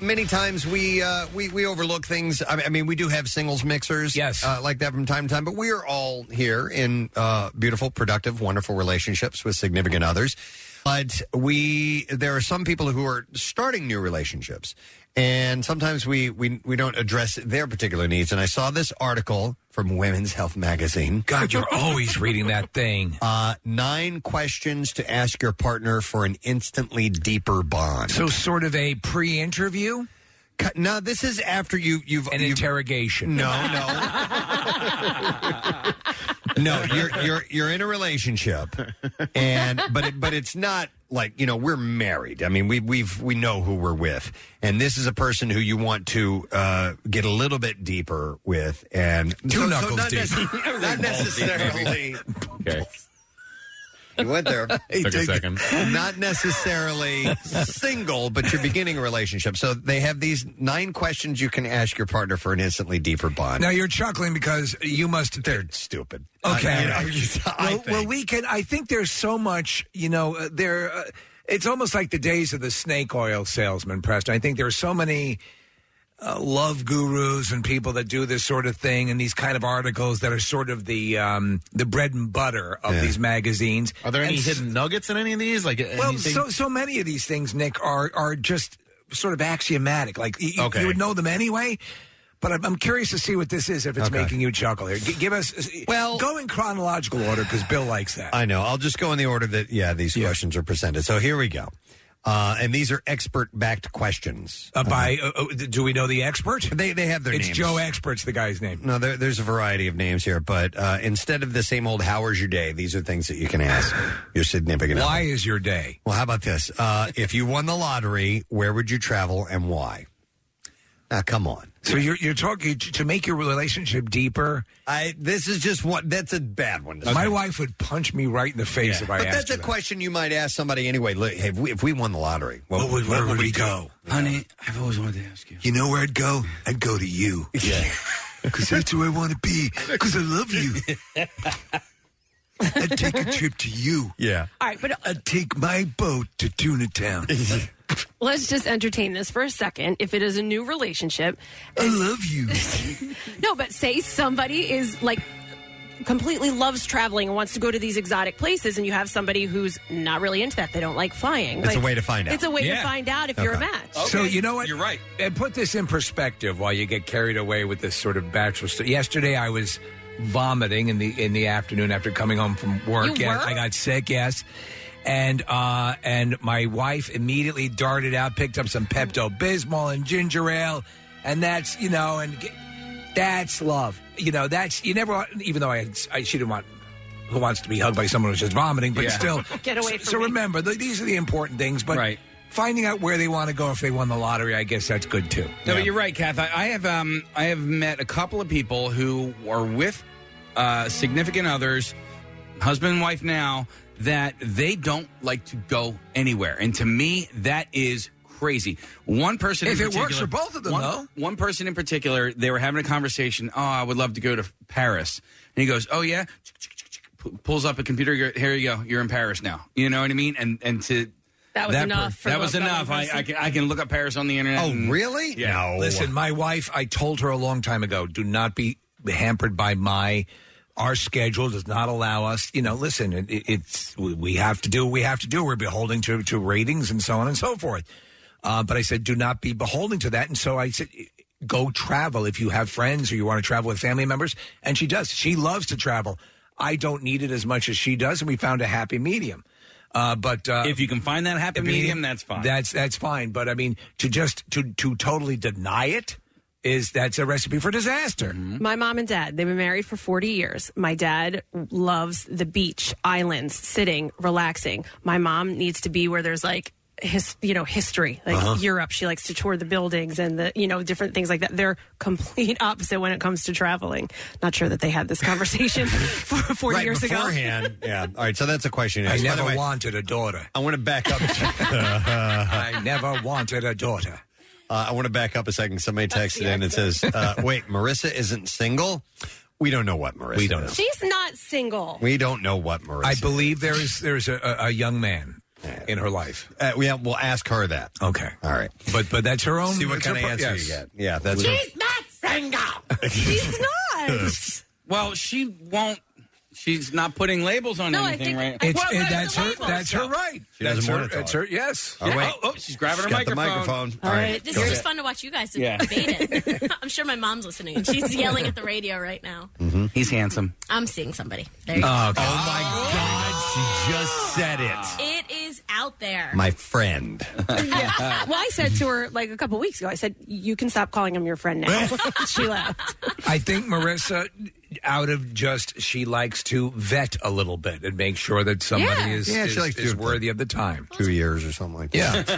Many times we uh, we we overlook things. I mean, I mean, we do have singles mixers, yes, uh, like that from time to time. But we are all here in uh, beautiful, productive, wonderful relationships with significant others. But we, there are some people who are starting new relationships, and sometimes we we we don't address their particular needs. And I saw this article from Women's Health Magazine.
God, you're always reading that thing.
Uh, nine questions to ask your partner for an instantly deeper bond.
So, sort of a pre-interview.
No, this is after you you've
an interrogation.
No, no. no, you're you're you're in a relationship, and but it, but it's not like you know we're married. I mean we we've we know who we're with, and this is a person who you want to uh, get a little bit deeper with, and
Two knuckles
not
deep.
nec- not necessarily.
okay.
You went there.
He Took a second.
Not necessarily single, but you're beginning a relationship. So they have these nine questions you can ask your partner for an instantly deeper bond.
Now you're chuckling because you must.
They're stupid.
Okay.
I- you know, I
well,
think.
well, we can. I think there's so much. You know, uh, there. Uh, it's almost like the days of the snake oil salesman, Preston. I think there are so many uh, love gurus and people that do this sort of thing and these kind of articles that are sort of the um, the bread and butter of these magazines.
Are there any
And s-
hidden nuggets in any of these? Like
well,
anything-
so so many of these things, Nick, are are just sort of axiomatic. Like y- y- you,
Okay.
would know them anyway. But I'm, I'm curious to see what this is if it's
Okay.
making you chuckle. Here, G- give us well. Go in chronological order because Bill likes that.
I know. I'll just go in the order that yeah these questions are presented. So here we go, uh, and these are expert backed questions.
Uh, by uh, uh, do we know the expert?
Uh-huh. They they have their
It's
names.
Joe Expert's the guy's name.
No, there, there's a variety of names here, but uh, instead of the same old "How was your day?" these are things that you can ask your significant. other.
Why is your day?
Well, how about this? Uh, if you won the lottery, where would you travel and why? Now, come on.
So you're you're talking to to make your relationship deeper.
I this is just one. That's a bad one.
My wife would punch me right in the face if I
but
asked.
that's a question you might ask somebody anyway. Look, hey, if, we, if we won the lottery, well,
Where would- where would we go?
honey?
I've always wanted to ask you. You know where I'd go? I'd go to you. Yeah. Because that's where I want to be. Because I love you. I'd take a trip to you.
Yeah.
All right, but
I'd take my boat to Tuna Town.
let's just entertain this for a second. If it is a new relationship,
I love you.
no, but say somebody is like completely loves traveling and wants to go to these exotic places, and you have somebody who's not really into that. They don't like flying.
It's a
Like,
way to find out.
It's a way
Yeah.
to find out if you're a
Okay.
match.
So you know what? You're right. And put this in perspective while you get carried away with this sort of bachelor stuff. Yesterday I was vomiting in the in the afternoon after coming home from work.
You
Yes,
were?
I got sick, yes. And uh and my wife immediately darted out, picked up some Pepto Bismol and ginger ale, and that's you know, and g- that's love. You know, that's you never. Even though I, had, I she didn't want who wants to be hugged by someone who's just vomiting, but
Yeah.
still,
Get away
So-
from
So, remember, th- these are the important things. But
Right.
finding out where they want to go if they won the lottery, I guess that's good too.
No, but you're right, Kath. I, I have um, I have met a couple of people who are with uh, significant others, husband and wife now, that they don't like to go anywhere, and to me, that is crazy. One person,
If
in
it works
particular-
for both of them,
one-
though.
one person in particular, they were having a conversation. Oh, I would love to go to Paris, and he goes, "Oh yeah." P- Pulls up a computer. go, Here you go. You're in Paris now. You know what I mean? And and to
That was enough for
that
the-
was
that one
enough. I, I
person.
can I can look up Paris on the internet.
Oh,
and- Yeah.
Mm. Listen, my wife, I told her a long time ago, do not be hampered by my. Our schedule does not allow us. You know, listen, it, it- it's we- we have to do what we have to do. We're beholden to to ratings and so on and so forth. Uh, but I said, do not be beholden to that. And so I said, go travel if you have friends or you want to travel with family members. And she does. She loves to travel. I don't need it as much as she does, and we found a happy medium. Uh, but uh,
If you can find that happy
if you-
medium, that's fine.
That's that's fine. But I mean, to just to to totally deny it is that's a recipe for disaster.
Mm-hmm.
My mom and dad, they've been married for 40 years. My dad loves the beach, islands, sitting, relaxing. My mom needs to be where there's like his, you know, history, like
Uh-huh.
Europe. She likes to tour the buildings and the, you know, different things like that. They're complete opposite when it comes to traveling. Not sure that they had this conversation four, four
right
years
beforehand.
ago.
yeah. All right. So that's a question.
I
By the
never
way-
wanted a daughter.
I want to back up.
I never wanted a daughter.
Uh, I want to back up a second. Somebody texted in and says, uh, "Wait, Marissa isn't single." We don't know what Marissa. We don't. Is.
She's not single.
We don't know what Marissa.
I believe there is there is a, a, a young man in her life.
Uh, yeah, we'll ask her that.
Okay,
all right.
But but that's her own.
See what
it's
kind
her
of
pro-
answer
yes.
you get. Yeah, that's.
not single. She's not.
well, she won't. She's not putting labels on
No, I
anything,
think-
right?
It's- What it- labels? that's her- that's her right. She doesn't
That's
want it to
that's
talk. Yes.
Oh,
Yeah.
wait.
Oh, oh,
she's grabbing
she's
her
got the
microphone.
All
microphone.
right.
This is just fun to watch you guys
Yeah.
debate it. I'm sure my mom's listening. and She's yelling at the radio right now.
Mm-hmm.
He's handsome. Oh,
I'm seeing somebody. There you go.
Ah. my
Oh,
God. She just said it.
It is out there.
My friend.
Yeah. well, I said to her like a couple weeks ago, I said, you can stop calling him your friend now. she laughed.
I think Marissa, out of just she likes to vet a little bit and make sure that somebody
Yeah.
is
Yeah, she
is,
likes to
is
do it.
worthy of the time.
Two years or something like
that.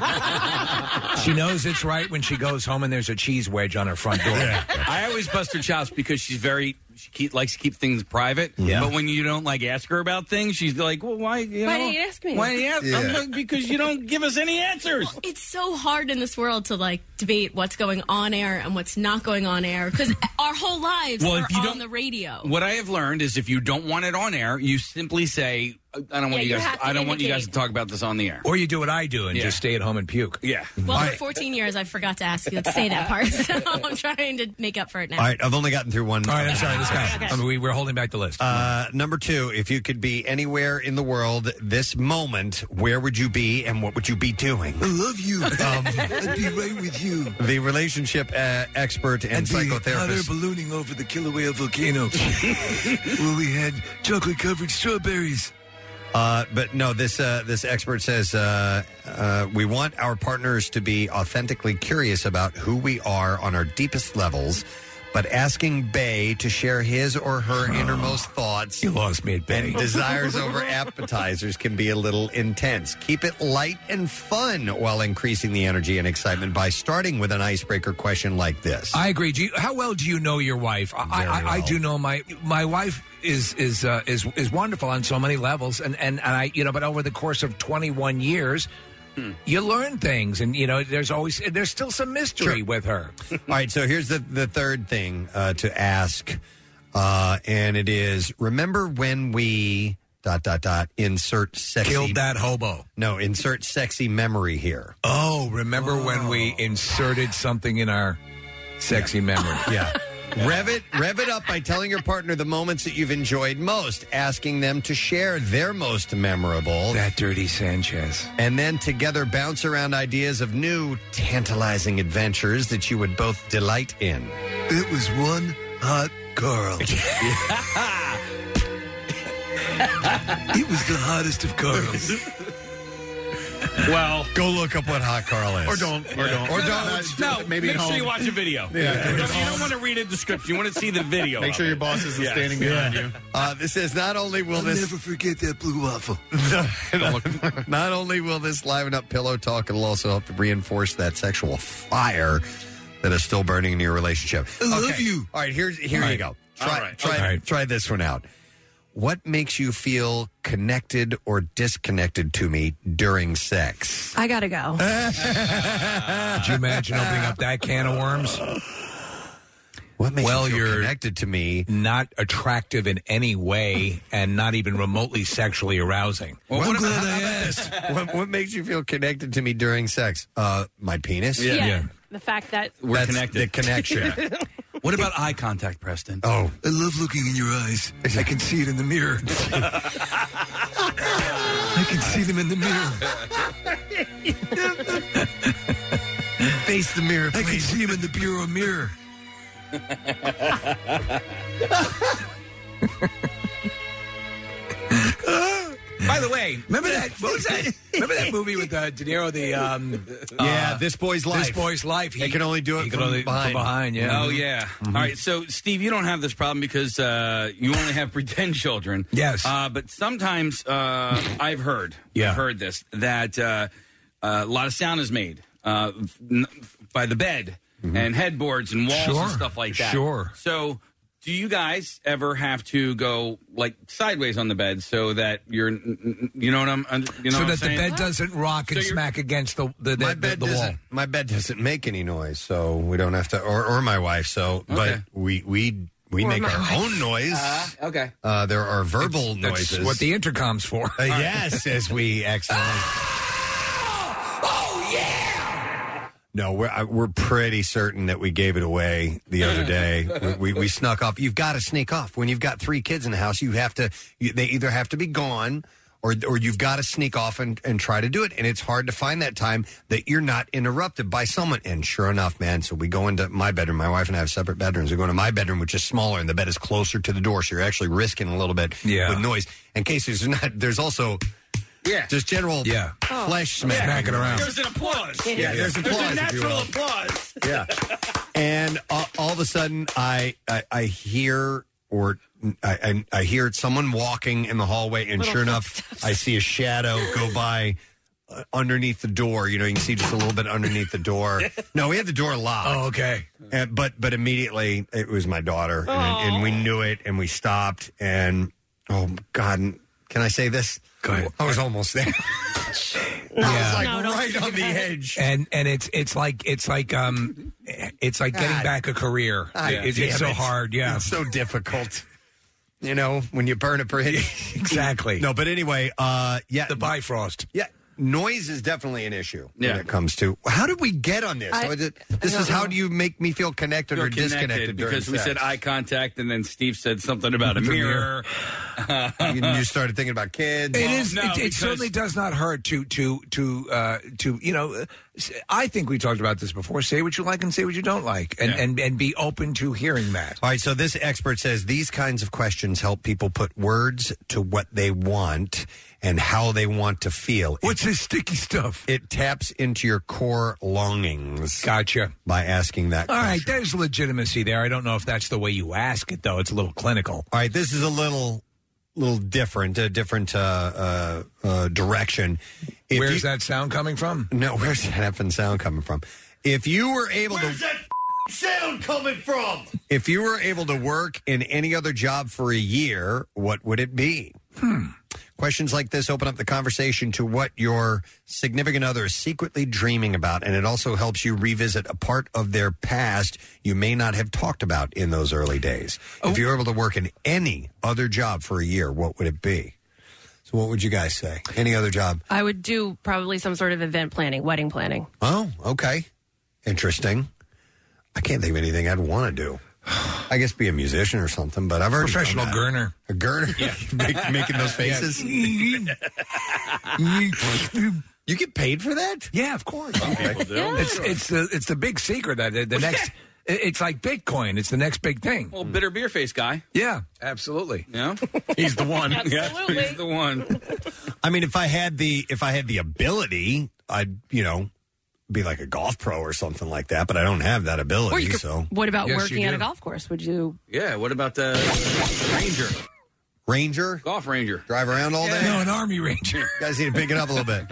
Yeah. she knows it's right when she goes home and there's a cheese wedge on her front door.
I always bust her chops because she's very she keep, likes to keep things private.
Yeah.
But when you don't like ask her about things, she's like, "Well, why? You
Why
know,
didn't you ask me?"
Why didn't you ask?
Yeah.
I'm like, because you don't give us any answers.
Well, it's so hard in this world to like debate what's going on air and what's not going on air because our whole lives
Well,
are
if you
on
don't-
the radio.
What I have learned is if you don't want it on air, you simply say, "I don't
Yeah,
want you
you
guys.
have to
I don't want you guys to talk about this on the air."
Or you do what I do and just stay at home and puke.
Yeah.
Well, for 14 years, I forgot to ask you to say that part, so I'm trying to make up for it now.
All right, I've only gotten through one.
All right, I'm sorry, this guy.
Okay.
I mean, we, we're holding back the list.
Uh, number two, if you could be anywhere in the world this moment, where would you be and what would you be doing? I love you. Um,
I'd be right with you.
the relationship uh, expert and,
And the otter
psychotherapist.
ballooning over the Kilauea volcano, where we had chocolate-covered strawberries.
Uh, but no, this uh, this expert says uh, uh, we want our partners to be authentically curious about who we are on our deepest levels, but asking Bay to share his or her innermost thoughts. You
lost me at
And desires over appetizers can be a little intense. Keep it light and fun while increasing the energy and excitement by starting with an icebreaker question like this.
I agree. Do you, how well do you know your wife? I, I, I, I do know my my wife is is uh, is is wonderful on so many levels, and, and and I you know, but over the course of twenty one years,
Hmm.
you learn things, and you know, there's always there's still some mystery with her.
All right, so here's the, the third thing uh, to ask, uh, and it is remember when we dot dot dot insert sexy
Killed that hobo.
No, insert sexy memory here.
Oh, remember when we inserted something in our sexy memory?
Yeah. Rev it, rev it up by telling your partner the moments that you've enjoyed most, asking them to share their most memorable.
That dirty Sanchez.
And then together bounce around ideas of new, tantalizing adventures that you would both delight in.
It was one hot girl. it was the hottest of girls.
Well,
go look up what hot Carl is,
Or don't. Or don't.
Or
No, no,
don't.
no,
No,
maybe
make
at
sure you
home.
watch a video.
Yeah.
You don't, you don't want to read a description. You want to see the video.
Make
of
sure your
it.
boss isn't
Yes.
standing behind
Yeah.
you.
Uh, this says not only will
I'll
this
never forget that blue waffle.
Not only will this liven up pillow talk, it'll also help to reinforce that sexual fire that is still burning in your relationship.
I love
you. All right, here's here
All
you
right.
go.
All
Try
right.
try
Okay.
try this one out. What makes you feel connected or disconnected to me during sex?
I gotta go.
Could you imagine opening up that can of worms?
What makes
well,
you feel
are
connected to me,
not attractive in any way, and not even remotely sexually arousing.
what, what, what makes you feel connected to me during sex? Uh, my penis.
The fact that
We're That's connected. the connection.
What about eye contact, Preston?
Oh,
I love looking in your eyes. I can see it in the mirror. I can see them in the mirror.
Face the mirror,
I can see them in the bureau mirror.
By the way, remember that? What was that? Remember that movie with uh, De Niro? The um,
Yeah,
uh,
This Boy's
This
Life.
boy's life.
They can only do it
he can
from
only-
behind.
yeah. Mm-hmm.
Oh yeah. All right. So Steve, you don't have this problem because uh, you only have pretend children.
Yes.
Uh, but sometimes uh, I've heard.
Yeah.
I've heard this that uh, uh, a lot of sound is made uh, n- by the bed and headboards and walls
Mm-hmm. Sure.
and stuff like that.
Sure.
So. Do you guys ever have to go like sideways on the bed so that you're, n- n- you know what I'm, un- you know what
so
I'm
that the
saying?
bed doesn't rock and
So you're-
smack against the the, the,
my bed
the, the wall.
doesn't my bed doesn't make any noise, so we don't have to or, or my wife, so but
Okay.
we we we
Or
make
my
our
wife.
own noise. Uh,
okay.
there are verbal
It's- that's
noises.
what the intercom's for.
Uh, yes, as we accidentally.
Oh yeah.
No, we're I, we're pretty certain that we gave it away the other day. we, we we snuck off. You've got to sneak off when you've got three kids in the house. You have to. You, they either have to be gone. Or, or you've got to sneak off and, and try to do it. And it's hard to find that time that you're not interrupted by someone. And sure enough, man, so we go into my bedroom. My wife and I have separate bedrooms. We go into my bedroom, which is smaller, and the bed is closer to the door. So you're actually risking a little bit
Yeah.
with noise. In case there's not, there's also yeah. just general yeah.
Oh.
flesh smacking, around.
There's an applause.
Yeah, Yeah. there's applause,
a
if you
natural
will.
applause.
Yeah. and all, all of a sudden, I I, I hear or I, I I hear someone walking in the hallway, and
Little
sure enough, I see a shadow go by. uh, Underneath the door, you know, you can see just a little bit underneath the door. No, we had the door locked. Oh, okay. but but immediately it was my daughter, and, and we knew it, and we stopped. And oh God, can I say this? Go ahead. I was almost there. I was like right on the edge.
and and it's it's like it's like um it's like getting
God.
back a career.
Ah,
It- it's,
damn
it's so
it.
hard. Yeah,
It's so difficult. You know, when you burn a bridge.
exactly.
No, but anyway, uh yeah. The
Bifrost.
Yeah. Noise is definitely an issue
Yeah.
when it comes to how did we get on this?
I-
So is it-
I
this
don't
is how
know.
do you make me feel connected
Feel
or
connected
disconnected during
because we
sex?
said eye contact, and then Steve said something about a
The
mirror.
you, you started thinking about kids.
It is. it, it certainly does not hurt to to to uh, to you know. uh, s- I think we talked about this before. Say what you like and say what you don't like, and and, and be open to hearing that.
All right, so this expert says these kinds of questions help people put words to what they want and how they want to feel. What's
this sticky stuff?
It taps into your core longings.
Gotcha.
By asking that.
All right, there's legitimacy there. I don't know if that's the way you ask it though. It's a little clinical.
All right, this is a little little different, a different uh, uh, uh, direction.
Where's that sound coming from?
No, where's that effing sound coming from? If you were able to
Where's that sound coming from?
If you were able to work in any other job for a year, what would it be? Hmm. Questions like this open up the conversation to what your significant other is secretly dreaming about, and it also helps you revisit a part of their past you may not have talked about in those early days. If you were able to work in any other job for a year, what would it be? So, what would you guys say? Any other job?
I would do probably some sort of event planning, wedding planning.
Oh, okay. Interesting. I can't think of anything I'd want to do. I guess be a musician or something, but I've already done
Professional
that.
gurner.
A gurner? Make- making those faces? you get paid for that? Oh,
Yeah, of course. It's it's the it's the big secret that the, the
Yeah.
next. it- It's like Bitcoin. It's the next big thing.
Well, bitter beer face guy.
Yeah, absolutely.
Yeah,
he's the
one.
Absolutely.
he's the one.
I mean, if I had the if I had the ability, I'd you know be like a golf pro or something like that. But I don't have that ability.
Or you could-
so
What about working at a golf course? Would you?
Yeah. What about the ranger?
Ranger,
golf ranger,
drive around all day?
No, an army ranger. You
guys need to pick it up a little bit.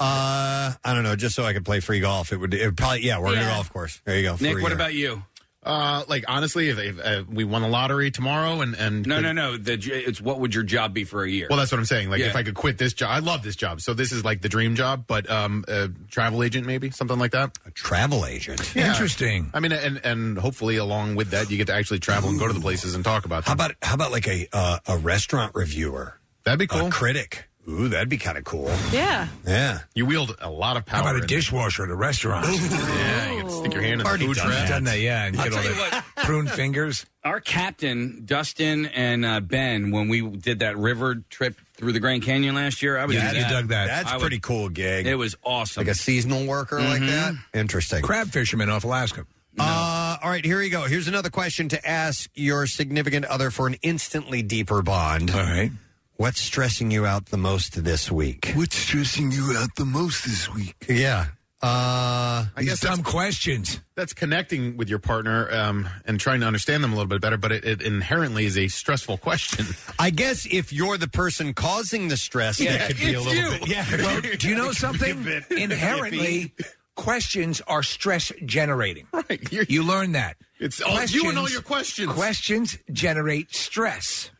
Uh, I don't know. Just so I could play free golf, it would. It would probably yeah. We're in a
Yeah.
golf course. There you go.
Nick,
for a
what
year.
about
you?
Uh, like honestly, if, if uh, we won a lottery tomorrow and and
No, no, no. The, j- it's what would your job be for a year?
Well, that's what I'm saying. Like,
Yeah.
if I could quit this job, I love this job. So this is like the dream job, but um, a travel agent maybe something like that. A
travel agent,
interesting.
I mean, and and hopefully along with that, you get to actually travel and go to the places and talk about. Them. How
about how about like a uh, a restaurant reviewer?
That'd be cool.
A critic. Ooh, that'd be kind of cool.
Yeah.
Yeah.
You wield a lot of power.
How about a dishwasher at a restaurant?
yeah, you get to stick your hand in the
Already
food
done
trap.
that. Done that, yeah, and
I'll
get all
tell you
the prune fingers.
Our captain, Dustin and uh, Ben, when we did that river trip through the Grand Canyon last year, I was
Yeah, you dug that. That's
I
pretty
cool gig.
It was awesome.
Like a seasonal worker like that. Interesting.
Mm-hmm. Crab fisherman off Alaska.
Uh, all right, here we go. Here's another question to ask your significant other for an instantly deeper bond. All
right.
What's stressing you out the most this week?
What's stressing you out the most this week?
Yeah. Uh,
I guess
dumb questions.
That's connecting with your partner um, and trying to understand them a little bit better, but it, it inherently is a stressful question.
I guess if you're the person causing the stress,
Yeah,
that could be a
it's
little
you.
bit. Yeah.
Well, do you know something? Inherently, questions are stress generating.
Right.
you learn that.
It's all- you and all your questions.
Questions generate stress.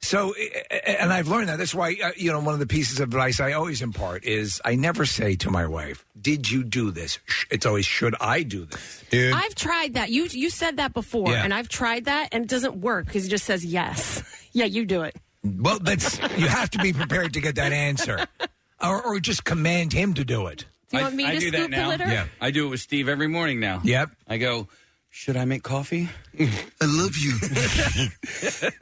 So, eh, eh, and I've learned that. That's why, uh, you know, one of the pieces of advice I always impart is I never say to my wife, Did you do this? Sh- It's always, Should I do this?
Dude.
I've tried that. You you said that before,
Yeah.
and I've tried that, and it doesn't work because it just says yes. yeah, you do it.
well, that's, you have to be prepared to get that answer or, or just command him to do it.
Do you want me to
do
scoop
that
the
now.
litter?
Yeah. I do it with Steve every morning now.
Yep.
I go, should I make coffee?
I love you.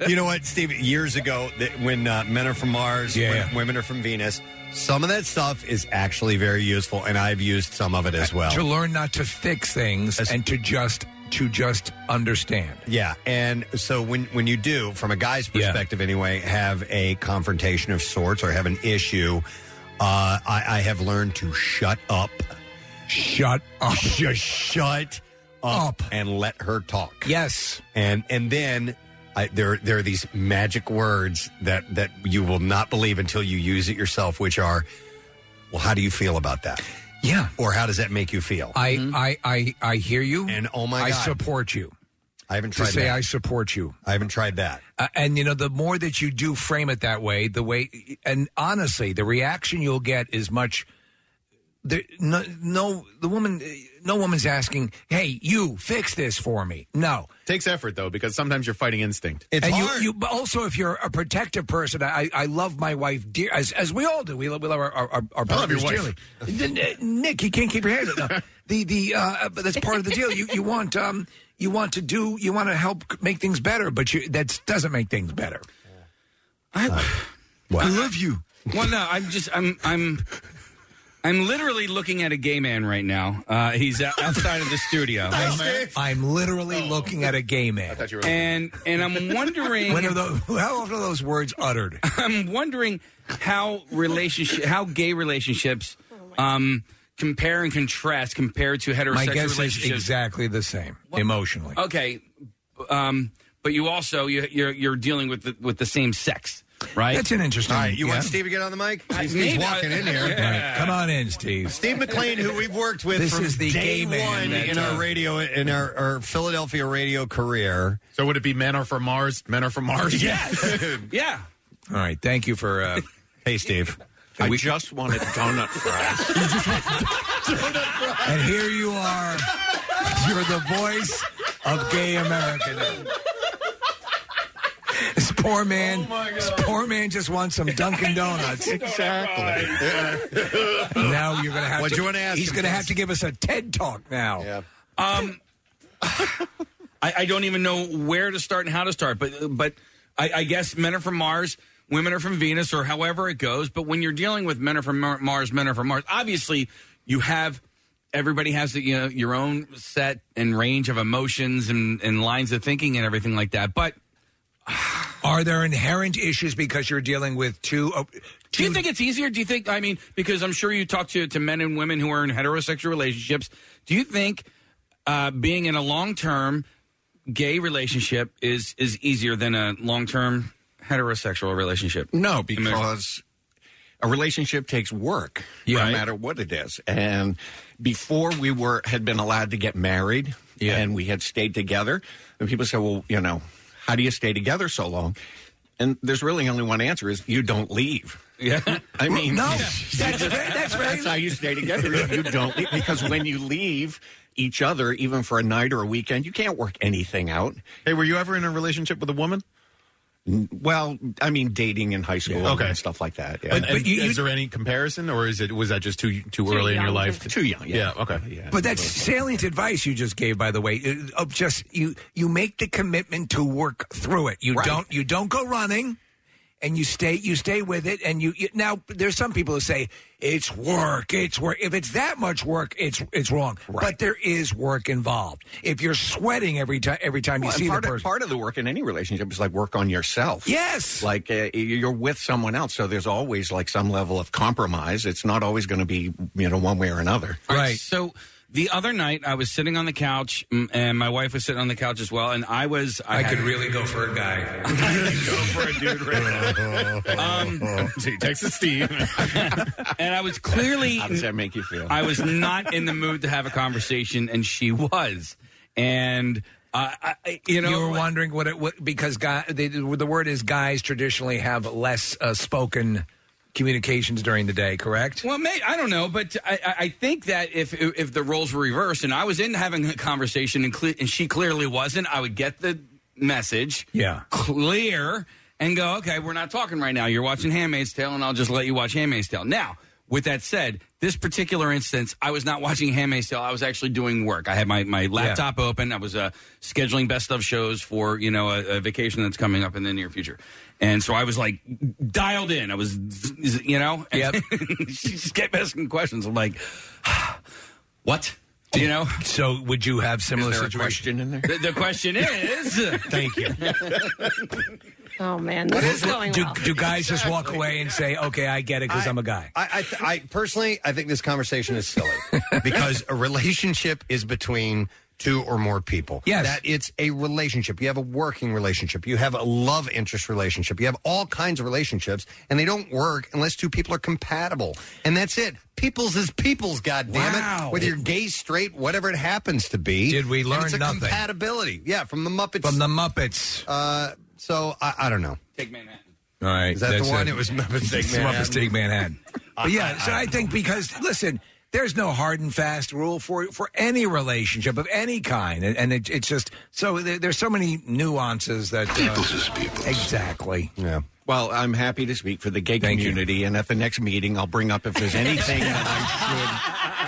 you know what, Steve? Years ago, that when uh, men are from Mars,
Yeah,
when-
yeah.
women are from Venus, some of that stuff is actually very useful, and I've used some of it as well.
to learn not to fix things and to just to just understand.
Yeah, and so when when you do, from a guy's perspective anyway, have a confrontation of sorts or have an issue, uh, I, I have learned to shut up,
shut up,
just shut up, and let her talk.
Yes,
and and then. I, there, there are these magic words that, that you will not believe until you use it yourself, which are, well, how do you feel about that?
Yeah.
Or how does that make you feel?
I I I I hear you,
and oh my
I
God.
support you.
I haven't
to
tried
say
that.
I support you.
I haven't tried that.
Uh, and you know, the more that you do frame it that way, the way, and honestly, the reaction you'll get is much. The, no, no, the woman, no woman's asking, "Hey, you fix this for me." No,
takes effort though because sometimes you're fighting instinct.
and You, you, but also, if you're a protective person, I, I love my wife dear, as as we all do. We love, we love our our, our our
I love your
partners dearly.
wife.
N- n- Nick, you can't keep your hands. up. No. The the uh, but that's part of the deal. You you want um you want to do you want to help make things better, but you that doesn't make things better.
I love you. Well, no, I'm just I'm I'm I'm literally looking at a gay man right now. Uh, he's o- outside of the studio.
I'm literally looking at a gay man. I thought you
And and I'm wondering
Uh, when are those, how often are those words uttered?
I'm wondering how relationship how gay relationships um compare and contrast compared to heterosexual
My guess is
relationships.
exactly the same emotionally.
Okay, um, but you also you, you're you're dealing with the, with the same sex, right?
That's an interesting.
All right, you
yeah.
want Steve to get on the mic?
I-
He's,
maybe
he's
I-
walking in here.
Yeah.
Come on in, Steve.
Steve McLean, who we've worked with
This
from
is the
day
gay man
one
that,
in
uh,
our radio in our, our Philadelphia radio career.
So would it be men are from Mars? Men are from Mars.
Yes. yeah.
All right, thank you for. Uh,
hey, Steve.
I
just wanted donut fries.
And here you are. You're the voice of gay America. This poor man, this poor man just wants some Dunkin' Donuts.
Exactly.
And now you're gonna have
What
to.
do you wanna ask
he's
him,
gonna
Chris?
have to give us a TED talk now.
Um, I, I don't even know where to start and how to start, but but I, I guess men are from Mars, women are from Venus, or however it goes. But when you're dealing with men are from Mar- Mars, men are from Mars, obviously you have everybody has the, you know, your own set and range of emotions and, and lines of thinking and everything like that. But
Are there inherent issues because you're dealing with two? oh,
Do you think it's easier? Do you think? I mean, because I'm sure you talk to to men and women who are in heterosexual relationships. Do you think uh, being in a long term gay relationship is is easier than a long term heterosexual relationship?
No, because a relationship takes work,
Yeah.
no matter what it is. And before we were had been allowed to get married, and we had stayed together, and people say, "Well, you know, how do you stay together so long?" And there's really only one answer: is you don't leave.
Yeah,
I mean,
No, that's ve- that's very-
how you stay together. is You don't leave because when you leave each other, even for a night or a weekend, you can't work anything out.
Hey, were you ever in a relationship with a woman?
Well, I mean, dating in high school,
Okay.
and stuff like that. Yeah.
But, is there any comparison, or is it was that just too too, early in your
young.
life?
Too young. Yeah.
Okay.
But that's salient advice you just gave, by the way. Uh, Of just you, you make the commitment to work through it. You
Right.
don't, you don't go running, and you stay, you stay with it. And you, you now there's some people who say it's work, it's work. If it's that much work, it's it's wrong. But there is work involved. If you're sweating every time, every time
Well,
you
and
see the
part, of,
person,
part of the work in any relationship is like work on yourself.
Yes.
Like uh, you're with someone else, so there's always like some level of compromise. It's not always going to be, you know, one way or another.
All Right. So the other night, I was sitting on the couch, m- and my wife was sitting on the couch as well, and I was. I, could
really go for a guy.
um, Texas Steve.
and I was clearly. How
does that make you feel?
I was not in the mood to have a conversation, and she was, and. Uh, I- I, you know,
you were wondering what it what, because guy, they, the word is guys traditionally have less uh, spoken communications during the day, correct?
Well, may, I don't know, but I, I- I think that if if the roles were reversed and I was in having a conversation and, cle- and she clearly wasn't, I would get the message
Yeah.
clear and go, okay, we're not talking right now. You're watching Handmaid's Tale, and I'll just let you watch Handmaid's Tale. Now, With that said, this particular instance, I was not watching Handmaid's Tale. I was actually doing work. I had my, my laptop open. I was uh, scheduling best of shows for you know a, a vacation that's coming up in the near future, and so I was like dialed in. I was you know, and she just kept asking questions. I'm like, what? Do you know?
So would you have similar
there a
situation in there?
The, the question is.
Thank you.
Oh man, this is going
do,
well.
do guys just walk away and say, "Okay, I get it because I'm a guy"?
I, I, th- I personally, I think this conversation is silly because a relationship is between two or more people.
Yes.
that it's a relationship. You have a working relationship. You have a love interest relationship. You have all kinds of relationships, and they don't work unless two people are compatible. And that's it. People's is people's. God damn
Wow.
it! Whether you're gay, straight, whatever it happens to be,
Did we
And
learn
it's a
nothing?
Compatibility, yeah, from the Muppets.
From the Muppets.
Uh, so I, I don't know.
Take Manhattan.
All right,
Is that the
that's
one? It was Muppets Take Manhattan.
Muppets Take Manhattan. But yeah, so I think because listen, there's no hard and fast rule for for any relationship of any kind, and, and it, it's just so there, there's so many nuances that uh,
Peoples is peoples.
Exactly.
Yeah.
Well, I'm happy to speak for the gay community, and at the next meeting, I'll bring up if there's anything that I should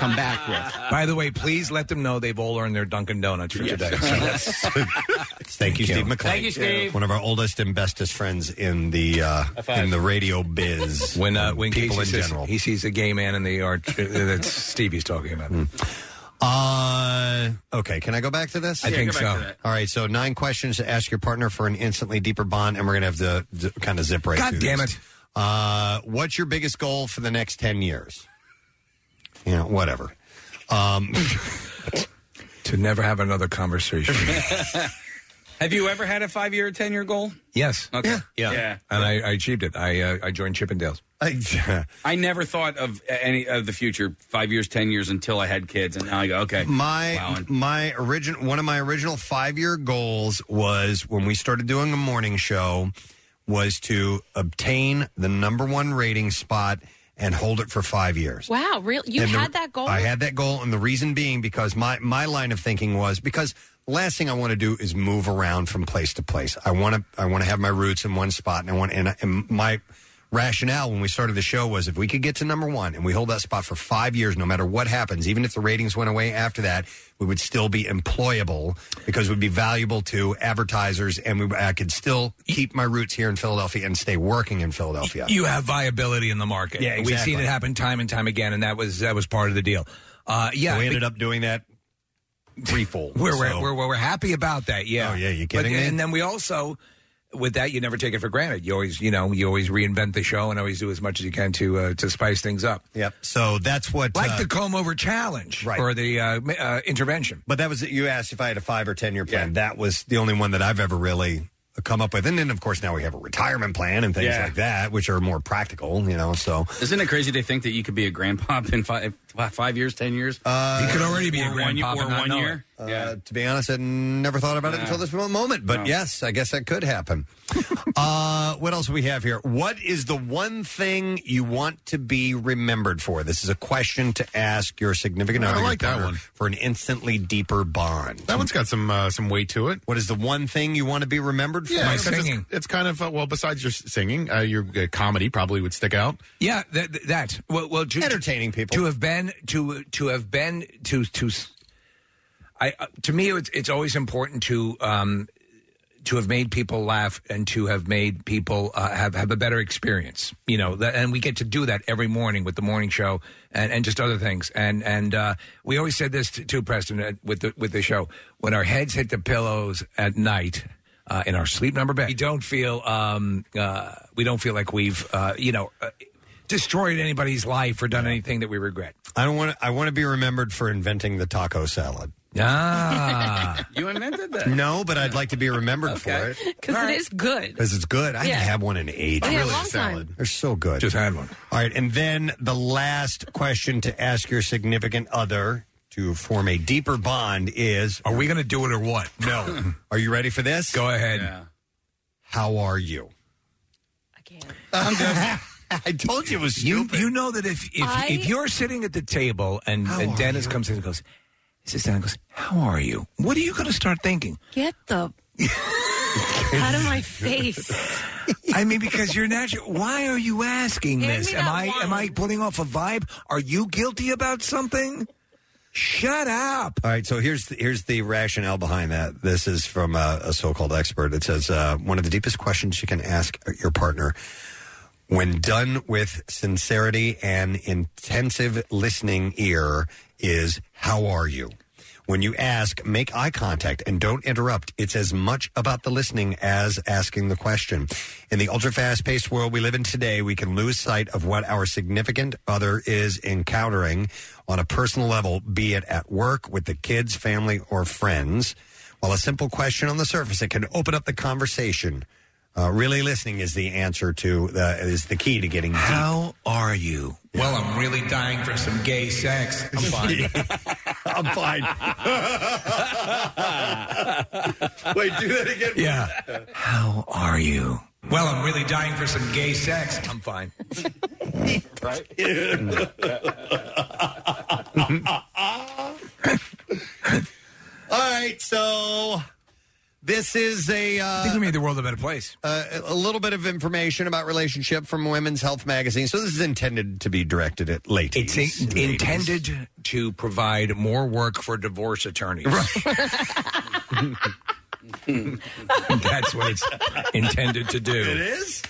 come back with.
By the way, please let them know they've all earned their Dunkin' Donuts for today.
Thank you, Steve McClain.
Thank you, Steve.
One of our oldest and bestest friends in the uh, in the radio biz.
when uh,
and
when
people
Casey
in
says
general.
he sees a gay man in the yard, uh, that's Stevie's talking about.
Hmm. Uh, okay, can I go back to this?
I Yeah, think go back so. to that.
All right, so nine questions to ask your partner for an instantly deeper bond, and we're going to have to z- kind of zip right
God
through
damn
this.
it.
Uh, what's your biggest goal for the next 10 years? You know, whatever. Um,
to never have another conversation.
Have you ever had a five year or ten year goal?
Yes.
Okay. Yeah.
And I, I achieved it. I uh, I joined Chippendales.
I never thought of any of the future five years, ten years until I had kids, and now I go, okay.
My
wow, and
my original one of my original five year goals was when we started doing a morning show was to obtain the number one rating spot and hold it for five years.
Wow, really? You
And the-
had that goal?
I had that goal, and the reason being because my my line of thinking was because the last thing I want to do is move around from place to place. I want to I want to have my roots in one spot, and I want and, I, and my rationale when we started the show was if we could get to number one and we hold that spot for five years, no matter what happens, even if the ratings went away after that, we would still be employable because we'd be valuable to advertisers, and we I could still keep my roots here in Philadelphia and stay working in Philadelphia.
You have viability in the market.
Yeah,
We've seen
exactly.
it happen time and time again, and that was that was part of the deal. Uh, yeah,
we
be-
ended up doing that threefold.
We're,
so-
we're, we're, we're happy about that. Yeah.
Oh, yeah, you kidding
But-
me?
And then we also, with that, you never take it for granted. You always, you know, you always reinvent the show and always do as much as you can to uh, to spice things up.
Yep. So that's what
like
uh,
the comb over challenge,
Right.
Or the uh, ma- uh, intervention.
But that was you asked if I had a five or ten year plan. That was the only one that I've ever really come up with. And then of course now we have a retirement plan and things
Yeah.
like that, which are more practical. You know, so
Isn't it crazy to think that you could be a grandpa in five, fi- five years, ten years?
Uh,
Or one year- or one year.
Uh, To be honest, I never thought about it
No.
until this mo- moment. But
No.
yes, I guess that could happen. uh, what else do we have here? What is the one thing you want to be remembered for? This is a question to ask your significant
I
other your
like that
partner,
one.
for an instantly deeper bond.
That one's got some uh, some weight to it.
What is the one thing you want to be remembered for?
Yeah,
My
'cause it's-
singing.
It's, kind of uh, well, besides your s- singing, uh, your uh, comedy probably would stick out.
Yeah, that, that well, well to,
entertaining people
to have been to to have been to to. s- I uh, to me it's it's always important to um to have made people laugh and to have made people uh, have have a better experience. You know, that, and we get to do that every morning with the morning show and, and just other things. And and uh, we always said this to, to Preston uh, with the with the show when our heads hit the pillows at night. Uh, in our sleep number bed, we don't feel um, uh, we don't feel like we've uh, you know uh, destroyed anybody's life or done anything that we regret.
I don't want. To, I want to be remembered for inventing the taco salad.
Ah.
you invented that.
no, but I'd like to be remembered for it
Because it is good.
because it's good. I
Yeah. Oh,
haven't had one in ages.
Yeah, Really? long Salad.
They're so good.
Just had one.
All right, and then the last question to ask your significant other to form a deeper bond is:
Are we going to do it or what?
No. are you ready for this?
Go ahead.
How are you? I can't. I'm good. I told you it was
You, you know that if if,
I-
if you're sitting at the table and, and Dennis comes in and goes, sits down and goes, "How are you? What are you going to start thinking?"
Get the out of my face.
I mean, because you're natural. Why are you asking
Hand
this?
me
Am
that
I am I putting off a vibe? Are you guilty about something? Shut up.
All right, so here's the, here's the rationale behind that. This is from a, a so-called expert. It says uh, one of the deepest questions you can ask your partner, when done with sincerity and intensive listening ear, is how are you. When you ask, make eye contact and don't interrupt. It's as much about the listening as asking the question. In the ultra fast paced world we live in today, we can lose sight of what our significant other is encountering on a personal level, be it at work, with the kids, family, or friends. While a simple question on the surface, it can open up the conversation. Uh, really listening is the answer to the, is the key to getting
How are you? Well, I'm really dying for some gay sex. I'm fine.
I'm fine.
Wait, do that again. Yeah. How are you? Well, I'm really dying for some gay sex. I'm fine. right?
All right, so this is a. Uh, I think
we made the world a better place.
Uh, a little bit of information about relationship from Women's Health Magazine. So this is intended to be directed at ladies.
It's in- intended to provide more work for divorce attorneys. That's what it's intended to do.
It
is?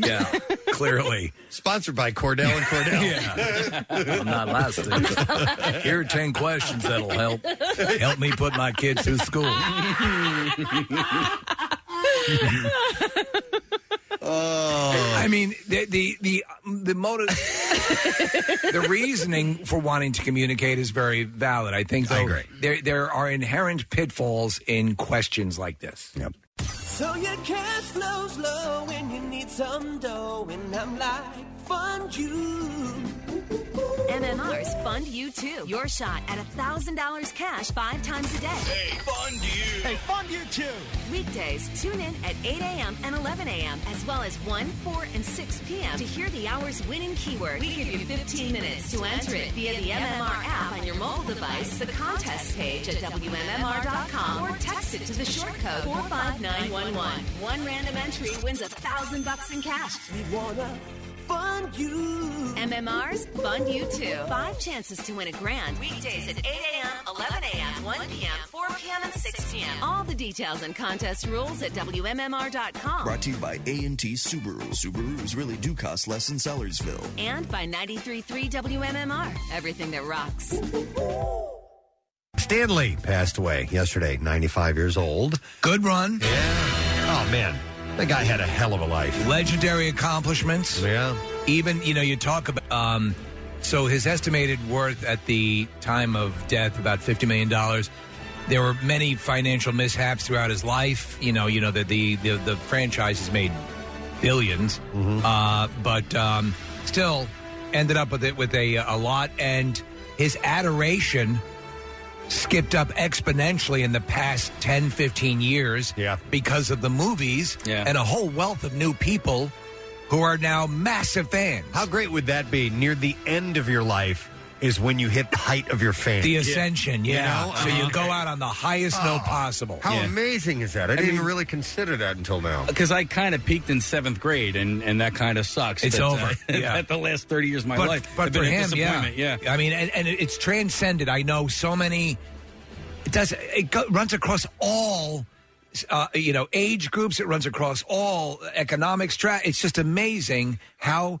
Yeah, clearly.
Sponsored by Cordell and Cordell.
yeah. I'm not lasting. Here are 10 questions that'll help. Help me put my kid through school.
Oh.
I mean, the the the, the motive, the reasoning for wanting to communicate is very valid. I think. Though,
I agree.
There there are inherent pitfalls in questions like this.
Yep.
So your cash flows low and you need some dough, and I'm like, fund you.
MMRs fund you too. Your shot at $1,000 cash five times a day. Hey, fund you. Hey, fund you too. Weekdays, tune in at 8 a.m. and 11 a.m., as well as 1, 4, and 6 p.m. to hear the hour's winning keyword. We give you 15 minutes to answer it via the MMR app on your mobile device, the contest page at WMMR.com, or text it to the short code 45911. One random entry wins a thousand bucks in cash. We wanna fund you. MMRs fund you too. Five chances to win a grand. Weekdays at 8 a.m., 11 a.m., 1 p.m., 4 p.m., and 6 p.m. All the details and contest rules at WMMR.com.
Brought to you by A&T Subaru. Subarus really do cost less in Sellersville.
And by 93.3 WMMR. Everything that rocks.
Stanley passed away yesterday, 95 years old.
Good run.
Yeah. Oh, man. The guy had a hell of a life.
Legendary accomplishments.
Yeah.
Even you know you talk about um, so his estimated worth at the time of death about fifty million dollars. There were many financial mishaps throughout his life. You know, you know that the, the the franchise has made 1000000000s uh, but um, still ended up with it with a a lot and his adoration skipped up exponentially in the past 10 15 years because of the movies
Yeah.
and a whole wealth of new people who are now massive fans
How great would that be? Near the end of your life is when you hit the height of your fame.
the ascension yeah
You know?
so you
Uh-huh.
go out on the highest note possible
How amazing is that? I,
I
didn't
mean-
really consider that until now.
Because I kind of peaked in seventh grade, and, and that kind of sucks.
It's
that, uh,
over. Yeah.
that the last thirty years of my
but,
life,
But
have
for
been a
him, yeah.
disappointment.
I mean, and, and it's transcended. I know so many. It does. It go, runs across all, uh, you know, age groups. It runs across all economic strat. It's just amazing how.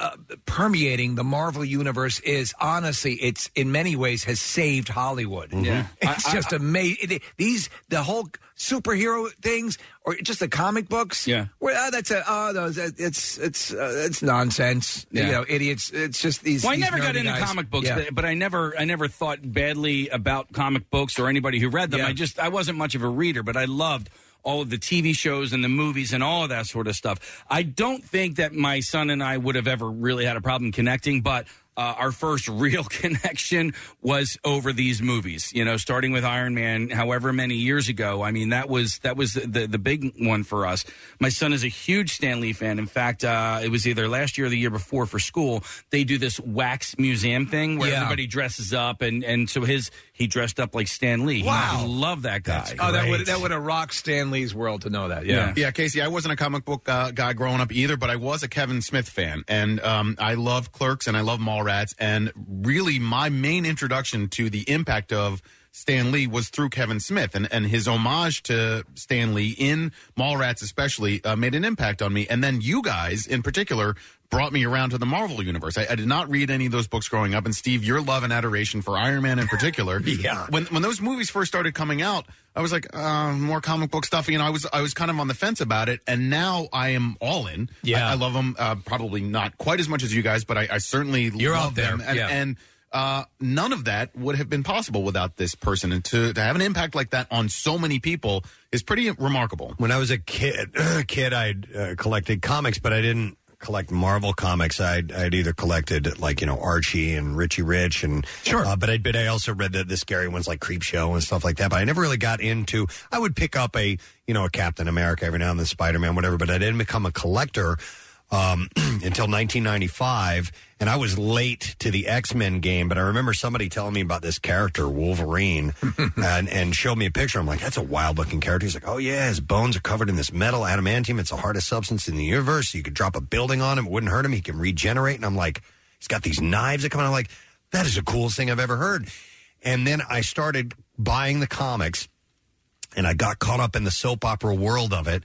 Uh, permeating the Marvel universe is honestly, it's in many ways has saved Hollywood.
Yeah.
it's
Mm-hmm. I- I-
just amazing. These the whole superhero things, or just the comic books.
Yeah.
Well, ah, that's a oh, no, that- it's it's uh, it's nonsense.
Yeah.
You know, idiots. It's just these.
well, I
these
never got
nerdy
into
guys.
comic books,
Yeah.
but, but I never, I never thought badly about comic books or anybody who read them. I just, I wasn't much of a reader, but I loved all of the TV shows and the movies and all of that sort of stuff. I don't think that my son and I would have ever really had a problem connecting, but uh, our first real connection was over these movies. You know, starting with Iron Man, however many years ago. I mean, that was that was the the big one for us. My son is a huge Stan Lee fan. In fact, uh, it was either last year or the year before for school. They do this wax museum thing where
Yeah.
everybody dresses up, and and so his he dressed up like Stan Lee. He-
Wow.
I love that guy.
Oh, that would that would have rocked Stan Lee's world to know that.
yeah. Casey, I wasn't a comic book uh, guy growing up either, but I was a Kevin Smith fan, and um, I love Clerks and I love Mallrats, and really my main introduction to the impact of Stan Lee was through Kevin Smith, and and his homage to Stan Lee in Mallrats especially uh, made an impact on me, and then you guys in particular. Brought me around to the Marvel universe. I, I did not read any of those books growing up, and Steve, your love and adoration for Iron Man in particular. yeah. When when those movies first started coming out, I was like, uh, more comic book stuff. You know, I was I was kind of on the fence about it, and now I am all in.
Yeah.
I, I love them. Uh, probably not quite as much as you guys, but I, I certainly
You're
love
out there,
them. And,
yeah.
and uh, none of that would have been possible without this person. And to, to have an impact like that on so many people is pretty remarkable.
When I was a kid, kid, I uh, collected comics, but I didn't collect Marvel comics. I'd, I'd either collected like you know Archie and Richie Rich and sure, uh, but I but I also read the, the scary ones like Creep Show and stuff like that. But I never really got into. I would pick up a you know a Captain America every now and then, Spider Man, whatever. But I didn't become a collector um, until 1995, and I was late to the X Men game. But I remember somebody telling me about this character, Wolverine, and, and showed me a picture. I'm like, that's a wild looking character. He's like, oh yeah, his bones are covered in this metal adamantium. It's the hardest substance in the universe. You could drop a building on him, it wouldn't hurt him. He can regenerate. And I'm like, he's got these knives that come out. I'm like, that is the coolest thing I've ever heard. And then I started buying the comics and I got caught up in the soap opera world of it.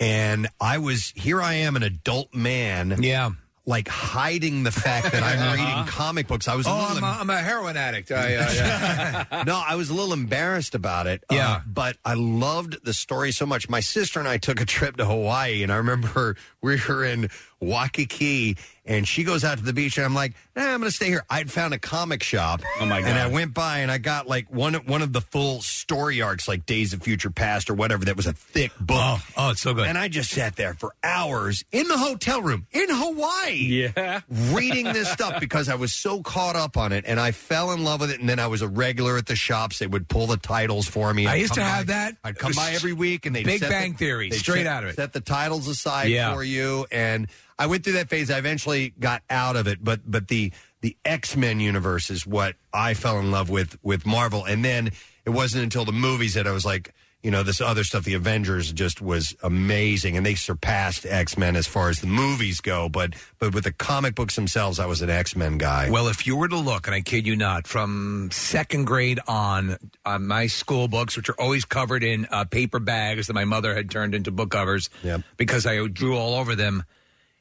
And I was here. I am an adult man. Yeah. Like hiding the fact that I'm reading comic books. I was.
oh,
a little
I'm a, I'm a heroin addict. I, uh, yeah.
no, I was a little embarrassed about it. Yeah. but I loved the story so much. My sister and I took a trip to Hawaii, and I remember we were in Waikiki, and she goes out to the beach, and I'm like, eh, I'm going to stay here. I'd found a comic shop. Oh, my
God.
And I went by, and I got like one, one of the full story arcs, like Days of Future Past or whatever, that was a thick book. Oh,
it's so good.
And I just sat there for hours in the hotel room in Hawaii.
Yeah.
Reading this stuff because I was so caught up on it and I fell in love with it. And then I was a regular at the shops. They would pull the titles for me.
I
I'd
used to
come
have
by-
that.
I'd come by every week and they'd
Big
set
Bang
the-
Theory,
they'd
straight
set-
out of it.
Set the titles aside
Yeah.
for you. And I went through that phase. I eventually got out of it, but but the the X Men universe is what I fell in love with with Marvel. And then it wasn't until the movies that I was like, you know, this other stuff, the Avengers just was amazing, and they surpassed X Men as far as the movies go. But but with the comic books themselves, I was an X Men guy.
Well, if you were to look, and I kid you not, from second grade on, on my school books, which are always covered in uh, paper bags that my mother had turned into book covers because I drew all over them,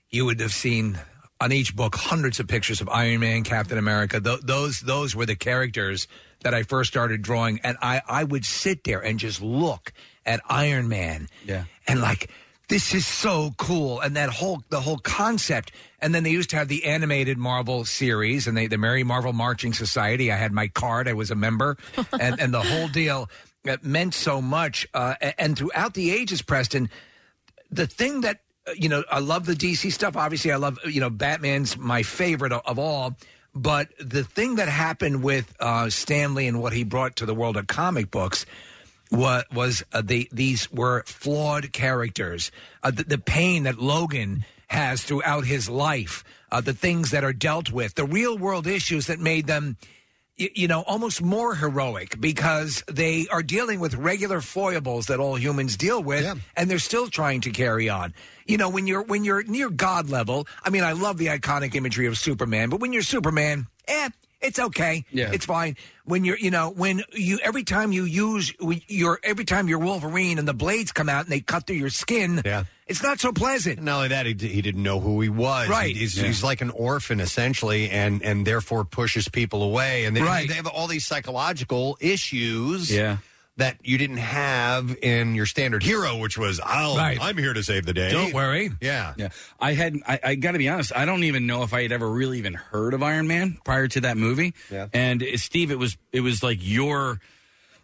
you would have seen on each book hundreds of pictures of Iron Man, Captain America. Th- those those were the characters that I first started drawing, and I I would sit there and just look at Iron Man
Yeah.
and like this is so cool and that whole the whole concept and then they used to have the animated marvel series and they the merry marvel marching society i had my card i was a member and and the whole deal it meant so much uh, a- and throughout the ages preston the thing that uh, you know i love the dc stuff obviously i love you know batman's my favorite o- of all but the thing that happened with uh, stanley and what he brought to the world of comic books was was uh, they these were flawed characters uh, the, the pain that logan has throughout his life uh, the things that are dealt with the real world issues that made them y- you know, almost more heroic because they are dealing with regular foibles that all humans deal with, and they're still trying to carry on. You know, when you're when you're near God level, I mean, I love the iconic imagery of Superman, but when you're Superman, eh, it's okay,
Yeah.
it's fine. When you're, you know, when you every time you use when your every time you're Wolverine and the blades come out and they cut through your skin, yeah. it's not so pleasant.
Not only that, he, d- he didn't know who he was.
Right.
He's,
Yeah.
he's like an orphan, essentially, and, and therefore pushes people away. And they,
Right.
they have all these psychological issues
Yeah.
that you didn't have in your standard hero, which was, I'll,
Right.
I'm here to save the day.
worry.
Yeah.
Yeah. I had I, I gotta be honest, I don't even know if I had ever really even heard of Iron Man prior to that movie.
Yeah.
And uh, Steve, it was it was like your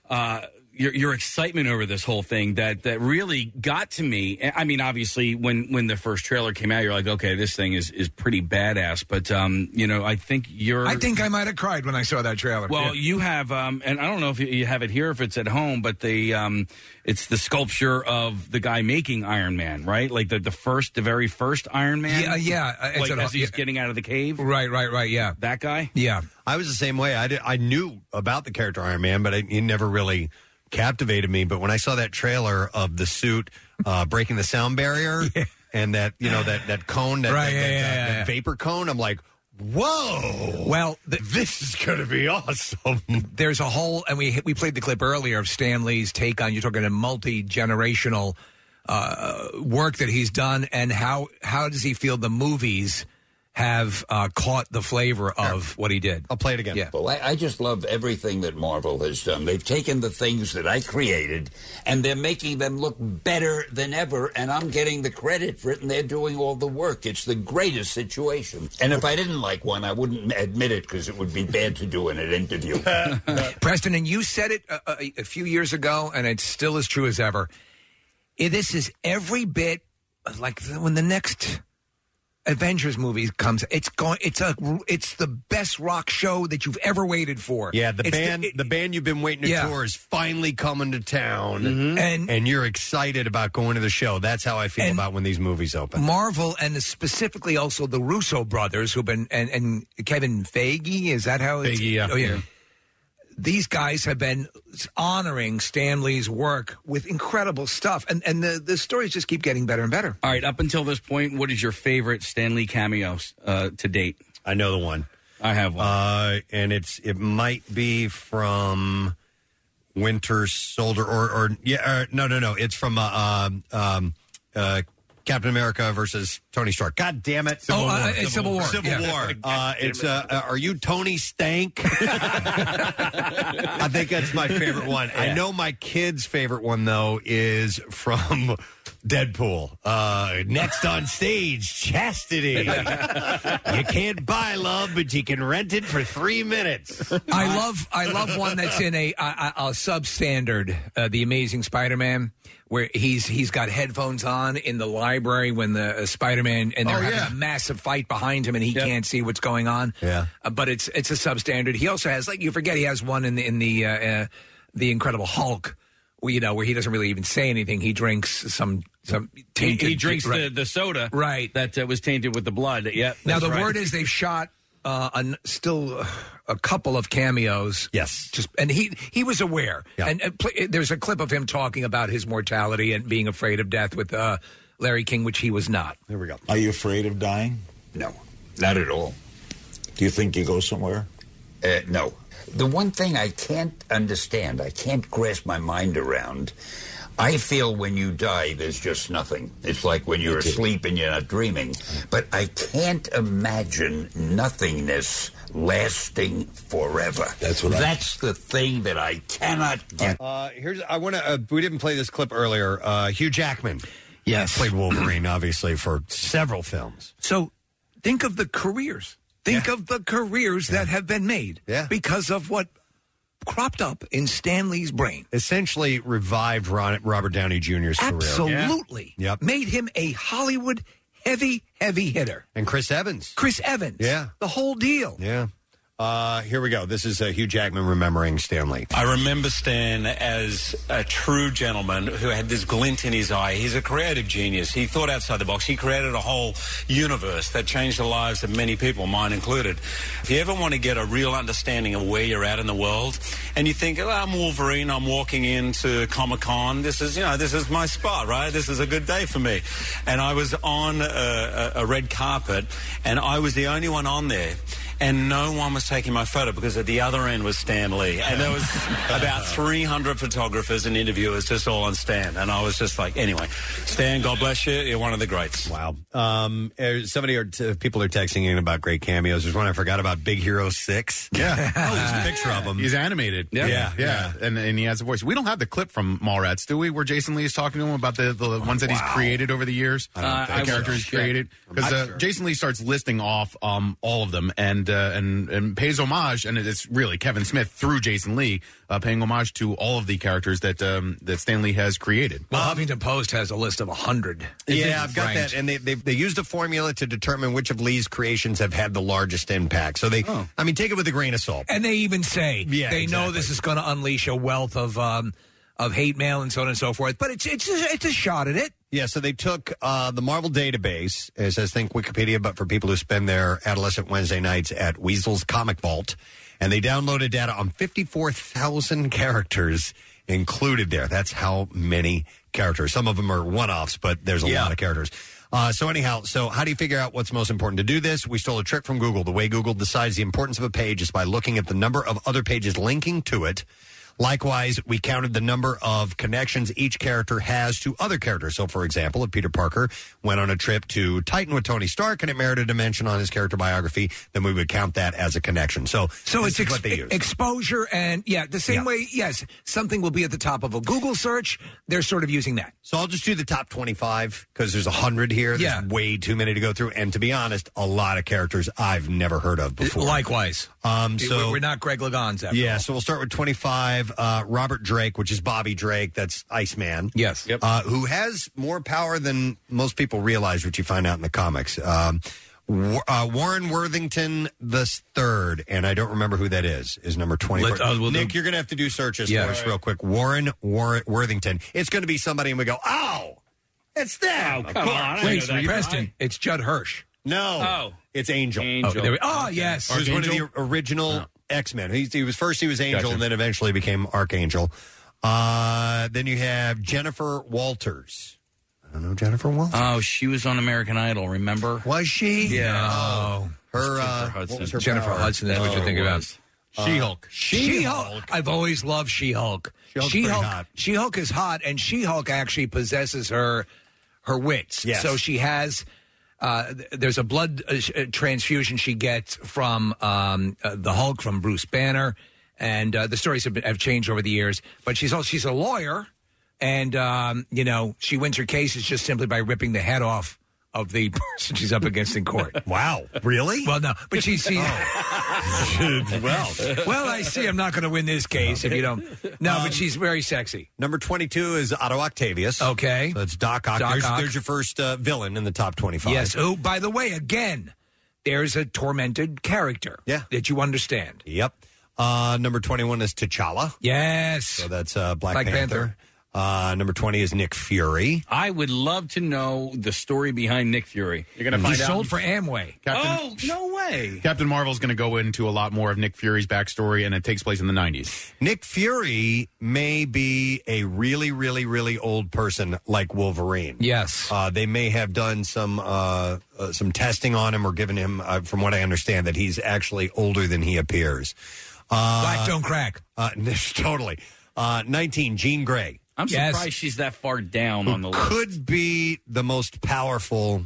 uh your your excitement over this whole thing that that really got to me. I mean, obviously, when when the first trailer came out, you're like, okay, this thing is is pretty badass. But um, you know, I think you're.
I think I might have cried when I saw that trailer.
Well, you have, um, and I don't know if you- you have it here, if it's at home, but the um, it's the sculpture of the guy making Iron Man, right? Like the the first, the very first Iron Man.
Yeah, yeah, uh, it's
like
at
as
home,
he's
yeah.
getting out of the cave.
Right, right, right. Yeah,
that guy.
Yeah,
I was the same way. I did, I knew about the character Iron Man, but I, it never really captivated me. But when I saw that trailer of the suit uh, breaking the sound barrier and that you know that that cone, that,
Right,
that,
yeah,
that,
yeah,
uh,
yeah,
that
yeah.
vapor cone, I'm like, whoa!
Well,
this is going to be awesome.
There's a whole, and we we played the clip earlier of Stan Lee's take on. You're talking a multi generational uh, work that he's done, and how how does he feel the movies have uh, caught the flavor of what he did?
I'll play it again.
Yeah.
Well, I, I just love everything that Marvel has done. They've taken the things that I created and they're making them look better than ever, and I'm getting the credit for it, and they're doing all the work. It's the greatest situation. And if I didn't like one, I wouldn't admit it because it would be bad to do in an interview.
Preston, and you said it a, a, a few years ago, and it's still as true as ever. Eh, This is every bit like the- when the next Avengers movie comes. It's going. It's a. It's the best rock show that you've ever waited for.
Yeah, the
It's
band, the,
it-
band you've been waiting to
Yeah.
tour is finally coming to town,
and
and you're excited about going to the show. That's how I feel about when these movies open.
Marvel and specifically also the Russo brothers, who've been and, and Kevin Feige. Is that how? It's,
Feige, yeah.
Oh, yeah.
Yeah.
These guys have been honoring Stanley's work with incredible stuff, and and the the stories just keep getting better and better.
All right, up until this point, what is your favorite Stanley cameo uh, to date?
I know the one.
I have one.
Uh, and it's it might be from Winter Soldier or or yeah or, no no no it's from uh, um um uh Captain America versus Tony Stark. God damn it!
Civil Oh, uh, War. it's Civil War.
Civil
Yeah.
War. Uh, it's uh, uh, are you Tony Stank? I think that's my favorite one. I know my kid's favorite one though is from Deadpool. Uh, next on stage, chastity. you can't buy love, but you can rent it for three minutes.
I love I love one that's in a a, a- a substandard, uh, the Amazing Spider-Man, where he's he's got headphones on in the library when the uh, Spider-Man and they're
Oh,
having
yeah.
a massive fight behind him and he can't see what's going on.
Yeah.
Uh, but it's it's a substandard. He also has like you forget he has one in the in the uh, uh, the Incredible Hulk, where, you know, where he doesn't really even say anything. He drinks some some
He,
tainted
he drinks
right.
the, the soda right that uh, was tainted with the blood. Yep.
Now
that's
the
right.
word is they've shot uh, an, still uh, a couple of cameos.
Yes,
just and he he was aware. And uh, pl- there's a clip of him talking about his mortality and being afraid of death with uh, Larry King, which he was not.
There we go.
Are you afraid of dying?
No, not at all.
Do you think you go somewhere?
Uh, no. The one thing I can't understand, I can't grasp my mind around. I feel when you die, there's just nothing. It's like when you're
Me too.
asleep and you're not dreaming. But I can't imagine nothingness lasting forever. That's
what I-
That's the thing that I cannot get.
Uh, here's I want to. Uh, we didn't play this clip earlier. Uh, Hugh Jackman.
Yes,
played Wolverine obviously for several films.
So think of the careers. Think of the careers that have been made because of what cropped up in Stanley's brain.
Essentially revived Ron, Robert Downey Jr.'s career.
Absolutely.
Yep.
Made him a Hollywood heavy, heavy hitter.
And Chris Evans.
Chris Evans.
Yeah.
The whole deal.
Yeah. Uh, here we go. This is uh, Hugh Jackman remembering Stanley.
I remember Stan as a true gentleman who had this glint in his eye. He's a creative genius. He thought outside the box. He created a whole universe that changed the lives of many people, mine included. If you ever want to get a real understanding of where you're at in the world, and you think, oh, I'm Wolverine, I'm walking into Comic Con. This is, you know, Uh, this is my spot, right? This is a good day for me. And I was on a, a, a red carpet, and I was the only one on there and no one was taking my photo because at the other end was Stan Lee, and there was about 300 photographers and interviewers just all on Stan, and I was just like, anyway, Stan, God bless you, you're one of the greats.
Wow. Um, uh, somebody are t- people are texting in about great cameos. There's one I forgot about. Big Hero Six.
Yeah.
oh, there's a picture of him.
Ah. He's animated.
Yeah.
yeah, yeah. And and he has a voice. We don't have the clip from Mallrats, do we? Where Jason Lee is talking to him about the, the
Oh,
ones that he's created over the years,
I don't
Uh,
think
the
so.
characters
Yeah.
created. Because
I'm
uh,
sure.
Jason Lee starts listing off um, all of them, and uh, and and um, pays homage, and it's really Kevin Smith through Jason Lee uh, paying homage to all of the characters that um, that Stanley has created.
Well, Huffington Post has a list of 100.
Yeah, I've got that, and they, they they used a formula to determine which of Lee's creations have had the largest impact. So they,
Oh.
I mean, take it with a grain of salt.
And they even say
Yeah,
they know this is going to unleash a wealth of um, of hate mail and so on and so forth. But it's it's a, it's a shot at it.
Yeah, so they took uh, the Marvel database, it says think Wikipedia, but for people who spend their adolescent Wednesday nights at Weasel's Comic Vault, and they downloaded data on 54,000 characters included there. That's how many characters. Some of them are one offs, but there's a
Yeah.
lot of characters. Uh, so anyhow, so how do you figure out what's most important to do this? We stole a trick from Google. The way Google decides the importance of a page is by looking at the number of other pages linking to it. Likewise, we counted the number of connections each character has to other characters. So, for example, if Peter Parker went on a trip to Titan with Tony Stark and it merited a mention on his character biography, then we would count that as a connection. So,
So
this
it's
is
ex-
what they use.
exposure and yeah, the same way. Yes, something will be at the top of a Google search. They're sort of using that.
So I'll just do the top 25 because there's 100 here.
Yeah.
There's way too many to go through. And to be honest, a lot of characters I've never heard of before.
Likewise,
Um,
We-
so-
we're not Greg Lagans. After
Yeah,
all.
so we'll start with 25. Uh, Robert Drake, which is Bobby Drake, that's Iceman.
Yes. Yep.
Uh, who has more power than most people realize, which you find out in the comics. Um, Wa- uh, Warren Worthington the third, and I don't remember who that is, is number 24.
Let- uh, we'll do-
Nick, you're going to have to do searches
Yeah.
for us real quick. Warren War- Worthington. It's going to be somebody, and we go, oh, it's them.
Of course. Wait, Preston, it's Judd Hirsch.
No.
Oh.
It's Angel.
Angel. Oh, there we- oh, Okay. yes.
He was one of the
Archangel?
original X Men. He, he was first he was Angel,
Gotcha.
and then eventually became Archangel. Uh, then you have Jennifer Walters. I don't know Jennifer Walters.
Oh, she was on American Idol. Remember?
Was she?
Yeah.
Oh.
Her,
uh,
what was her Jennifer power? Hudson, that's what you're thinking about.
She-Hulk.
Uh, She-Hulk. I've always loved She-Hulk.
She-Hulk's pretty hot.
She-Hulk. She-Hulk is hot, and She-Hulk actually possesses her her wits.
Yes.
So she has. Uh, th- there's a blood uh, sh- uh, transfusion she gets from um, uh, the Hulk from Bruce Banner, and uh, the stories have, been, have changed over the years. But she's also, she's a lawyer, and um, you know she wins her cases just simply by ripping the head off of the person she's up against in court.
wow, really? Oh.
Well, no, but she's she's,
well,
well, I see. I'm not going to win this case if you don't. No, but she's very sexy.
Number 22 is Otto Octavius.
Okay.
So that's Doc Ock.
Doc
there's,
Ock.
there's your first uh, villain in the top 25.
Yes. Oh, by the way, again, there's a tormented character. Yeah. That you understand.
Yep. Uh, number 21 is T'Challa.
Yes. So
that's uh, Black,
Black Ah,
Panther. Uh, number 20 is Nick Fury.
I would love to know the story behind Nick Fury. You're
gonna find He out. sold
for Amway.
Captain-
oh no way!
Captain Marvel's going to go into a lot more of Nick Fury's backstory, and it takes place in the 90s.
Nick Fury may be a really, really, really old person like Wolverine.
Yes.
Uh, they may have done some uh, uh, some testing on him or given him, uh, from what I understand, that he's actually older than he appears. Uh,
Black don't crack.
Uh, totally. Uh, 19, Jean Grey.
I'm surprised she's that far down on the list.
Could be the most powerful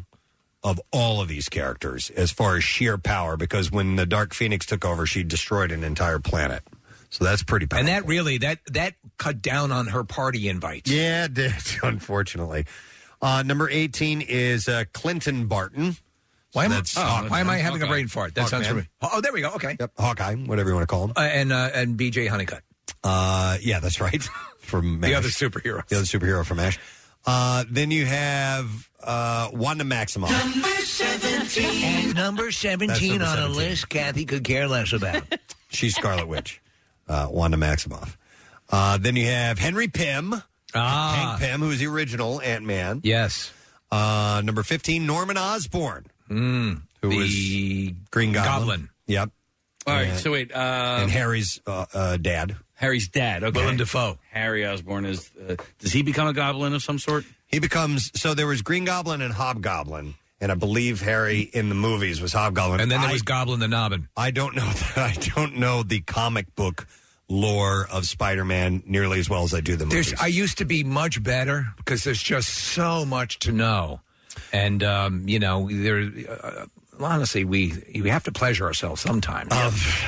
of all of these characters as far as sheer power because when the Dark Phoenix took over, she destroyed an entire planet. So that's pretty powerful.
And that really that that cut down on her party invites.
Yeah, it did, unfortunately. Uh, number 18 is uh, Clinton Barton.
Why am, I-
That's
oh,
Hawkman.
why am I having a
Hawkeye.
brain fart? That sounds
Hawkman.
familiar. Oh, there we go. Okay.
Yep, Hawkeye, whatever you want to call him.
Uh, and uh, and BJ Honeycutt.
Uh, yeah, that's right. From
The
MASH.
other superhero.
The other superhero from Ash. Uh, then you have uh, Wanda Maximoff.
At number 17 on a list Kathy could care less about.
She's Scarlet Witch, uh, Wanda Maximoff. Uh, then you have Henry Pym,
ah.
Hank Pym, who is the original Ant Man.
Yes.
Uh, number 15, Norman Osborn,
Mm.
who was Green Goblin.
Goblin.
Yep.
All right,
And-
so wait. Uh,
and Harry's uh, uh, dad.
Harry's dad. Okay.
Willem
Dafoe.
Harry Osborn is. Uh, does he become a goblin of some sort?
He becomes so there was Green Goblin and Hobgoblin, and I believe Harry in the movies was Hobgoblin.
And then there
Oh, I-
was Goblin the Nobbin.
I don't know. I don't know the comic book lore of Spider-Man nearly as well as I do the movies.
There's, I used to be much better because there's just so much to know, and um, you know, there. Uh, honestly, we we have to pleasure ourselves sometimes.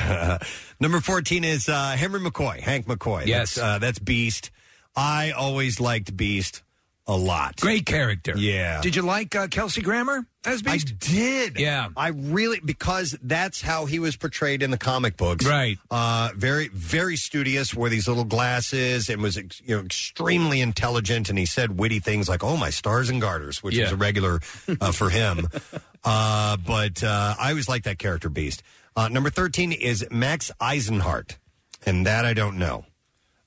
Um, number fourteen is uh, Henry McCoy, Hank McCoy.
Yes.
that's, uh, that's Beast. I always liked Beast. a lot.
Great character.
Yeah.
Did you like uh, Kelsey Grammer as Beast?
I did.
Yeah.
I really because that's how he was portrayed in the comic books.
Right.
Uh, very very studious, wore these little glasses, and was ex- you know extremely intelligent. And he said witty things like "Oh my stars and garters," which
Yeah.
was a regular uh, for him. uh, but uh, I always like that character Beast. Uh, number thirteen is Max Eisenhart, and that I don't know.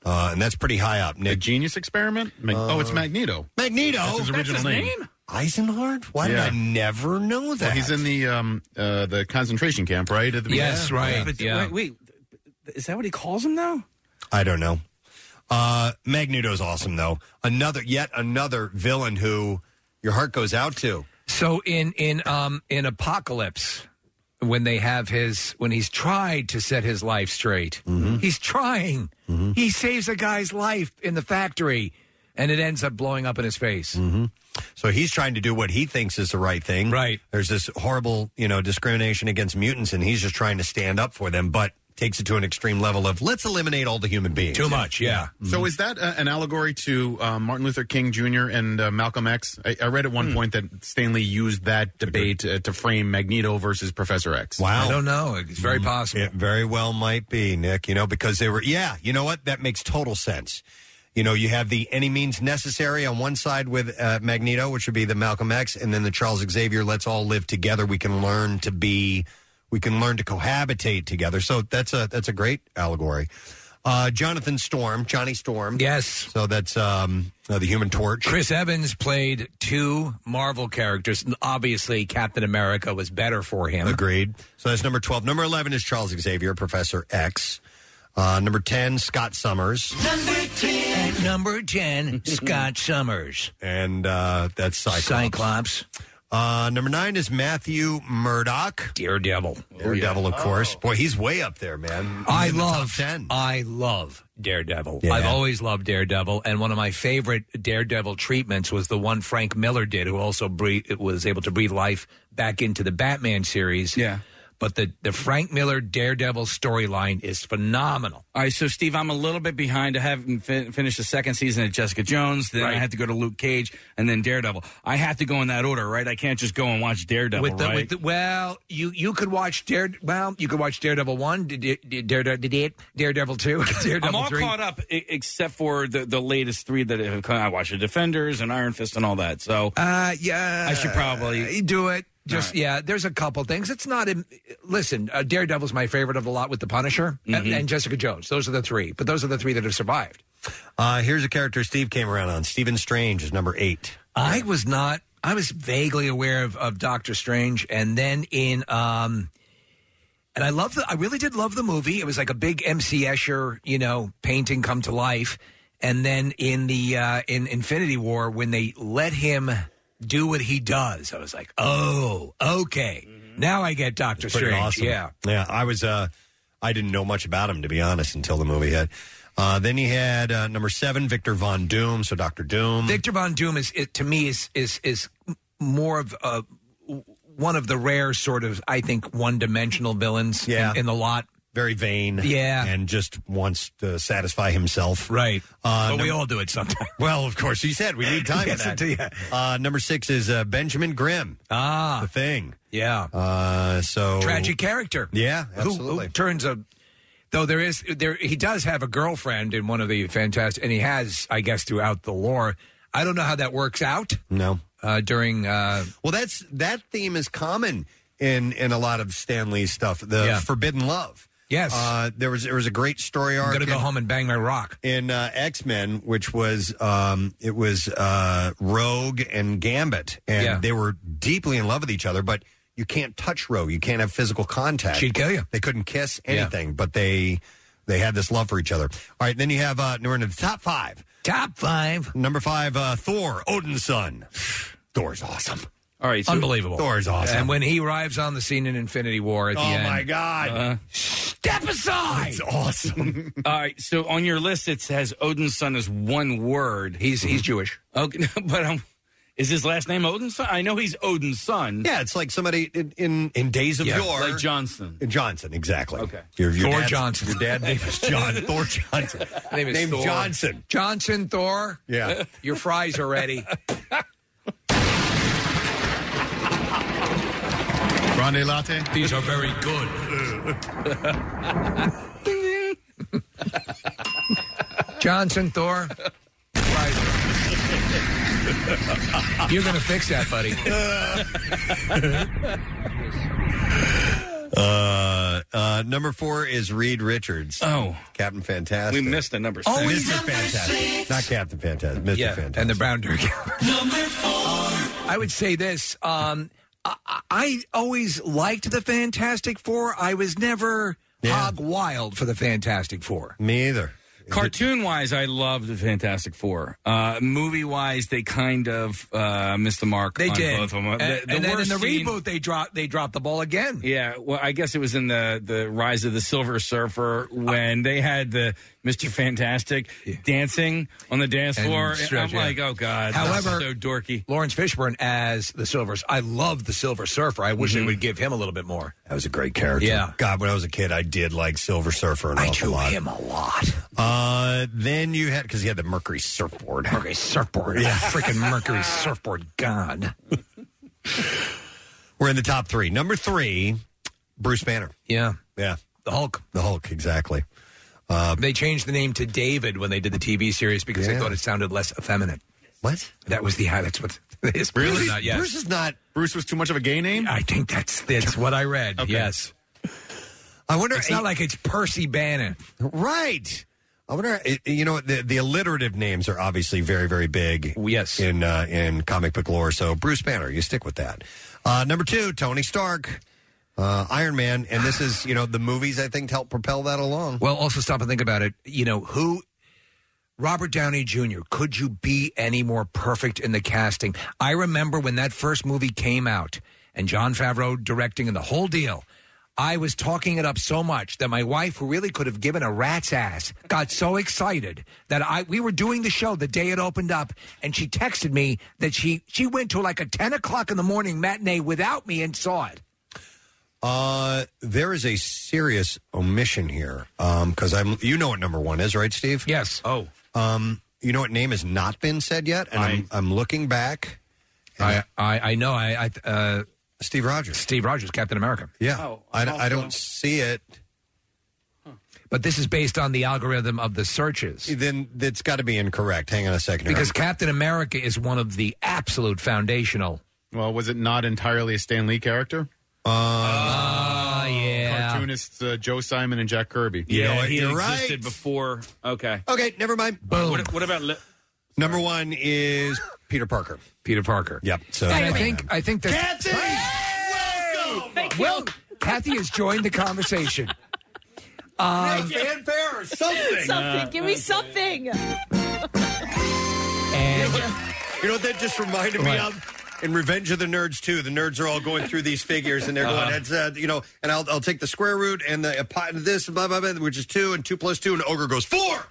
Uh, and that's pretty high up. Nick. Uh,
genius experiment? Mag- oh, it's Magneto.
Magneto.
That's his original name.
Eisenhard? Why
Yeah.
did I never know that?
Well, he's in the um, uh, the concentration camp, right? At the
Yes,
beginning?
right.
But-
Yeah.
Wait, wait, is that what he calls him now?
I don't know. Uh, Magneto's awesome though. Another, yet another villain who your heart goes out to.
So in in um in Apocalypse, when they have his when he's tried to set his life straight,
Mm-hmm.
he's trying. He saves a guy's life in the factory, and it ends up blowing up in his face.
Mm-hmm. So he's trying to do what he thinks is the right thing. Right. There's this horrible, you know, discrimination against mutants, and he's just trying to stand up for them, but takes it to an extreme level of let's eliminate all the human beings.
Too much, yeah.
So is that uh, an allegory to uh, Martin Luther King Jr. and uh, Malcolm X? I, I read at
Hmm.
one point that Stanley used that debate uh, to frame Magneto versus Professor X.
Wow.
know. It's very possible.
Mm-hmm. It very well might be, Nick, you know, because they were, yeah, you know what? That makes total sense. You know, you have the any means necessary on one side with uh, Magneto, which would be the Malcolm X, and then the Charles Xavier, let's all live together. We can learn to be, we can learn to cohabitate together. So that's a, that's a great allegory. Uh, Jonathan Storm, Johnny Storm.
Yes.
So that's um, uh, the Human Torch.
Chris Evans played two Marvel characters. Obviously, Captain America was better for him.
Agreed. So that's number 12. Number 11 is Charles Xavier, Professor X. Uh, number 10, Scott Summers.
Number 10. Number 10, Scott Summers.
And uh, that's Cyclops.
Cyclops.
Uh, number nine is Matthew Murdoch.
Daredevil. Oh,
Daredevil, of course. Boy, he's way up there, man.
I
He's in the top
love I love Daredevil.
Yeah.
I've always loved Daredevil, and one of my favorite Daredevil treatments was the one Frank Miller did, who also breathe, was able to breathe life back into the Batman series. Yeah. But the, the Frank Miller Daredevil storyline is phenomenal.
All right, so Steve, I'm a little bit behind. I haven't fin- finished the second season of Jessica Jones. Then I
Right.
have to go to Luke Cage and then Daredevil. I have to go in that order, right? I can't just go and watch Daredevil,
with the,
right?
with the, well, you you could watch Dare well, you could watch Daredevil one, Daredevil, Daredevil two, Daredevil
I'm all
three.
caught up e- except for the, the latest three that have come. I watched the Defenders and Iron Fist and all that. So
Uh, yeah,
I should probably
Uh, do it.
All
Just
right.
yeah, there's a couple things. It's not. im- Listen, uh, Daredevil's my favorite of the lot with the Punisher and,
Mm-hmm.
Mhm.
and Jessica Jones. Those are the three, but those are the three that have survived.
Uh, here's a character Steve came around on. Stephen Strange is number eight.
I was not. I was vaguely aware of, of Doctor Strange, and then in um, and I love the. I really did love the movie. It was like a big M.C. Escher, you know, painting come to life. And then in the uh, in Infinity War, when they let him do what he does, I was like, oh, okay, now I get Doctor
Pretty
Strange.
awesome.
Yeah.
Yeah. I was, uh, I didn't know much about him, to be honest, until the movie hit. Uh, then he had uh, number seven, Victor Von Doom. So Dr. Doom.
Victor Von Doom is, it, to me, is is is m- more of a, one of the rare sort of, I think, one-dimensional villains. in-
Yeah.
In, the lot.
Very vain.
Yeah.
And just wants to satisfy himself.
Right.
Uh,
but we
num-
all do it sometimes.
Well, of course, you said we need time
Yes,
for that.
indeed.
Uh, number six is uh, Benjamin Grimm.
Ah,
the thing.
Yeah.
Uh, so
Tragic character.
Yeah,
Who- Who,
absolutely.
turns a. Though there is there, he does have a girlfriend in one of the fantastic, and he has, I guess, throughout the lore. I don't know how that works out.
No.
Uh, during. Uh,
Well, that's that theme is common in in a lot of Stanley's stuff. The
Yeah.
forbidden love.
Yes.
Uh, there was there was a great story arc.
I'm gonna go
in-
home and bang my rock.
in uh, X Men, which was um, it was uh, Rogue and Gambit, and
Yeah.
they were deeply in love with each other, but you can't touch Rogue. You can't have physical contact.
She'd kill you.
They couldn't kiss
Yeah.
anything, but they they had this love for each other. All right, then you have uh, we're in the top five.
Top five.
Number five, uh, Thor, Odin's son. Thor's awesome.
All right, so-
unbelievable.
Thor's awesome.
And when he arrives on the scene in Infinity War at
Oh,
the end,
my God.
step aside. It's
awesome.
Uh-huh. All right, so on your list it says Odin's son is one word.
He's he's Jewish.
Okay, but um, Is his last name Odin's son? I know he's Odin's son.
Yeah, it's like somebody in in, in days of
Yeah,
yore,
like Johnson.
Johnson, exactly. Okay,
Thor Johnson.
Your dad name is John Thor Johnson.
Name is Thor.
Johnson.
Johnson Thor.
Yeah.
Your fries are ready.
Grande latte.
These are very good. Johnson Thor. You're going to fix that, buddy.
Uh, uh, number four is Reed Richards.
Oh,
Captain Fantastic.
We missed a number
Oh,
six.
Mr. Fantastic, not Captain Fantastic. Mr.
Yeah,
Fantastic,
and the Brown Derby. I would say this. Um, I, I always liked the Fantastic Four. I was never hog wild for the Fantastic Four.
Me either.
Cartoon wise, I loved the Fantastic Four. Uh, movie wise, they kind of uh, missed the mark.
They
on
did.
both of them.
And, and then in the
worst scene-
reboot, they dropped they dropped the ball again.
Yeah, well, I guess it was in the the Rise of the Silver Surfer when they had the Mister Fantastic dancing on the dance
And
floor.
stretch,
I'm
yeah.
like, oh god.
However,
this is so dorky.
Lawrence Fishburne as the Silver. I love the Silver Surfer. I wish
Mm-hmm.
they would give him a little bit more.
that was a great character.
Yeah.
God, when I was a kid, I did like Silver Surfer an
I
awful
drew
lot.
him a lot.
Uh, then you had because he had the Mercury surfboard.
Mercury surfboard.
Yeah,
freaking Mercury surfboard god.
We're in the top three. Number three, Bruce Banner.
Yeah,
yeah,
the Hulk.
The Hulk, exactly.
Um, they changed the name to David when they did the TV series because they
Yeah.
thought it sounded less effeminate.
What?
That was the that's what it's
Really?
Not, yes.
Bruce is
not.
Bruce was too much of a gay name.
I think that's that's what I read. Yes.
I wonder.
It's not like it's Percy Bannon.
Right. I wonder. eh, You know, the the alliterative names are obviously very very big.
Yes.
In uh, in comic book lore, so Bruce Banner, you stick with that. Uh, number two, Tony Stark, uh, Iron Man, and this is you know the movies I think help propel that along.
Well, also stop and think about it. You know who? Robert Downey Jr. Could you be any more perfect in the casting? I remember when that first movie came out and John Favreau directing and the whole deal. I was talking it up so much that my wife, who really could have given a rat's ass, got so excited that I we were doing the show the day it opened up, and she texted me that she she went to like a ten o'clock in the morning matinee without me and saw it.
Uh, there is a serious omission here because I'm. You know what number one is, right, Steve?
Yes.
Oh. Um, you know what name has not been said yet, and I, am I'm looking back.
I I, I know I, I uh,
Steve Rogers.
Steve Rogers, Captain America.
Yeah, I, I don't see it.
But this is based on the algorithm of the searches.
Then it's got to be incorrect. Hang on a second. here.
Because Captain America is one of the absolute foundational.
Well, was it not entirely a Stan Lee character?
Uh,
Ah, yeah.
Cartoonists uh, Joe Simon and Jack Kirby.
Yeah, he existed before. Okay.
Okay, never mind.
What, what about? Li-
Number one is Peter Parker.
Peter Parker.
Yep. So
And I think I think that Kathy. Well, Kathy has joined the conversation. Um,
fanfare Uh, or something.
Something. Give me something.
You know what that just reminded me of? In Revenge of the Nerds too, the nerds are all going through these figures and they're
Uh-huh.
going, "That's uh, you know," and I'll, I'll take the square root and the uh, pi- this blah blah blah, which is two and two plus two, and ogre goes four.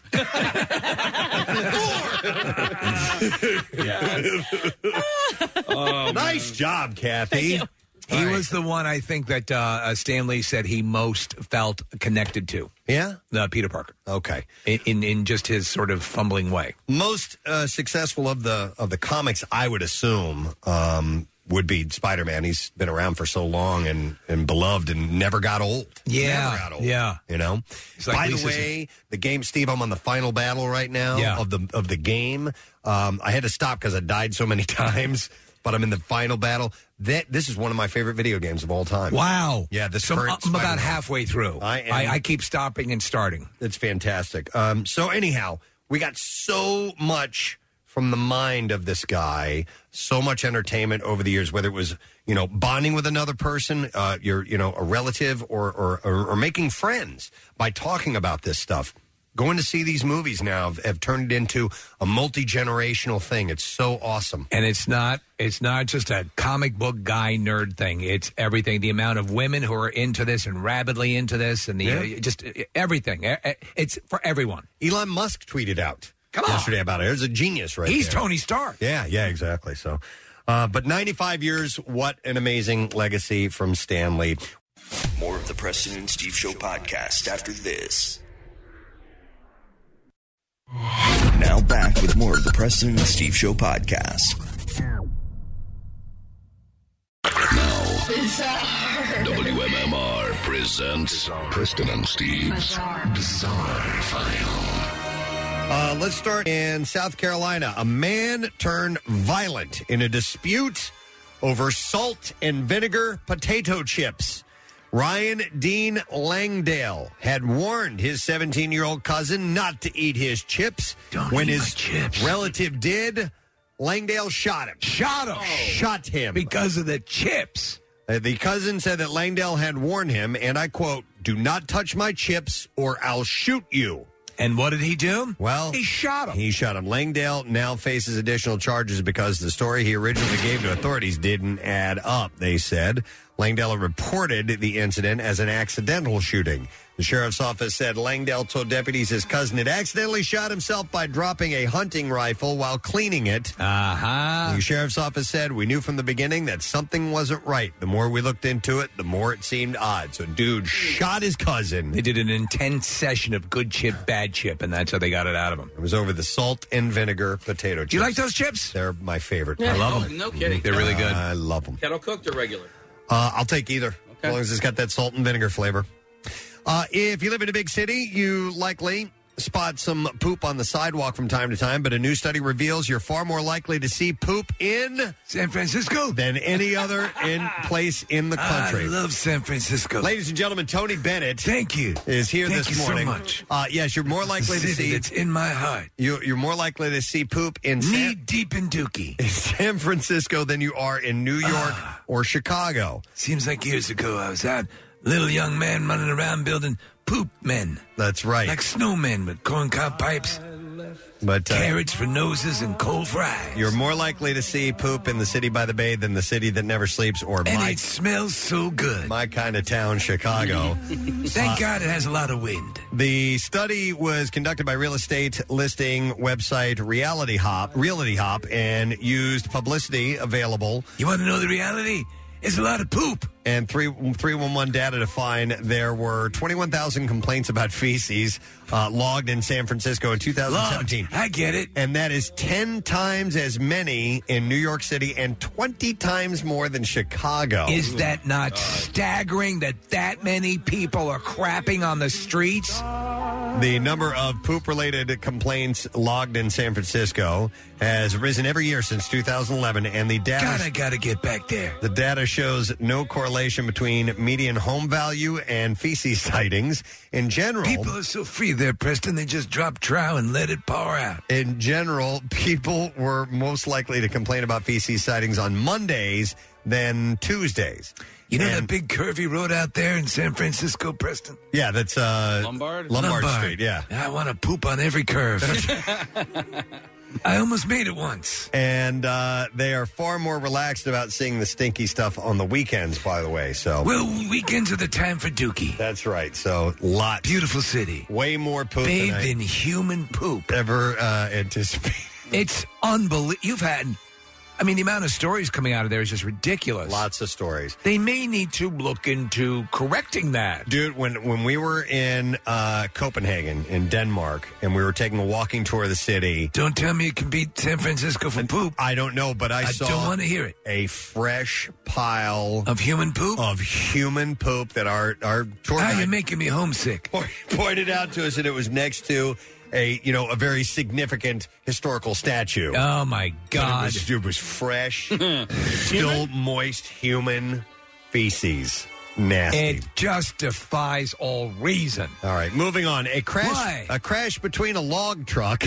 Oh,
nice job, Kathy.
He was the one I think that uh, uh, Stanley said he most felt connected to.
Yeah,
uh, Peter Parker.
Okay,
in, in in just his sort of fumbling way.
Most uh, successful of the of the comics, I would assume, um, would be Spider Man. He's been around for so long and and beloved and never got old.
Yeah,
never got old.
yeah.
you know.
like
By
Lisa's-
the way, the game, Steve, I'm on the final battle right now
Yeah.
of the of the game. Um, I had to stop because I died so many times, but I'm in the final battle. That this is one of my favorite video games of all time.
Wow.
Yeah, this
So I'm-
current
I'm about
Spider-Man.
halfway through.
I am.
I, I keep stopping and starting.
It's fantastic. Um, so anyhow, we got so much from the mind of this guy, so much entertainment over the years, whether it was you know bonding with another person, uh, your you know a relative, or, or or or making friends by talking about this stuff. Going to see these movies now have, have turned it into a multi generational thing. It's so awesome.
And it's not it's not just a comic book guy nerd thing. It's everything. The amount of women who are into this and rabidly into this, and the
Yeah.
uh, just uh, everything. E- e- It's Uh, for everyone.
Elon Musk tweeted out Come on. yesterday about it. There's a genius right
He's
there.
Tony Stark.
Yeah, yeah, exactly. So, uh, but 95 years, what an amazing legacy from Stanley.
More of the Preston and Steve Show podcast after this. Now back with more of the Preston and Steve Show podcast.
WMMR presents Preston and Steve's Bizarre, File.
Uh, let's start in South Carolina. A man turned violent in a dispute over salt and vinegar potato chips. Ryan Dean Langdale had warned his 17 year old cousin not to eat his chips. when his relative did, Langdale shot him. Shot him. Shot him. Because of the chips. the cousin said that Langdale had warned him, and I quote, do not touch my chips or I'll shoot you.
And what did he do?
Well, he
shot him.
He shot him. Langdale now faces additional charges because the story he originally gave to authorities didn't add up, they said. Langdale reported the incident as an accidental shooting. The sheriff's office said Langdale told deputies his cousin had accidentally shot himself by dropping a hunting rifle while cleaning it. Uh
Uh-huh.
huh. The sheriff's office said, We knew from the beginning that something wasn't right. The more we looked into it, the more it seemed odd. So, dude shot his cousin.
They did an intense session of good chip, bad chip, and that's how they got it out of him.
It was over the salt and vinegar potato chips.
Do you like those chips?
They're my favorite.
I love them.
No kidding.
They're really good.
I love them.
Kettle cooked or regular?
Uh, I'll take either, as long as it's got that salt and vinegar flavor. Uh, if you live in a big city, you likely spot some poop on the sidewalk from time to time, but a new study reveals you're far more likely to see poop in San Francisco than any other in place in the country.
I love San Francisco.
Ladies and gentlemen, Tony Bennett.
Thank you.
Is here
Thank
this
you so
morning.
much.
Uh, yes, you're more likely
The
to
city
see.
that's in my heart.
You, you're more likely to see poop in knee
deep in Dookie, Ah.
in San Francisco than you are in New York or Chicago.
Seems like years ago I was out, little young man running around building poop men.
That's right.
Like snowmen with corncob pipes,
But uh,
carrots for noses, and cold fries.
You're more likely to see poop in the city by the bay than the city that never sleeps or
And
my,
it smells so good.
my kind of town, Chicago.
Thank God it has a lot of wind.
The study was conducted by real estate listing website Reality Hop, Reality Hop, and used publicity available.
You want to know the reality? It's a lot of poop.
And three three one one data to find there were twenty one thousand complaints about feces uh, logged in San Francisco in two thousand seventeen.
I get it,
and that is ten times as many in New York City and twenty times more than Chicago.
Is that
Uh,
not staggering that that many people are crapping on the streets?
The number of poop related complaints logged in San Francisco has risen every year since 2011, and the data.
God, I gotta get back there.
The data shows no correlation between median home value and feces sightings. In general,
People are so free there, Preston. They just drop trow and let it pour out.
in general, people were most likely to complain about feces sightings on Mondays than Tuesdays.
You know that big curvy road out there in San Francisco, Preston?
Yeah, that's uh, Lombard, Street. Yeah,
I want to poop on every curve. I almost made it once.
and uh, they are far more relaxed about seeing the stinky stuff on the weekends. By the way, so
Well, weekends are the time for Dookie.
Oh. That's right. So lots.
Beautiful city.
Way more poop than
Bathed
I
in human poop.
ever uh, anticipated.
It's unbelievable. You've had, I mean, the amount of stories coming out of there is just ridiculous.
Lots of stories.
They may need to look into correcting that.
Dude, when when we were in uh, Copenhagen in Denmark and we were taking a walking tour of the city,
Don't tell me it can beat San Francisco for poop.
I don't know, but I,
I
saw
don't wanna hear it.
a fresh pile
of human poop
of human poop that our our tour
Now
guide
you're making me homesick.
pointed out to us that it was next to a you know a very significant historical statue.
Oh my
But
God.
It was, it was fresh, still moist human feces. Nasty.
It just defies all reason.
All right, moving on. A crash.
Why?
A crash between a log truck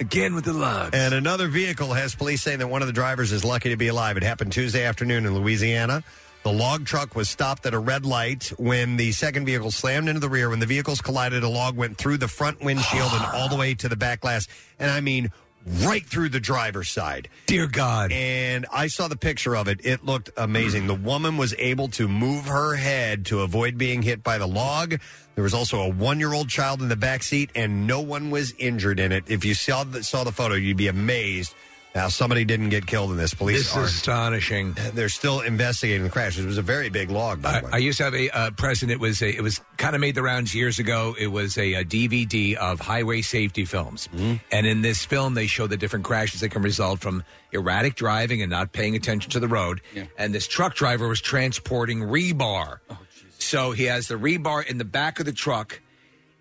Again with the log.
and another vehicle has police saying that one of the drivers is lucky to be alive. It happened Tuesday afternoon in Louisiana. The log truck was stopped at a red light when the second vehicle slammed into the rear. When the vehicles collided, a log went through the front windshield and all the way to the back glass. And I mean, right through the driver's side.
Dear God.
And I saw the picture of it. It looked amazing. The woman was able to move her head to avoid being hit by the log. There was also a one-year-old child in the back seat, and no one was injured in it. If you saw the, saw the photo, you'd be amazed how somebody didn't get killed in this. Police
This
are Uh,
is astonishing.
They're still investigating the crash. It was a very big log, by the way.
I used to have a uh, present. It was a, it was kind of made the rounds years ago. It was a, uh DVD of highway safety films,
Mm-hmm.
and in this film, they show the different crashes that can result from erratic driving and not paying attention to the road. And this truck driver was transporting rebar,
Oh,
so he has the rebar in the back of the truck.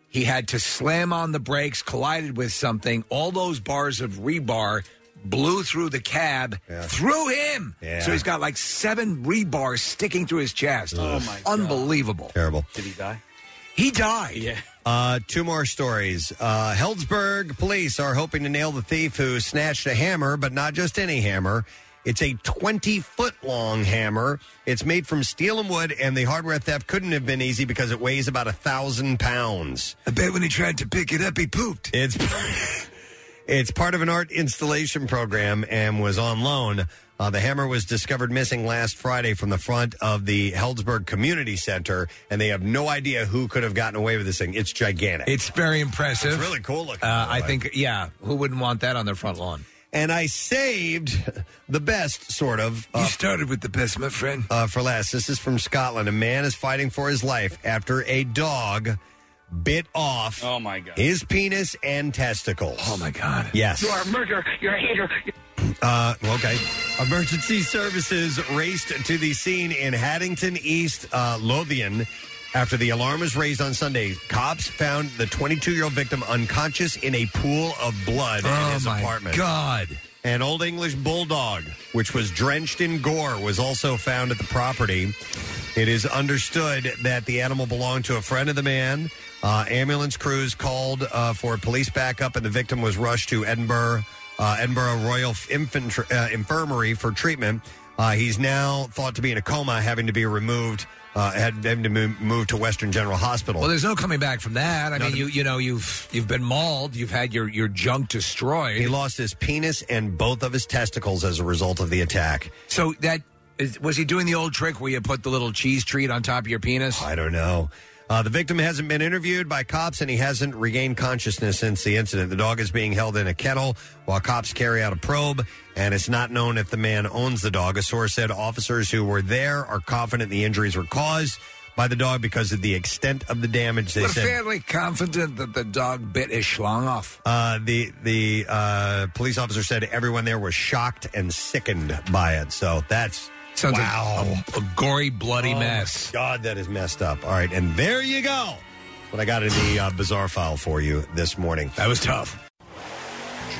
He had to slam on the brakes, collided with something. All those bars of rebar blew through the cab, through him.
Yeah.
So he's got like seven rebars sticking through his chest.
Oh, my
Unbelievable.
Terrible.
Did he die?
He died.
Yeah.
Uh, two more stories. Uh, Heldsburg police are hoping to nail the thief who snatched a hammer, but not just any hammer. It's a 20 foot long hammer. It's made from steel and wood, and the hardware theft couldn't have been easy because it weighs about a thousand pounds.
I bet when he tried to pick it up, he pooped.
It's it's part of an art installation program and was on loan. Uh, the hammer was discovered missing last Friday from the front of the Heldsburg Community Center, and they have no idea who could have gotten away with this thing. It's gigantic.
It's very impressive.
It's really cool looking,
Uh,
by
I
the way.
think, yeah, who wouldn't want that on their front lawn?
and I saved the best, sort of. you
started with the best, my friend.
Uh, for last, this is from Scotland. A man is fighting for his life after a dog bit off.
Oh my god!
His penis and testicles. Oh my
god!
Yes.
You are a murderer. You're a hater.
Uh, okay. Emergency services raced to the scene in Haddington East uh, Lothian after the alarm was raised on Sunday. Cops found the 22 year old victim unconscious in a pool of blood in
Oh,
his
my
apartment.
God.
An old English bulldog, which was drenched in gore, was also found at the property. It is understood that the animal belonged to a friend of the man. Uh, ambulance crews called uh, for police backup, and the victim was rushed to Edinburgh, uh, Edinburgh Royal Infantry, uh, Infirmary for treatment. Uh, he's now thought to be in a coma, having to be removed, uh, had having to move, move to Western General Hospital.
Well, there's no coming back from that. I mean, you you know you've you've been mauled, you've had your your junk destroyed.
He lost his penis and both of his testicles as a result of the attack.
So that is, was he doing the old trick where you put the little cheese treat on top of your penis?
I don't know. Uh, the victim hasn't been interviewed by cops and he hasn't regained consciousness since the incident. The dog is being held in a kennel while cops carry out a probe, and it's not known if the man owns the dog. A source said officers who were there are confident the injuries were caused by the dog because of the extent of the damage. They
We're
said
fairly confident that the dog bit his schlong off.
uh, the the uh, police officer said everyone there was shocked and sickened by it. So that's
Sounds like
wow,
a, a gory, bloody
Oh,
mess.
God, that is messed up. All right, and there you go. What I got in the uh, bizarre file for you this morning.
That was tough.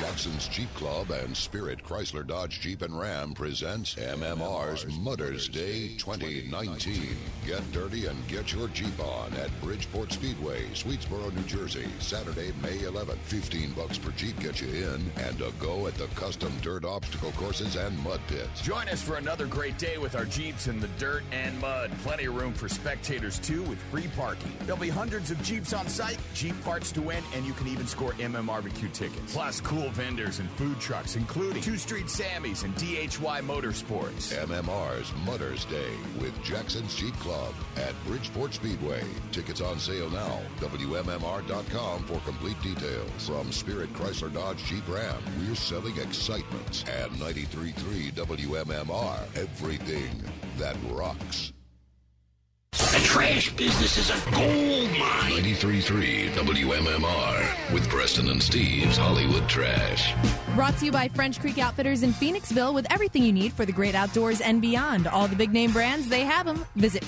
Jackson's Jeep Club and Spirit Chrysler Dodge Jeep and Ram presents MMR's Mother's Day 2019. Get dirty and get your Jeep on at Bridgeport Speedway, Swedesboro, New Jersey, Saturday, May 11th. 15 bucks per Jeep gets you in and a go at the custom dirt obstacle courses and mud pits.
Join us for another great day with our Jeeps in the dirt and mud. Plenty of room for spectators, too, with free parking. There'll be hundreds of Jeeps on site, Jeep parts to win, and you can even score MMRBQ tickets. Plus, cool vendors and food trucks, including Two Street Sammy's and DHY Motorsports.
MMR's Mother's Day with Jackson's Jeep Club at Bridgeport Speedway. Tickets on sale now. WMMR.com for complete details. From Spirit Chrysler Dodge Jeep Ram, we're selling excitements. And 93.3 WMMR, everything that rocks.
The trash business is a gold mine.
93.3 WMMR
With Preston and Steve's Hollywood Trash.
Brought to you by French Creek Outfitters in Phoenixville with everything you need for the great outdoors and beyond. All the big name brands, they have them. Visit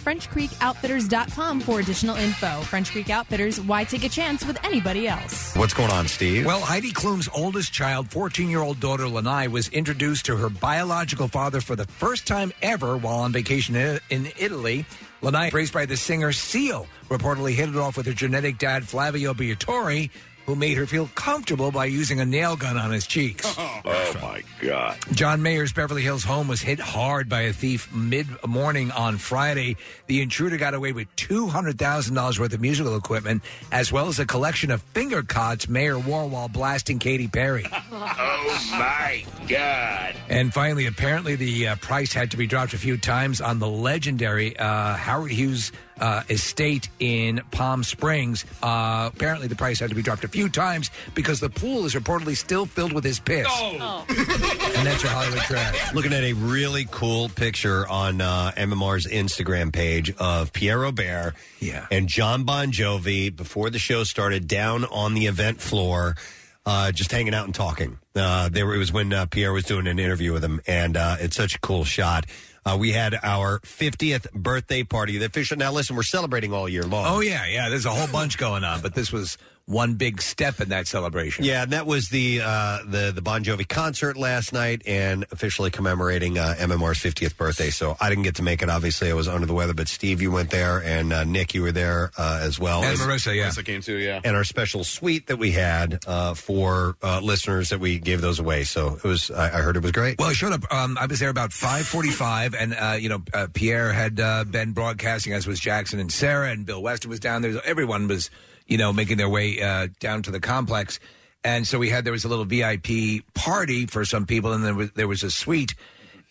FrenchCreekOutfitters.com for additional info. French Creek Outfitters, why take a chance with anybody else?
What's going on, Steve?
Well, Heidi Klum's oldest child, 14 year old daughter Lanai, was introduced to her biological father for the first time ever while on vacation in in Italy. Lanai, raised by the singer Seal, reportedly hit it off with her genetic dad, Flavio Briatore, who made her feel comfortable by using a nail gun on his cheeks.
Oh my
God.
John Mayer's Beverly Hills home was hit hard by a thief mid morning on Friday. The intruder got away with $200,000 worth of musical equipment, as well as a collection of finger cots Mayer wore while blasting Katy Perry.
Oh my God.
And finally, apparently, the uh, price had to be dropped a few times on the legendary uh, Howard Hughes uh, estate in Palm Springs. Uh, apparently, the price had to be dropped a few times because the pool is reportedly still filled with his piss. And that's your Hollywood trash.
Looking at a really cool picture on uh, MMR's Instagram page of Pierre Robert and John Bon Jovi before the show started down on the event floor, uh, just hanging out and talking. Uh, there it was when uh, Pierre was doing an interview with him, and uh, it's such a cool shot. Uh, we had our 50th birthday party. The official. Now listen, we're celebrating all year long.
Oh, yeah, yeah. There's a whole bunch going on, but this was one big step in that celebration.
Yeah, and that was the uh, the the Bon Jovi concert last night, and officially commemorating uh, MMR's 50th birthday. So I didn't get to make it. Obviously, I was under the weather. But Steve, you went there, and uh, Nick, you were there uh, as well.
And Marissa, yeah.
Marissa came too, yeah.
And our special suite that we had uh, for uh, listeners that we gave those away. So it was. I, I heard it was great.
Well, I showed up. Um, I was there about five forty-five, and uh, you know, uh, Pierre had uh, been broadcasting, as was Jackson and Sarah, and Bill Weston was down there. Everyone was, you know, making their way uh, down to the complex, and so we had there was a little VIP party for some people, and there was there was a suite,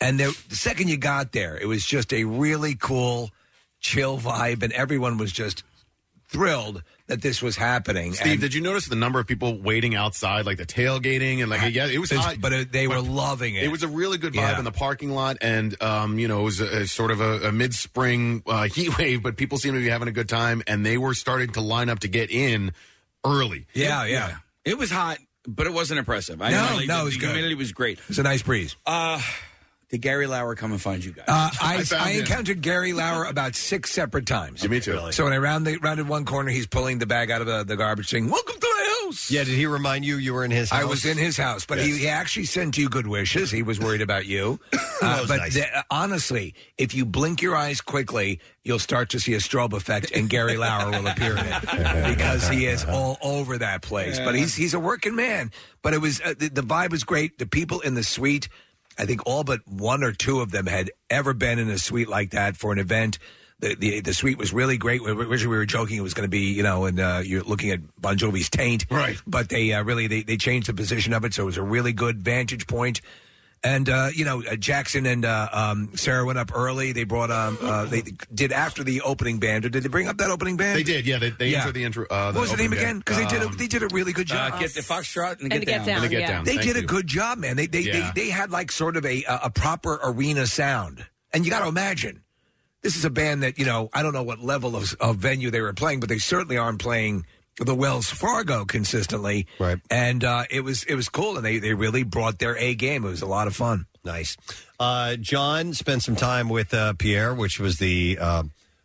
and there, the second you got there, it was just a really cool, chill vibe, and everyone was just thrilled that this was happening.
Steve,
and,
did you notice the number of people waiting outside, like the tailgating and like yeah, it was
This-
hot,
but, uh, they were loving it.
It was a really good vibe
Yeah.
in the parking lot, and um, you know, it was a, a sort of a, a mid-spring uh, heat wave, but people seemed to be having a good time, and they were starting to line up to get in early.
Yeah, yeah.
It was hot, but it wasn't impressive. I
No,
know, like,
no,
the,
it was
the
good.
humidity was great.
It's a nice breeze.
Uh, did Gary Lauer come and find you guys?
Uh, I, I, encountered Gary Lauer about six separate times.
Yeah, me too. Really?
So when I round the, rounded one corner, he's pulling the bag out of the, the garbage, saying, "Welcome to my house."
Yeah, did he remind you you were in his?
I
house?
was in his house, but
Yes.
he, he actually sent you good wishes. He was worried about you. Uh,
That was
but
nice.
the- honestly, if you blink your eyes quickly, you'll start to see a strobe effect, and Gary Lauer will appear in it because he is all over that place. But he's he's a working man. But it was uh, the, the vibe was great. The people in the suite, I think all but one or two of them had ever been in a suite like that for an event. The, the the suite was really great. We, we we were joking it was going to be you know, and uh, you're looking at Bon Jovi's taint, right? But they uh, really they, they changed the position of it, so it was a really good vantage point. And uh, you know, uh, Jackson and uh, um, Sarah went up early. They brought um, uh, they did after the opening band, or did they bring up that opening band?
They did, yeah. They, they entered the intro. Uh,
what was the
opening
name again? Because they did a,
um,
they did a really good job.
Uh, get the foxtrot and,
And
get,
the Get Down,
And the Get Down,
They
thank
did a
you.
good job, man. They they,
Yeah.
they they had like sort of a a a proper arena sound, and you got to imagine this is a band that you know I don't know what level of, of venue they were playing, but they certainly aren't playing the Wells Fargo consistently. Right, and uh, it was it was cool, and they they really brought their A game. It was a lot of fun.
Nice. Uh, John spent some time with uh, Pierre, which was the uh,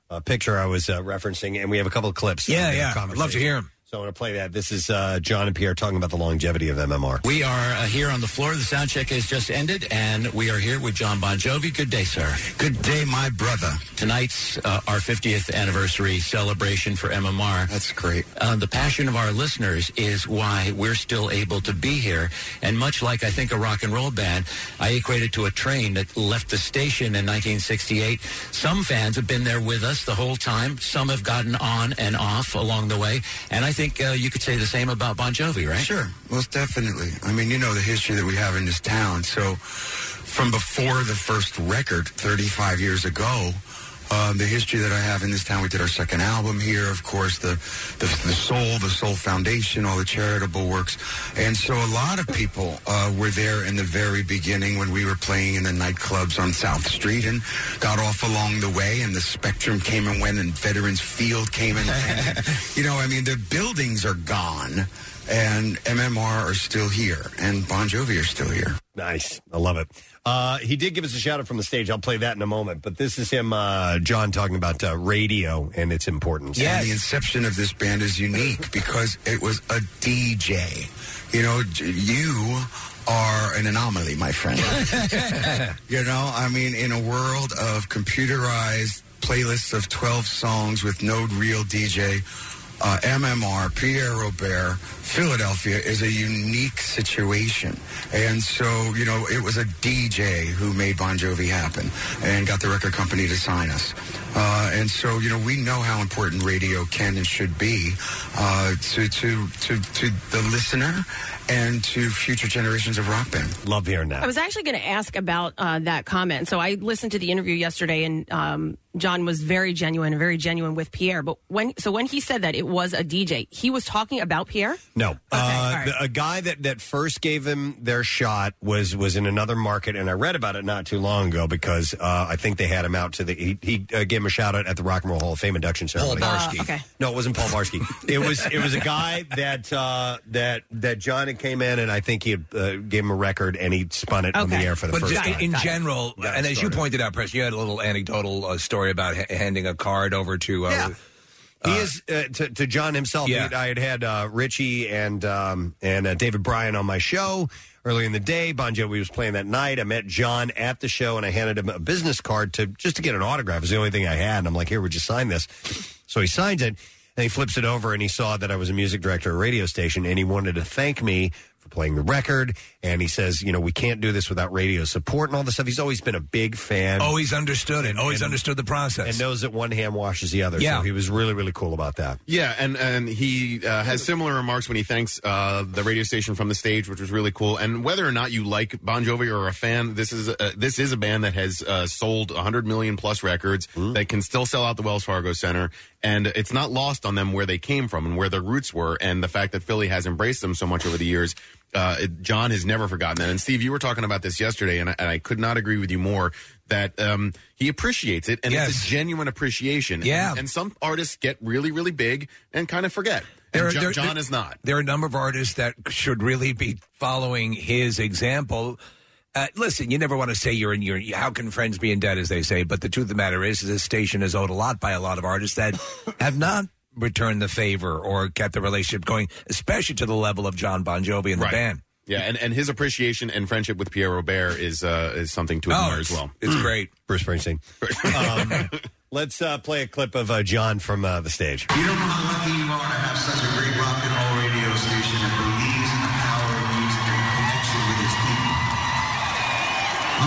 uh, picture I was uh, referencing, and we have a couple of clips.
Yeah,
of their
yeah. I'd
conversation.
love to hear 'em.
So I want to play that. This is uh, John and Pierre talking about the longevity of MMR.
We are uh, here on the floor. The sound check has just ended, and we are here with John Bon Jovi. Good day, sir. Good day, my brother. Tonight's uh, our 50th anniversary celebration for MMR. That's great. Uh, the passion of our listeners is why we're still able to be here. And much like I think a rock and roll band, I equate it to a train that left the station in 1968. Some fans have been there with us the whole time. Some have gotten on and off along the way. And I think uh, you could say the same about Bon Jovi, right?
Sure, most definitely. I mean, you know the history that we have in this town. So, from before the first record, 35 years ago, um, the history that I have in this town, we did our second album here, of course, the, the, the Soul, the Soul Foundation, all the charitable works. And so a lot of people uh, were there in the very beginning when we were playing in the nightclubs on South Street and got off along the way, and the Spectrum came and went, and Veterans Field came and went. you know, I mean, the buildings are gone and MMR are still here, and Bon Jovi are still here.
Nice. I love it. Uh, he did give us a shout out from the stage. I'll play that in a moment. But this is him, uh, John, talking about uh, radio and its importance.
And the inception of this band is unique because it was a DJ. You know, j- you are an anomaly, my friend. you know, I mean, in a world of computerized playlists of 12 songs with no real DJ, uh, MMR, Pierre Robert, Philadelphia is a unique situation. And so, you know, it was a DJ who made Bon Jovi happen and got the record company to sign us. Uh, and so, you know, we know how important radio can and should be uh, to, to, to, to the listener and to future generations of rock band.
Love hearing
I was actually going to ask about uh, that comment. So I listened to the interview yesterday, and um, John was very genuine, very genuine with Pierre. But when so when he said that it was a DJ, he was talking about Pierre.
No, uh, the, a guy that that first gave him their shot was was in another market, and I read about it not too long ago because uh, I think they had him out to the he, he uh, gave him a shout out at the Rock and Roll Hall of Fame induction ceremony.
Uh, okay.
No, it wasn't Paul Barsky. it was it was a guy that uh, that that John had came in, and I think he had, uh, gave him a record, and he spun it on the air for the
but
first
just
time.
in general,
Got it
and as you
started.
pointed out, Preston, you had a little anecdotal uh, story about h- handing a card over to. Uh,
He is uh, to, to John himself.
Yeah.
he- I had had uh, Richie and um, and uh, David Bryan on my show early in the day. Bon Jovi was playing that night. I met John at the show and I handed him a business card to just to get an autograph. It was the only thing I had, and I'm like, "Here, would you sign this?" So he signs it and he flips it over and he saw that I was a music director at a radio station and he wanted to thank me for playing the record. And he says, "You know, we can't do this without radio support and all this stuff." He's always been a big fan.
Always oh, understood it. Always
And-
understood the process.
and knows that one hand washes the other.
Yeah.
So he was really, really cool about that.
Yeah, and and he uh, has similar remarks when he thanks uh, the radio station from the stage, which was really cool. And whether or not you like Bon Jovi or are a fan, this is uh, this is a band that has uh, sold 100 million plus records that can still sell out the Wells Fargo Center, and it's not lost on them where they came from and where their roots were, and the fact that Philly has embraced them so much over the years. Uh, it- John has never forgotten that. And Steve, you were talking about this yesterday, and I, and I could not agree with you more that um, he appreciates it, and it's a genuine appreciation.
Yeah.
And, and some artists get really, really big and kind of forget. And Jo- John is not.
There are a number of artists that should really be following his example. Uh, listen, you never want to say you're in your. How can friends be in debt, as they say? But the truth of the matter is, this station is owed a lot by a lot of artists that have not returned the favor or kept the relationship going, especially to the level of John Bon Jovi and the
Right.
band.
Yeah, and, and his appreciation and friendship with Pierre Robert is uh, is something to
Oh,
admire as
it's-
well.
it's great.
Bruce Springsteen. um, let's uh, play a clip of uh, John from uh, the stage.
You don't know how lucky you are to have such a great rock and roll radio station that believes in the power of music and the connection with its people.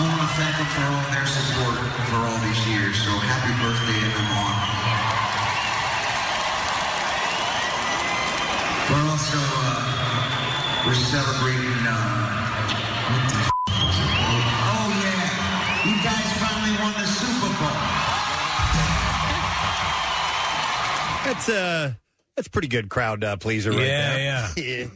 I want to thank them for all their support for all these years. So happy birthday, MMR. We're also uh, we're celebrating. Uh, what the f- oh yeah, you guys finally won the Super Bowl.
That's a that's a pretty good crowd uh, pleaser, right
Yeah,
there.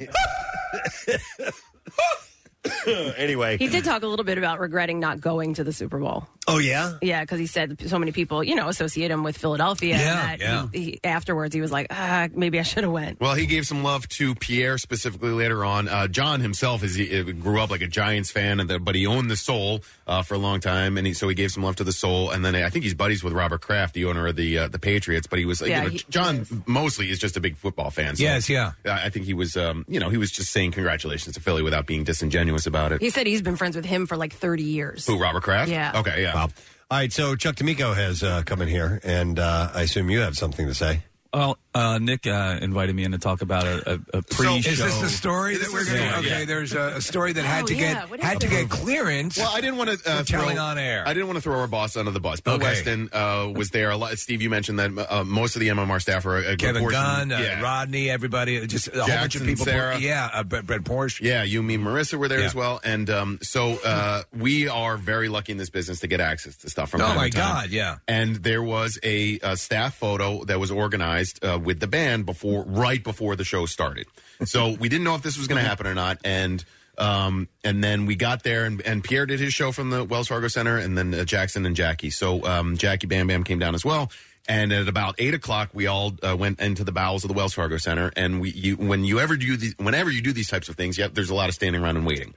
Yeah, anyway,
He did talk a little bit about regretting not going to the Super Bowl.
Oh yeah,
Yeah, because he said so many people, you know, associate him with Philadelphia. and
Yeah,
that
yeah.
He, he, afterwards, he was like, ah, maybe I should have went.
Well, he gave some love to Pierre specifically later on. Uh, John himself is he, uh, grew up like a Giants fan, and the, but he owned the Soul uh, for a long time, and he, so he gave some love to the Soul. And then I think he's buddies with Robert Kraft, the owner of the uh, the Patriots. But he was, uh,
Yeah,
you know,
he-
John mostly is just a big football fan. So
Yes, yeah.
I I think he was, um, you know, he was just saying congratulations to Philly without being disingenuous about it.
He said he's been friends with him for like 30 years.
Who, Robert Kraft?
Yeah.
Okay, yeah.
Wow. All right, so Chuck D'Amico has uh, come in here, and uh, I assume you have something to say.
Well, uh, Nick uh, invited me in to talk about a, a, a pre-show.
Is this the story that we're going? to
Yeah.
Okay,
Yeah.
there's a, a story that
Oh,
had to get had to get clearance.
Well, I didn't want to uh,
for telling on air.
I didn't want to throw our boss under the bus. Bill
Okay.
Weston uh, was there a lot. Steve, you mentioned that uh, most of the MMR staff are a good
Kevin
portion-
Gunn, uh,
yeah.
Rodney, everybody, uh, just a whole bunch of
Jackson,
people.
Sarah.
Yeah, uh, Brett, Brett Porsche.
Yeah, you, me, and Marissa were there
Yeah.
as well, and um, so uh, we are very lucky in this business to get access to stuff from.
Oh
time to
my
time.
God, yeah.
And there was a, uh staff photo that was organized uh, with the band before, right before the show started. So we didn't know if this was going to happen or not, and. Um, and then we got there, and, and Pierre did his show from the Wells Fargo Center, and then uh, Jackson and Jackie. So um, Jackie Bam Bam came down as well. And at about eight o'clock, we all uh, went into the bowels of the Wells Fargo Center. And we, you, when you ever do these, whenever you do these types of things, yeah, there's a lot of standing around and waiting.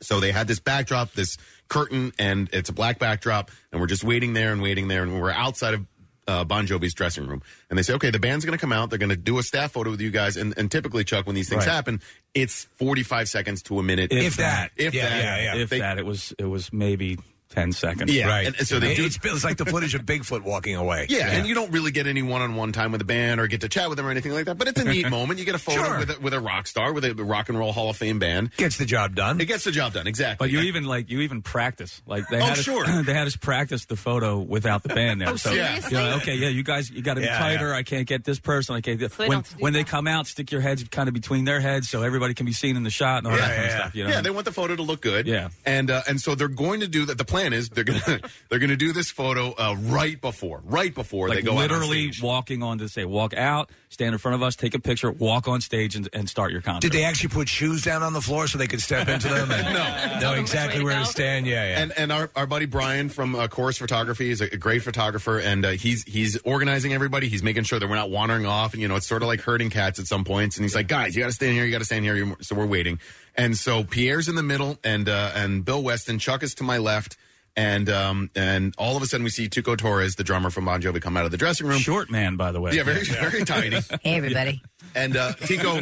So they had this backdrop, this curtain, and it's a black backdrop, and we're just waiting there and waiting there, and we're outside of uh, Bon Jovi's dressing room, and they say, "Okay, the band's going to come out. They're going to do a staff photo with you guys." And, and typically, Chuck, when these things
Right.
happen, it's forty-five seconds to a minute,
If that.
if
Yeah,
that,
yeah, yeah. If that, it was it was maybe 10 seconds.
Yeah, Right. and so they do-
it's, it's like the footage of Bigfoot walking away.
Yeah, and you don't really get any one-on-one time with the band or get to chat with them or anything like that. But it's a neat moment. You get a photo
Sure.
with, a, with a rock star, with a the rock and roll Hall of Fame band.
Gets the job done.
It gets the job done exactly.
But you even like you even practice like they
Oh,
had us,
sure.
they had us practice the photo without the band there.
Oh,
so
seriously?
you're like, okay, yeah, you guys you got to be
Yeah,
tighter. I can't get this person. I can't. Get,
they
when
don't
when they come out, stick your heads kind of between their heads so everybody can be seen in the shot and all that kind of stuff. You know,
Yeah, they want the photo to look good.
Yeah.
and uh, and so they're going to do that. The plan is they're gonna they're gonna do this photo uh, right before, right before
like
they go out on
literally walking on to say walk out, stand in front of us, take a picture, walk on stage, and, and start your concert.
Did they actually put shoes down on the floor so they could step into them? And know exactly where to stand. Yeah, yeah.
And and our, our buddy Brian from uh, Chorus Photography is a, a great photographer, and uh, he's he's organizing everybody. He's making sure that we're not wandering off, and you know it's sort of like herding cats at some points. And he's like, guys, you got to stand here, you got to stand here. You're- So we're waiting, and so Pierre's in the middle, and uh, and Bill Weston, Chuck is to my left. And um, and all of a sudden we see Tuco Torres, the drummer from Bon Jovi, come out of the dressing room.
Short man, by the way.
Yeah, very
Yeah.
very tiny.
Hey, everybody.
And uh, Tico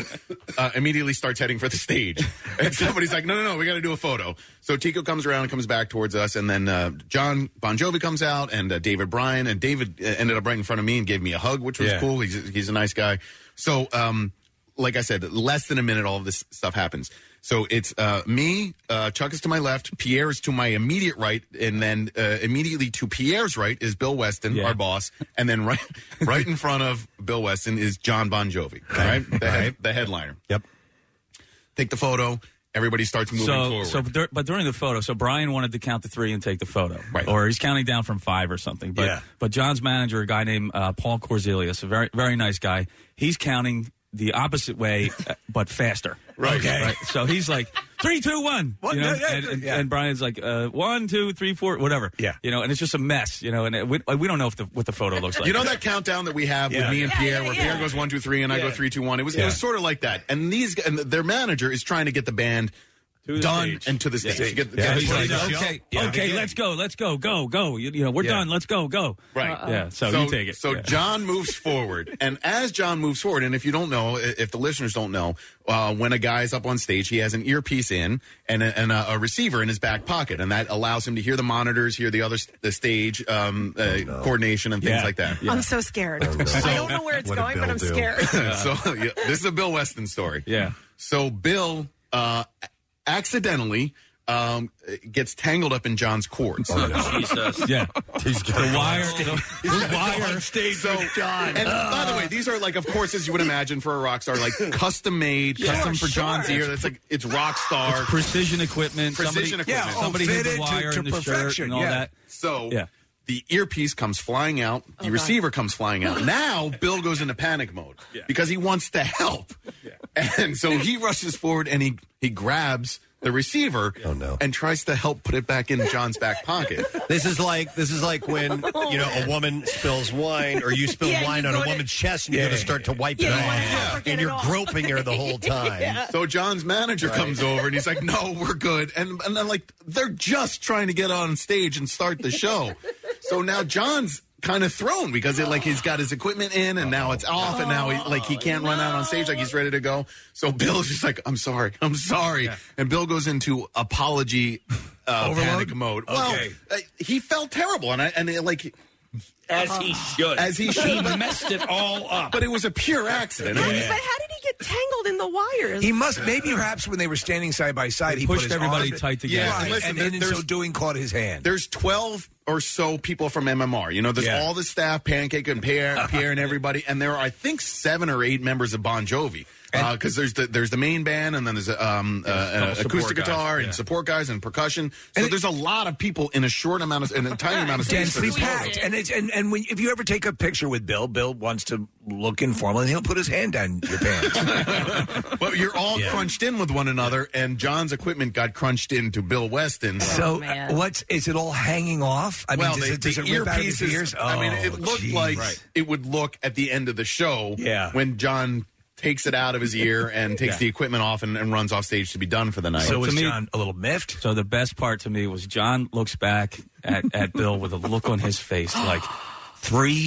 uh, immediately starts heading for the stage. And somebody's like, no, no, no, we got to do a photo. So Tico comes around and comes back towards us. And then uh, John Bon Jovi comes out and uh, David Bryan. And David uh, ended up right in front of me and gave me a hug, which was
Yeah.
cool. He's, he's a nice guy. So, um, like I said, less than a minute, all of this stuff happens. So it's uh, me, uh, Chuck is to my left, Pierre is to my immediate right, and then uh, immediately to Pierre's right is Bill Weston, our boss, and then right right in front of Bill Weston is John Bon Jovi, all right, the, head- the headliner.
Yep.
Take the photo. Everybody starts moving
so,
forward.
So, dur- but during the photo, so Brian wanted to count to three and take the photo, right? Or he's counting down from five or something. But,
Yeah.
but John's manager, a guy named uh, Paul Corzilius, a very very nice guy, he's counting the opposite way, uh, but faster.
Right. Okay.
So he's like three, two, one.
What?
you know?
Yeah, yeah,
and, and,
yeah.
and Brian's like uh, one, two, three, four, whatever. Yeah. You know, and it's just a mess. You know, and it, we, we don't know if the, what the photo looks like.
you know that countdown that we have
Yeah.
with me and
Yeah,
Pierre,
yeah,
where
yeah.
Pierre goes one, two, three, and I go
Yeah.
three, two, one. It was it
Yeah.
was sort of like that. And these and their manager is trying to get the band done and to the stage. Get-
Yeah,
get-
he's like,
get-
okay,
Yeah.
okay, let's go, let's go, go, go. You, you know, we're
Yeah.
done. Let's go, go.
Right.
Yeah. So, you take it.
So
Yeah.
John moves forward, and as John moves forward, and if you don't know, i- if the listeners don't know, uh, when a guy's up on stage, he has an earpiece in and a, and a, a receiver in his back pocket, and that allows him to hear the monitors, hear the other s- the stage um, uh,
Oh,
coordination and things
Yeah.
like that.
I'm so scared. I don't know where it's
What did
going, but
Bill
I'm
do?
scared.
so yeah, this is a Bill Weston story.
Yeah.
So Bill uh, accidentally um, gets tangled up in John's cords.
Jesus. Oh, Yeah. the wire. The, the wire. Stage
so, John. And by the way, these are like, of course, as you would imagine for a rock star, like custom made,
Yeah.
custom for
Sure,
John's
sure.
ear. That's like it's rock star.
It's precision equipment.
Precision
somebody,
equipment.
Yeah, somebody hit the wire in the shirt and all
yeah.
that.
So
Yeah. Oh,
the earpiece comes flying out. The receiver comes flying out. Now Bill goes into panic mode because he wants to help. And so he rushes forward and he he grabs the receiver and tries to help put it back in John's back pocket.
This is like this is like when you know a woman spills wine or you spill
Yeah,
wine
you
on
go
a
to-
woman's chest and you're going to start to wipe it off and you're groping her the whole time.
So John's manager comes over and he's like, "No, we're good." And and then like they're just trying to get on stage and start the show. so now John's kind of thrown because it like he's got his equipment in and now it's off and now he like
Oh,
he can't run out on stage like he's ready to go. So Bill's just like, "I'm sorry, I'm sorry," and Bill goes into apology uh,
Overload?
panic mode. Well,
Okay.
uh, he felt terrible and I, and it, like. uh,
As he should.
As he should.
He messed it all up.
But it was a pure accident.
How- But how did he get tangled in the wires?
He must, maybe perhaps when they were standing side by side,
They
he put
pushed
his
everybody
arm-
tight together. Yeah,
Right,
and
and,
listen,
and in
there's-
so doing, caught his hand.
There's 12 or so people from MMR. You know, there's
Yeah.
all the staff, Pancake and Pierre, Pierre and everybody, and there are I think seven or eight members of Bon Jovi. Because there's the there's the main band and then there's um, uh,
couple
uh,
support
acoustic
guys,
guitar
yeah.
and support guys and percussion. So there's a lot of people in a short amount of in a tiny amount of space. for
densely
this photo.
packed. And it's and, and when if you ever take a picture with Bill, Bill wants to look informal and he'll put his hand down your pants.
But you're all crunched in with one another, and John's equipment got crunched into Bill Weston.
so uh, what's is it all hanging off? I mean,
well,
does
the,
it, does
the
it rip out of his
earpieces-
ears?
I mean, it
Oh,
looked
geez.
like it would look at the end of the show
Yeah.
when John takes it out of his ear and takes
Yeah.
the equipment off and, and runs off stage to be done for the night.
to me-
a little miffed?
So the best part to me was John looks back at, at Bill with a look on his face like three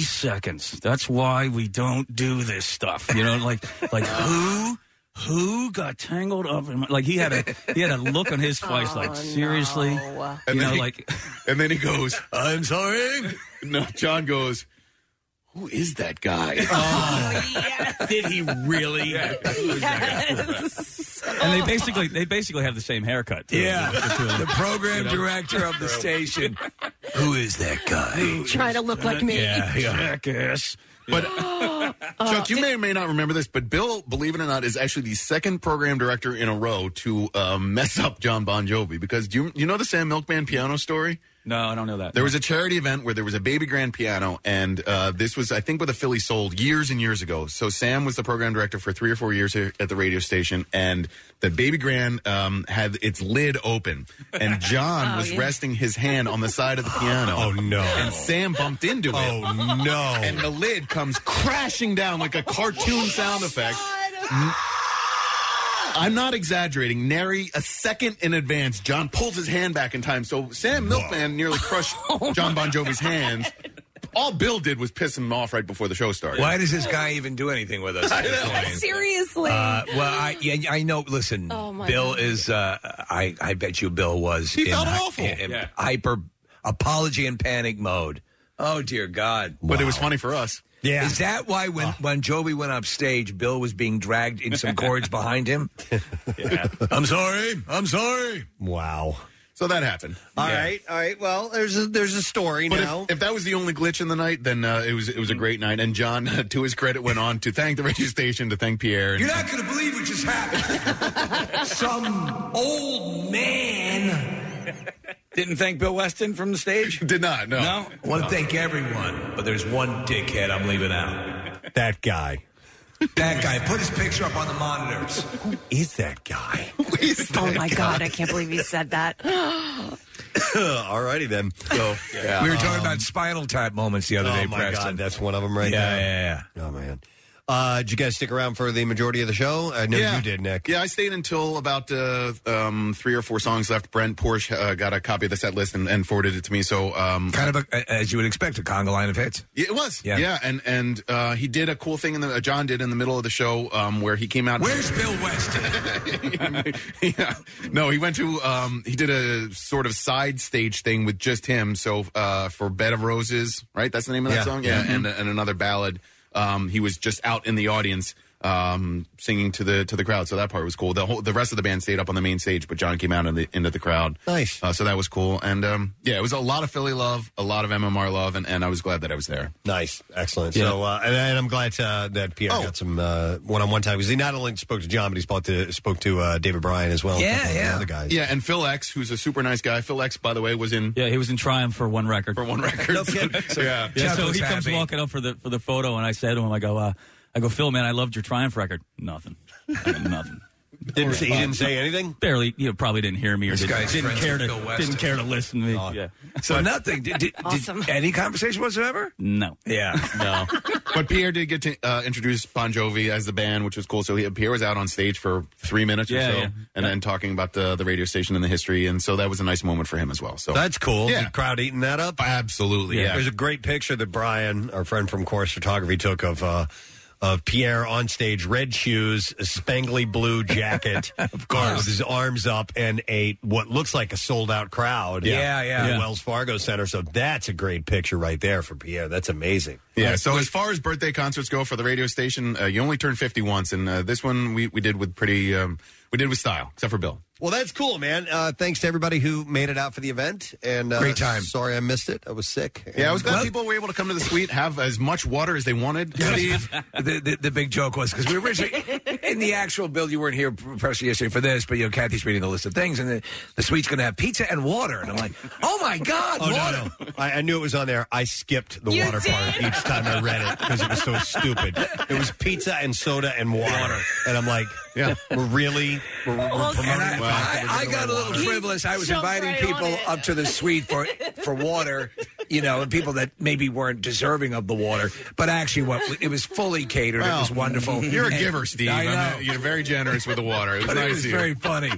seconds. That's why we don't do this stuff. You know, like like who who got tangled up in my, like he had a he had a look on his face like seriously
And
you know
then he-
like
and then he goes, "I'm sorry." No, John goes, "Who is that guy?"
Oh,
Did he really?
and they basically they basically have the same haircut too,
Yeah.
two of them.
The program
You know?
director of the station. Who is that guy?
Trying to look like me.
Yeah, yeah.
Jackass.
But Chuck,
Uh,
you may or may not remember this, but Bill, believe it or not, is actually the second program director in a row to uh, mess up John Bon Jovi. Because do you, you know the Sam Milkman piano story?
No, I don't know that.
There was a charity event where there was a baby grand piano, and uh, this was, I think, with a Philly sold years and years ago. So Sam was the program director for three or four years here at the radio station, and the baby grand um, had its lid open, and John
Oh,
was
yeah.
resting his hand on the side of the piano.
Oh, no.
And Sam bumped into it.
Oh,
no! And the lid comes crashing down like a cartoon sound effect. N- I'm not exaggerating. Nary a second in advance, John pulls his hand back in time. So Sam Milkman nearly crushed John Bon Jovi's hands. All Bill did was piss him off right before the show started.
Why does this guy even do anything with us? at this point?
Seriously.
Uh, well, I yeah, I know. Listen,
Oh, my
Bill
God.
is. Uh, I I bet you Bill was.
He felt
hy-
awful.
in
Yeah.
Hyper apology and panic mode. Oh dear God!
But it was funny for us.
Yeah. Is that why when when Joby went up stage, Bill was being dragged in some cords behind him? I'm sorry. I'm sorry.
Wow.
So that happened.
All
All
right,
right,
all right. Well, there's a, there's a story
But
now.
if, if that was the only glitch in the night, then uh, it was it was a great night. And John, to his credit, went on to thank the radio station, to thank Pierre. and-
You're not going to believe what just oh, happened. Some old man.
Didn't thank Bill Weston from the stage?
Did not, no.
No?
I want to thank everyone, but there's one dickhead I'm leaving out.
That guy.
That guy. Put his picture up on the monitors. Who
is that guy?
Oh my God! I can't believe you said that.
All righty then. So
We were talking about Spinal Tap moments the other
oh
day,
my
Preston.
God, that's one of them right
Yeah,
there.
yeah,
yeah. Oh man. Uh, did you guys stick around for the majority of the show? I know
Yeah.
you did, Nick.
Yeah, I stayed until about uh, um, three or four songs left. Brent Porsche uh, got a copy of the set list and, and forwarded it to me. So um,
kind of a, as you would expect, a conga line of hits.
Yeah, It was,
Yeah.
yeah, and and uh, he did a cool thing in the uh, John did in the middle of the show um, where he came out.
Where's Bill Weston?
yeah, no, he went to um, he did a sort of side stage thing with just him. So uh, for Bed of Roses, right? That's the name of that
Yeah.
song.
Mhm.
Yeah,
Mm-hmm.
and and another ballad. Um, he was just out in the audience um, singing to the to the crowd. So that part was cool. The whole the rest of the band stayed up on the main stage, but John came out in the, into the crowd.
Nice.
Uh, so that was cool. And um, yeah, it was a lot of Philly love, a lot of MMR love, and, and I was glad that I was there.
Nice, excellent.
Yeah.
So, uh, and, and I'm glad uh, that Pierre
Oh.
got some uh, one-on-one time because he not only spoke to John, but he spoke to spoke to uh, David Bryan as well. and a couple of the other guys.
Yeah, and Phil X, who's a super nice guy. Phil X, by the way, was in
yeah he was in Triumph for one record
for one record.
No kidding.
So, yeah,
Yeah, so he comes walking up for the for the photo, and I said to him, I go, uh, I go, Phil, man, I loved your Triumph record. Nothing, I got nothing.
Didn't say- he didn't say anything.
Barely, you know, probably didn't hear me or
This
didn't,
guy's
didn't
friends
care
with
to
Bill Weston. Oh.
didn't care to listen to me. yeah.
So nothing. Did, did, did any conversation whatsoever?
No.
Yeah.
No. but Pierre did get to uh, introduce Bon Jovi as the band, which was cool. So he, Pierre was out on stage for three minutes
Yeah,
or so,
yeah.
and then talking about the the radio station and the history, and so that was a nice moment for him as well. So
That's cool.
Yeah.
The crowd eating that up.
Absolutely. Yeah.
There's a great picture that Brian, our friend from Chorus Photography, took of uh, of Pierre on stage, red shoes, a spangly blue jacket, of course, with his arms up, and a what looks like a sold out crowd.
Yeah, yeah.
At the
Yeah.
Wells Fargo Center. So that's a great picture right there for Pierre. That's amazing.
Yeah. So as far as birthday concerts go for the radio station, uh, you only turn fifty once, and uh, this one we we did with pretty um, we did with style, except for Bill.
Well, that's cool, man. Uh, thanks to everybody who made it out for the event. And uh,
Great time.
Sorry I missed it. I was sick.
Yeah, I was
And,
glad
uh,
people were able to come to the suite, have as much water as they wanted. Steve.
the, the, the big joke was because we originally in the actual build you weren't here press yesterday for this, but you know Kathy's reading the list of things, and the, the suite's going to have pizza and water, and I'm like, oh my god,
Oh,
water!
no, no. I, I knew it was on there. I skipped the
You
water part
did?
each time I read it because it was so stupid. It was pizza and soda and water. And I'm like, yeah, we're really, we're, we're promoting
And I,
the fact that we're
I, I
giving
got a
away
little
water.
frivolous. I was
Jumped
inviting
right on
people
it.
up to the suite for for water, you know, and people that maybe weren't deserving of the water. But actually, what it was fully catered. it was
Well,
wonderful.
You're a
And-
giver, Steve.
I
I mean,
know.
you're very generous with the water. It was
But
nice
it was
of you.
very funny.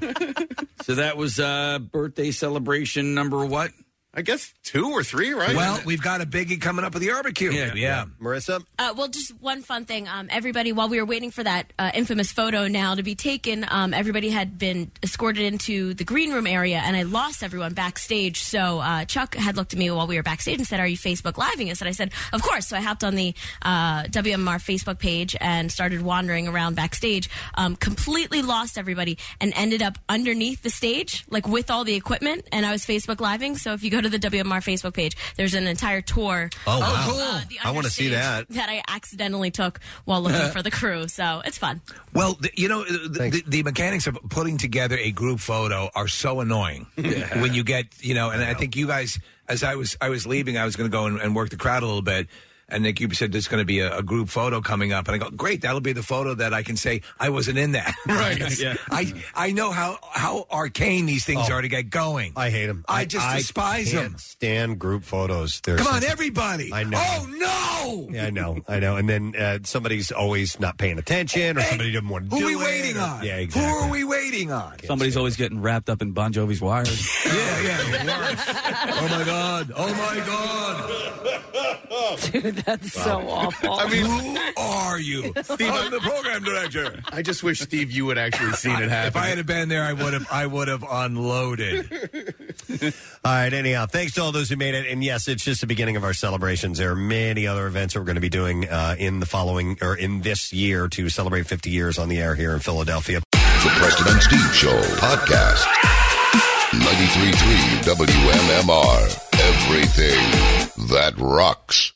So that was uh, birthday celebration number what?
I guess two or three, right?
Well, we've got a biggie coming up with the barbecue. Yeah, yeah.
Marissa,
Uh, well, just one fun thing. Um, everybody, while we were waiting for that uh, infamous photo now to be taken, um, everybody had been escorted into the green room area, and I lost everyone backstage. So uh, Chuck had looked at me while we were backstage and said, "Are you Facebook living us?" And I said, "Of course." So I hopped on the uh, WMR Facebook page and started wandering around backstage. Um, completely lost everybody and ended up underneath the stage, like with all the equipment, and I was Facebook living. So if you go to the WMR Facebook page, there's an entire tour.
Oh,
of,
wow.
uh, the
I wanna see
understage
that.
that I accidentally took while looking for the crew. So it's fun.
Well, the, you know, the, the, the mechanics of putting together a group photo are so annoying
Yeah.
when you get, you know, and I think you guys, as I was, I was leaving, I was going to go and, and work the crowd a little bit. And Nick, you said there's going to be a, a group photo coming up, and I go, great, that'll be the photo that I can say I wasn't in that.
Right. Yeah.
I I know how how arcane these things
Oh.
are to get going.
I hate them.
I just despise
can't
them.
Stand group photos. They're
Come on,
such-
everybody.
I know.
Oh no.
Yeah, I know, I know. And then uh, somebody's always not paying attention, or somebody didn't want to
Who
do
are we
it,
waiting
or-
on?
Yeah,
Who
exactly.
are we waiting on?
Somebody's always getting wrapped up in Bon Jovi's wires.
Yeah, yeah. oh my god. Oh my god.
Dude, that's
so awful. I mean-
who are you?
Steve,
I'm the program director.
I just wish Steve, you had actually seen it
If
happen.
I had been there, I would have. I would have unloaded.
All right, anyhow, thanks to all those who made it. And yes, it's just the beginning of our celebrations. There are many other events that we're going to be doing uh, in the following or in this year to celebrate 50 years on the air here in Philadelphia.
The Preston and Steve Show podcast. 93.3 WMMR. Everything that rocks.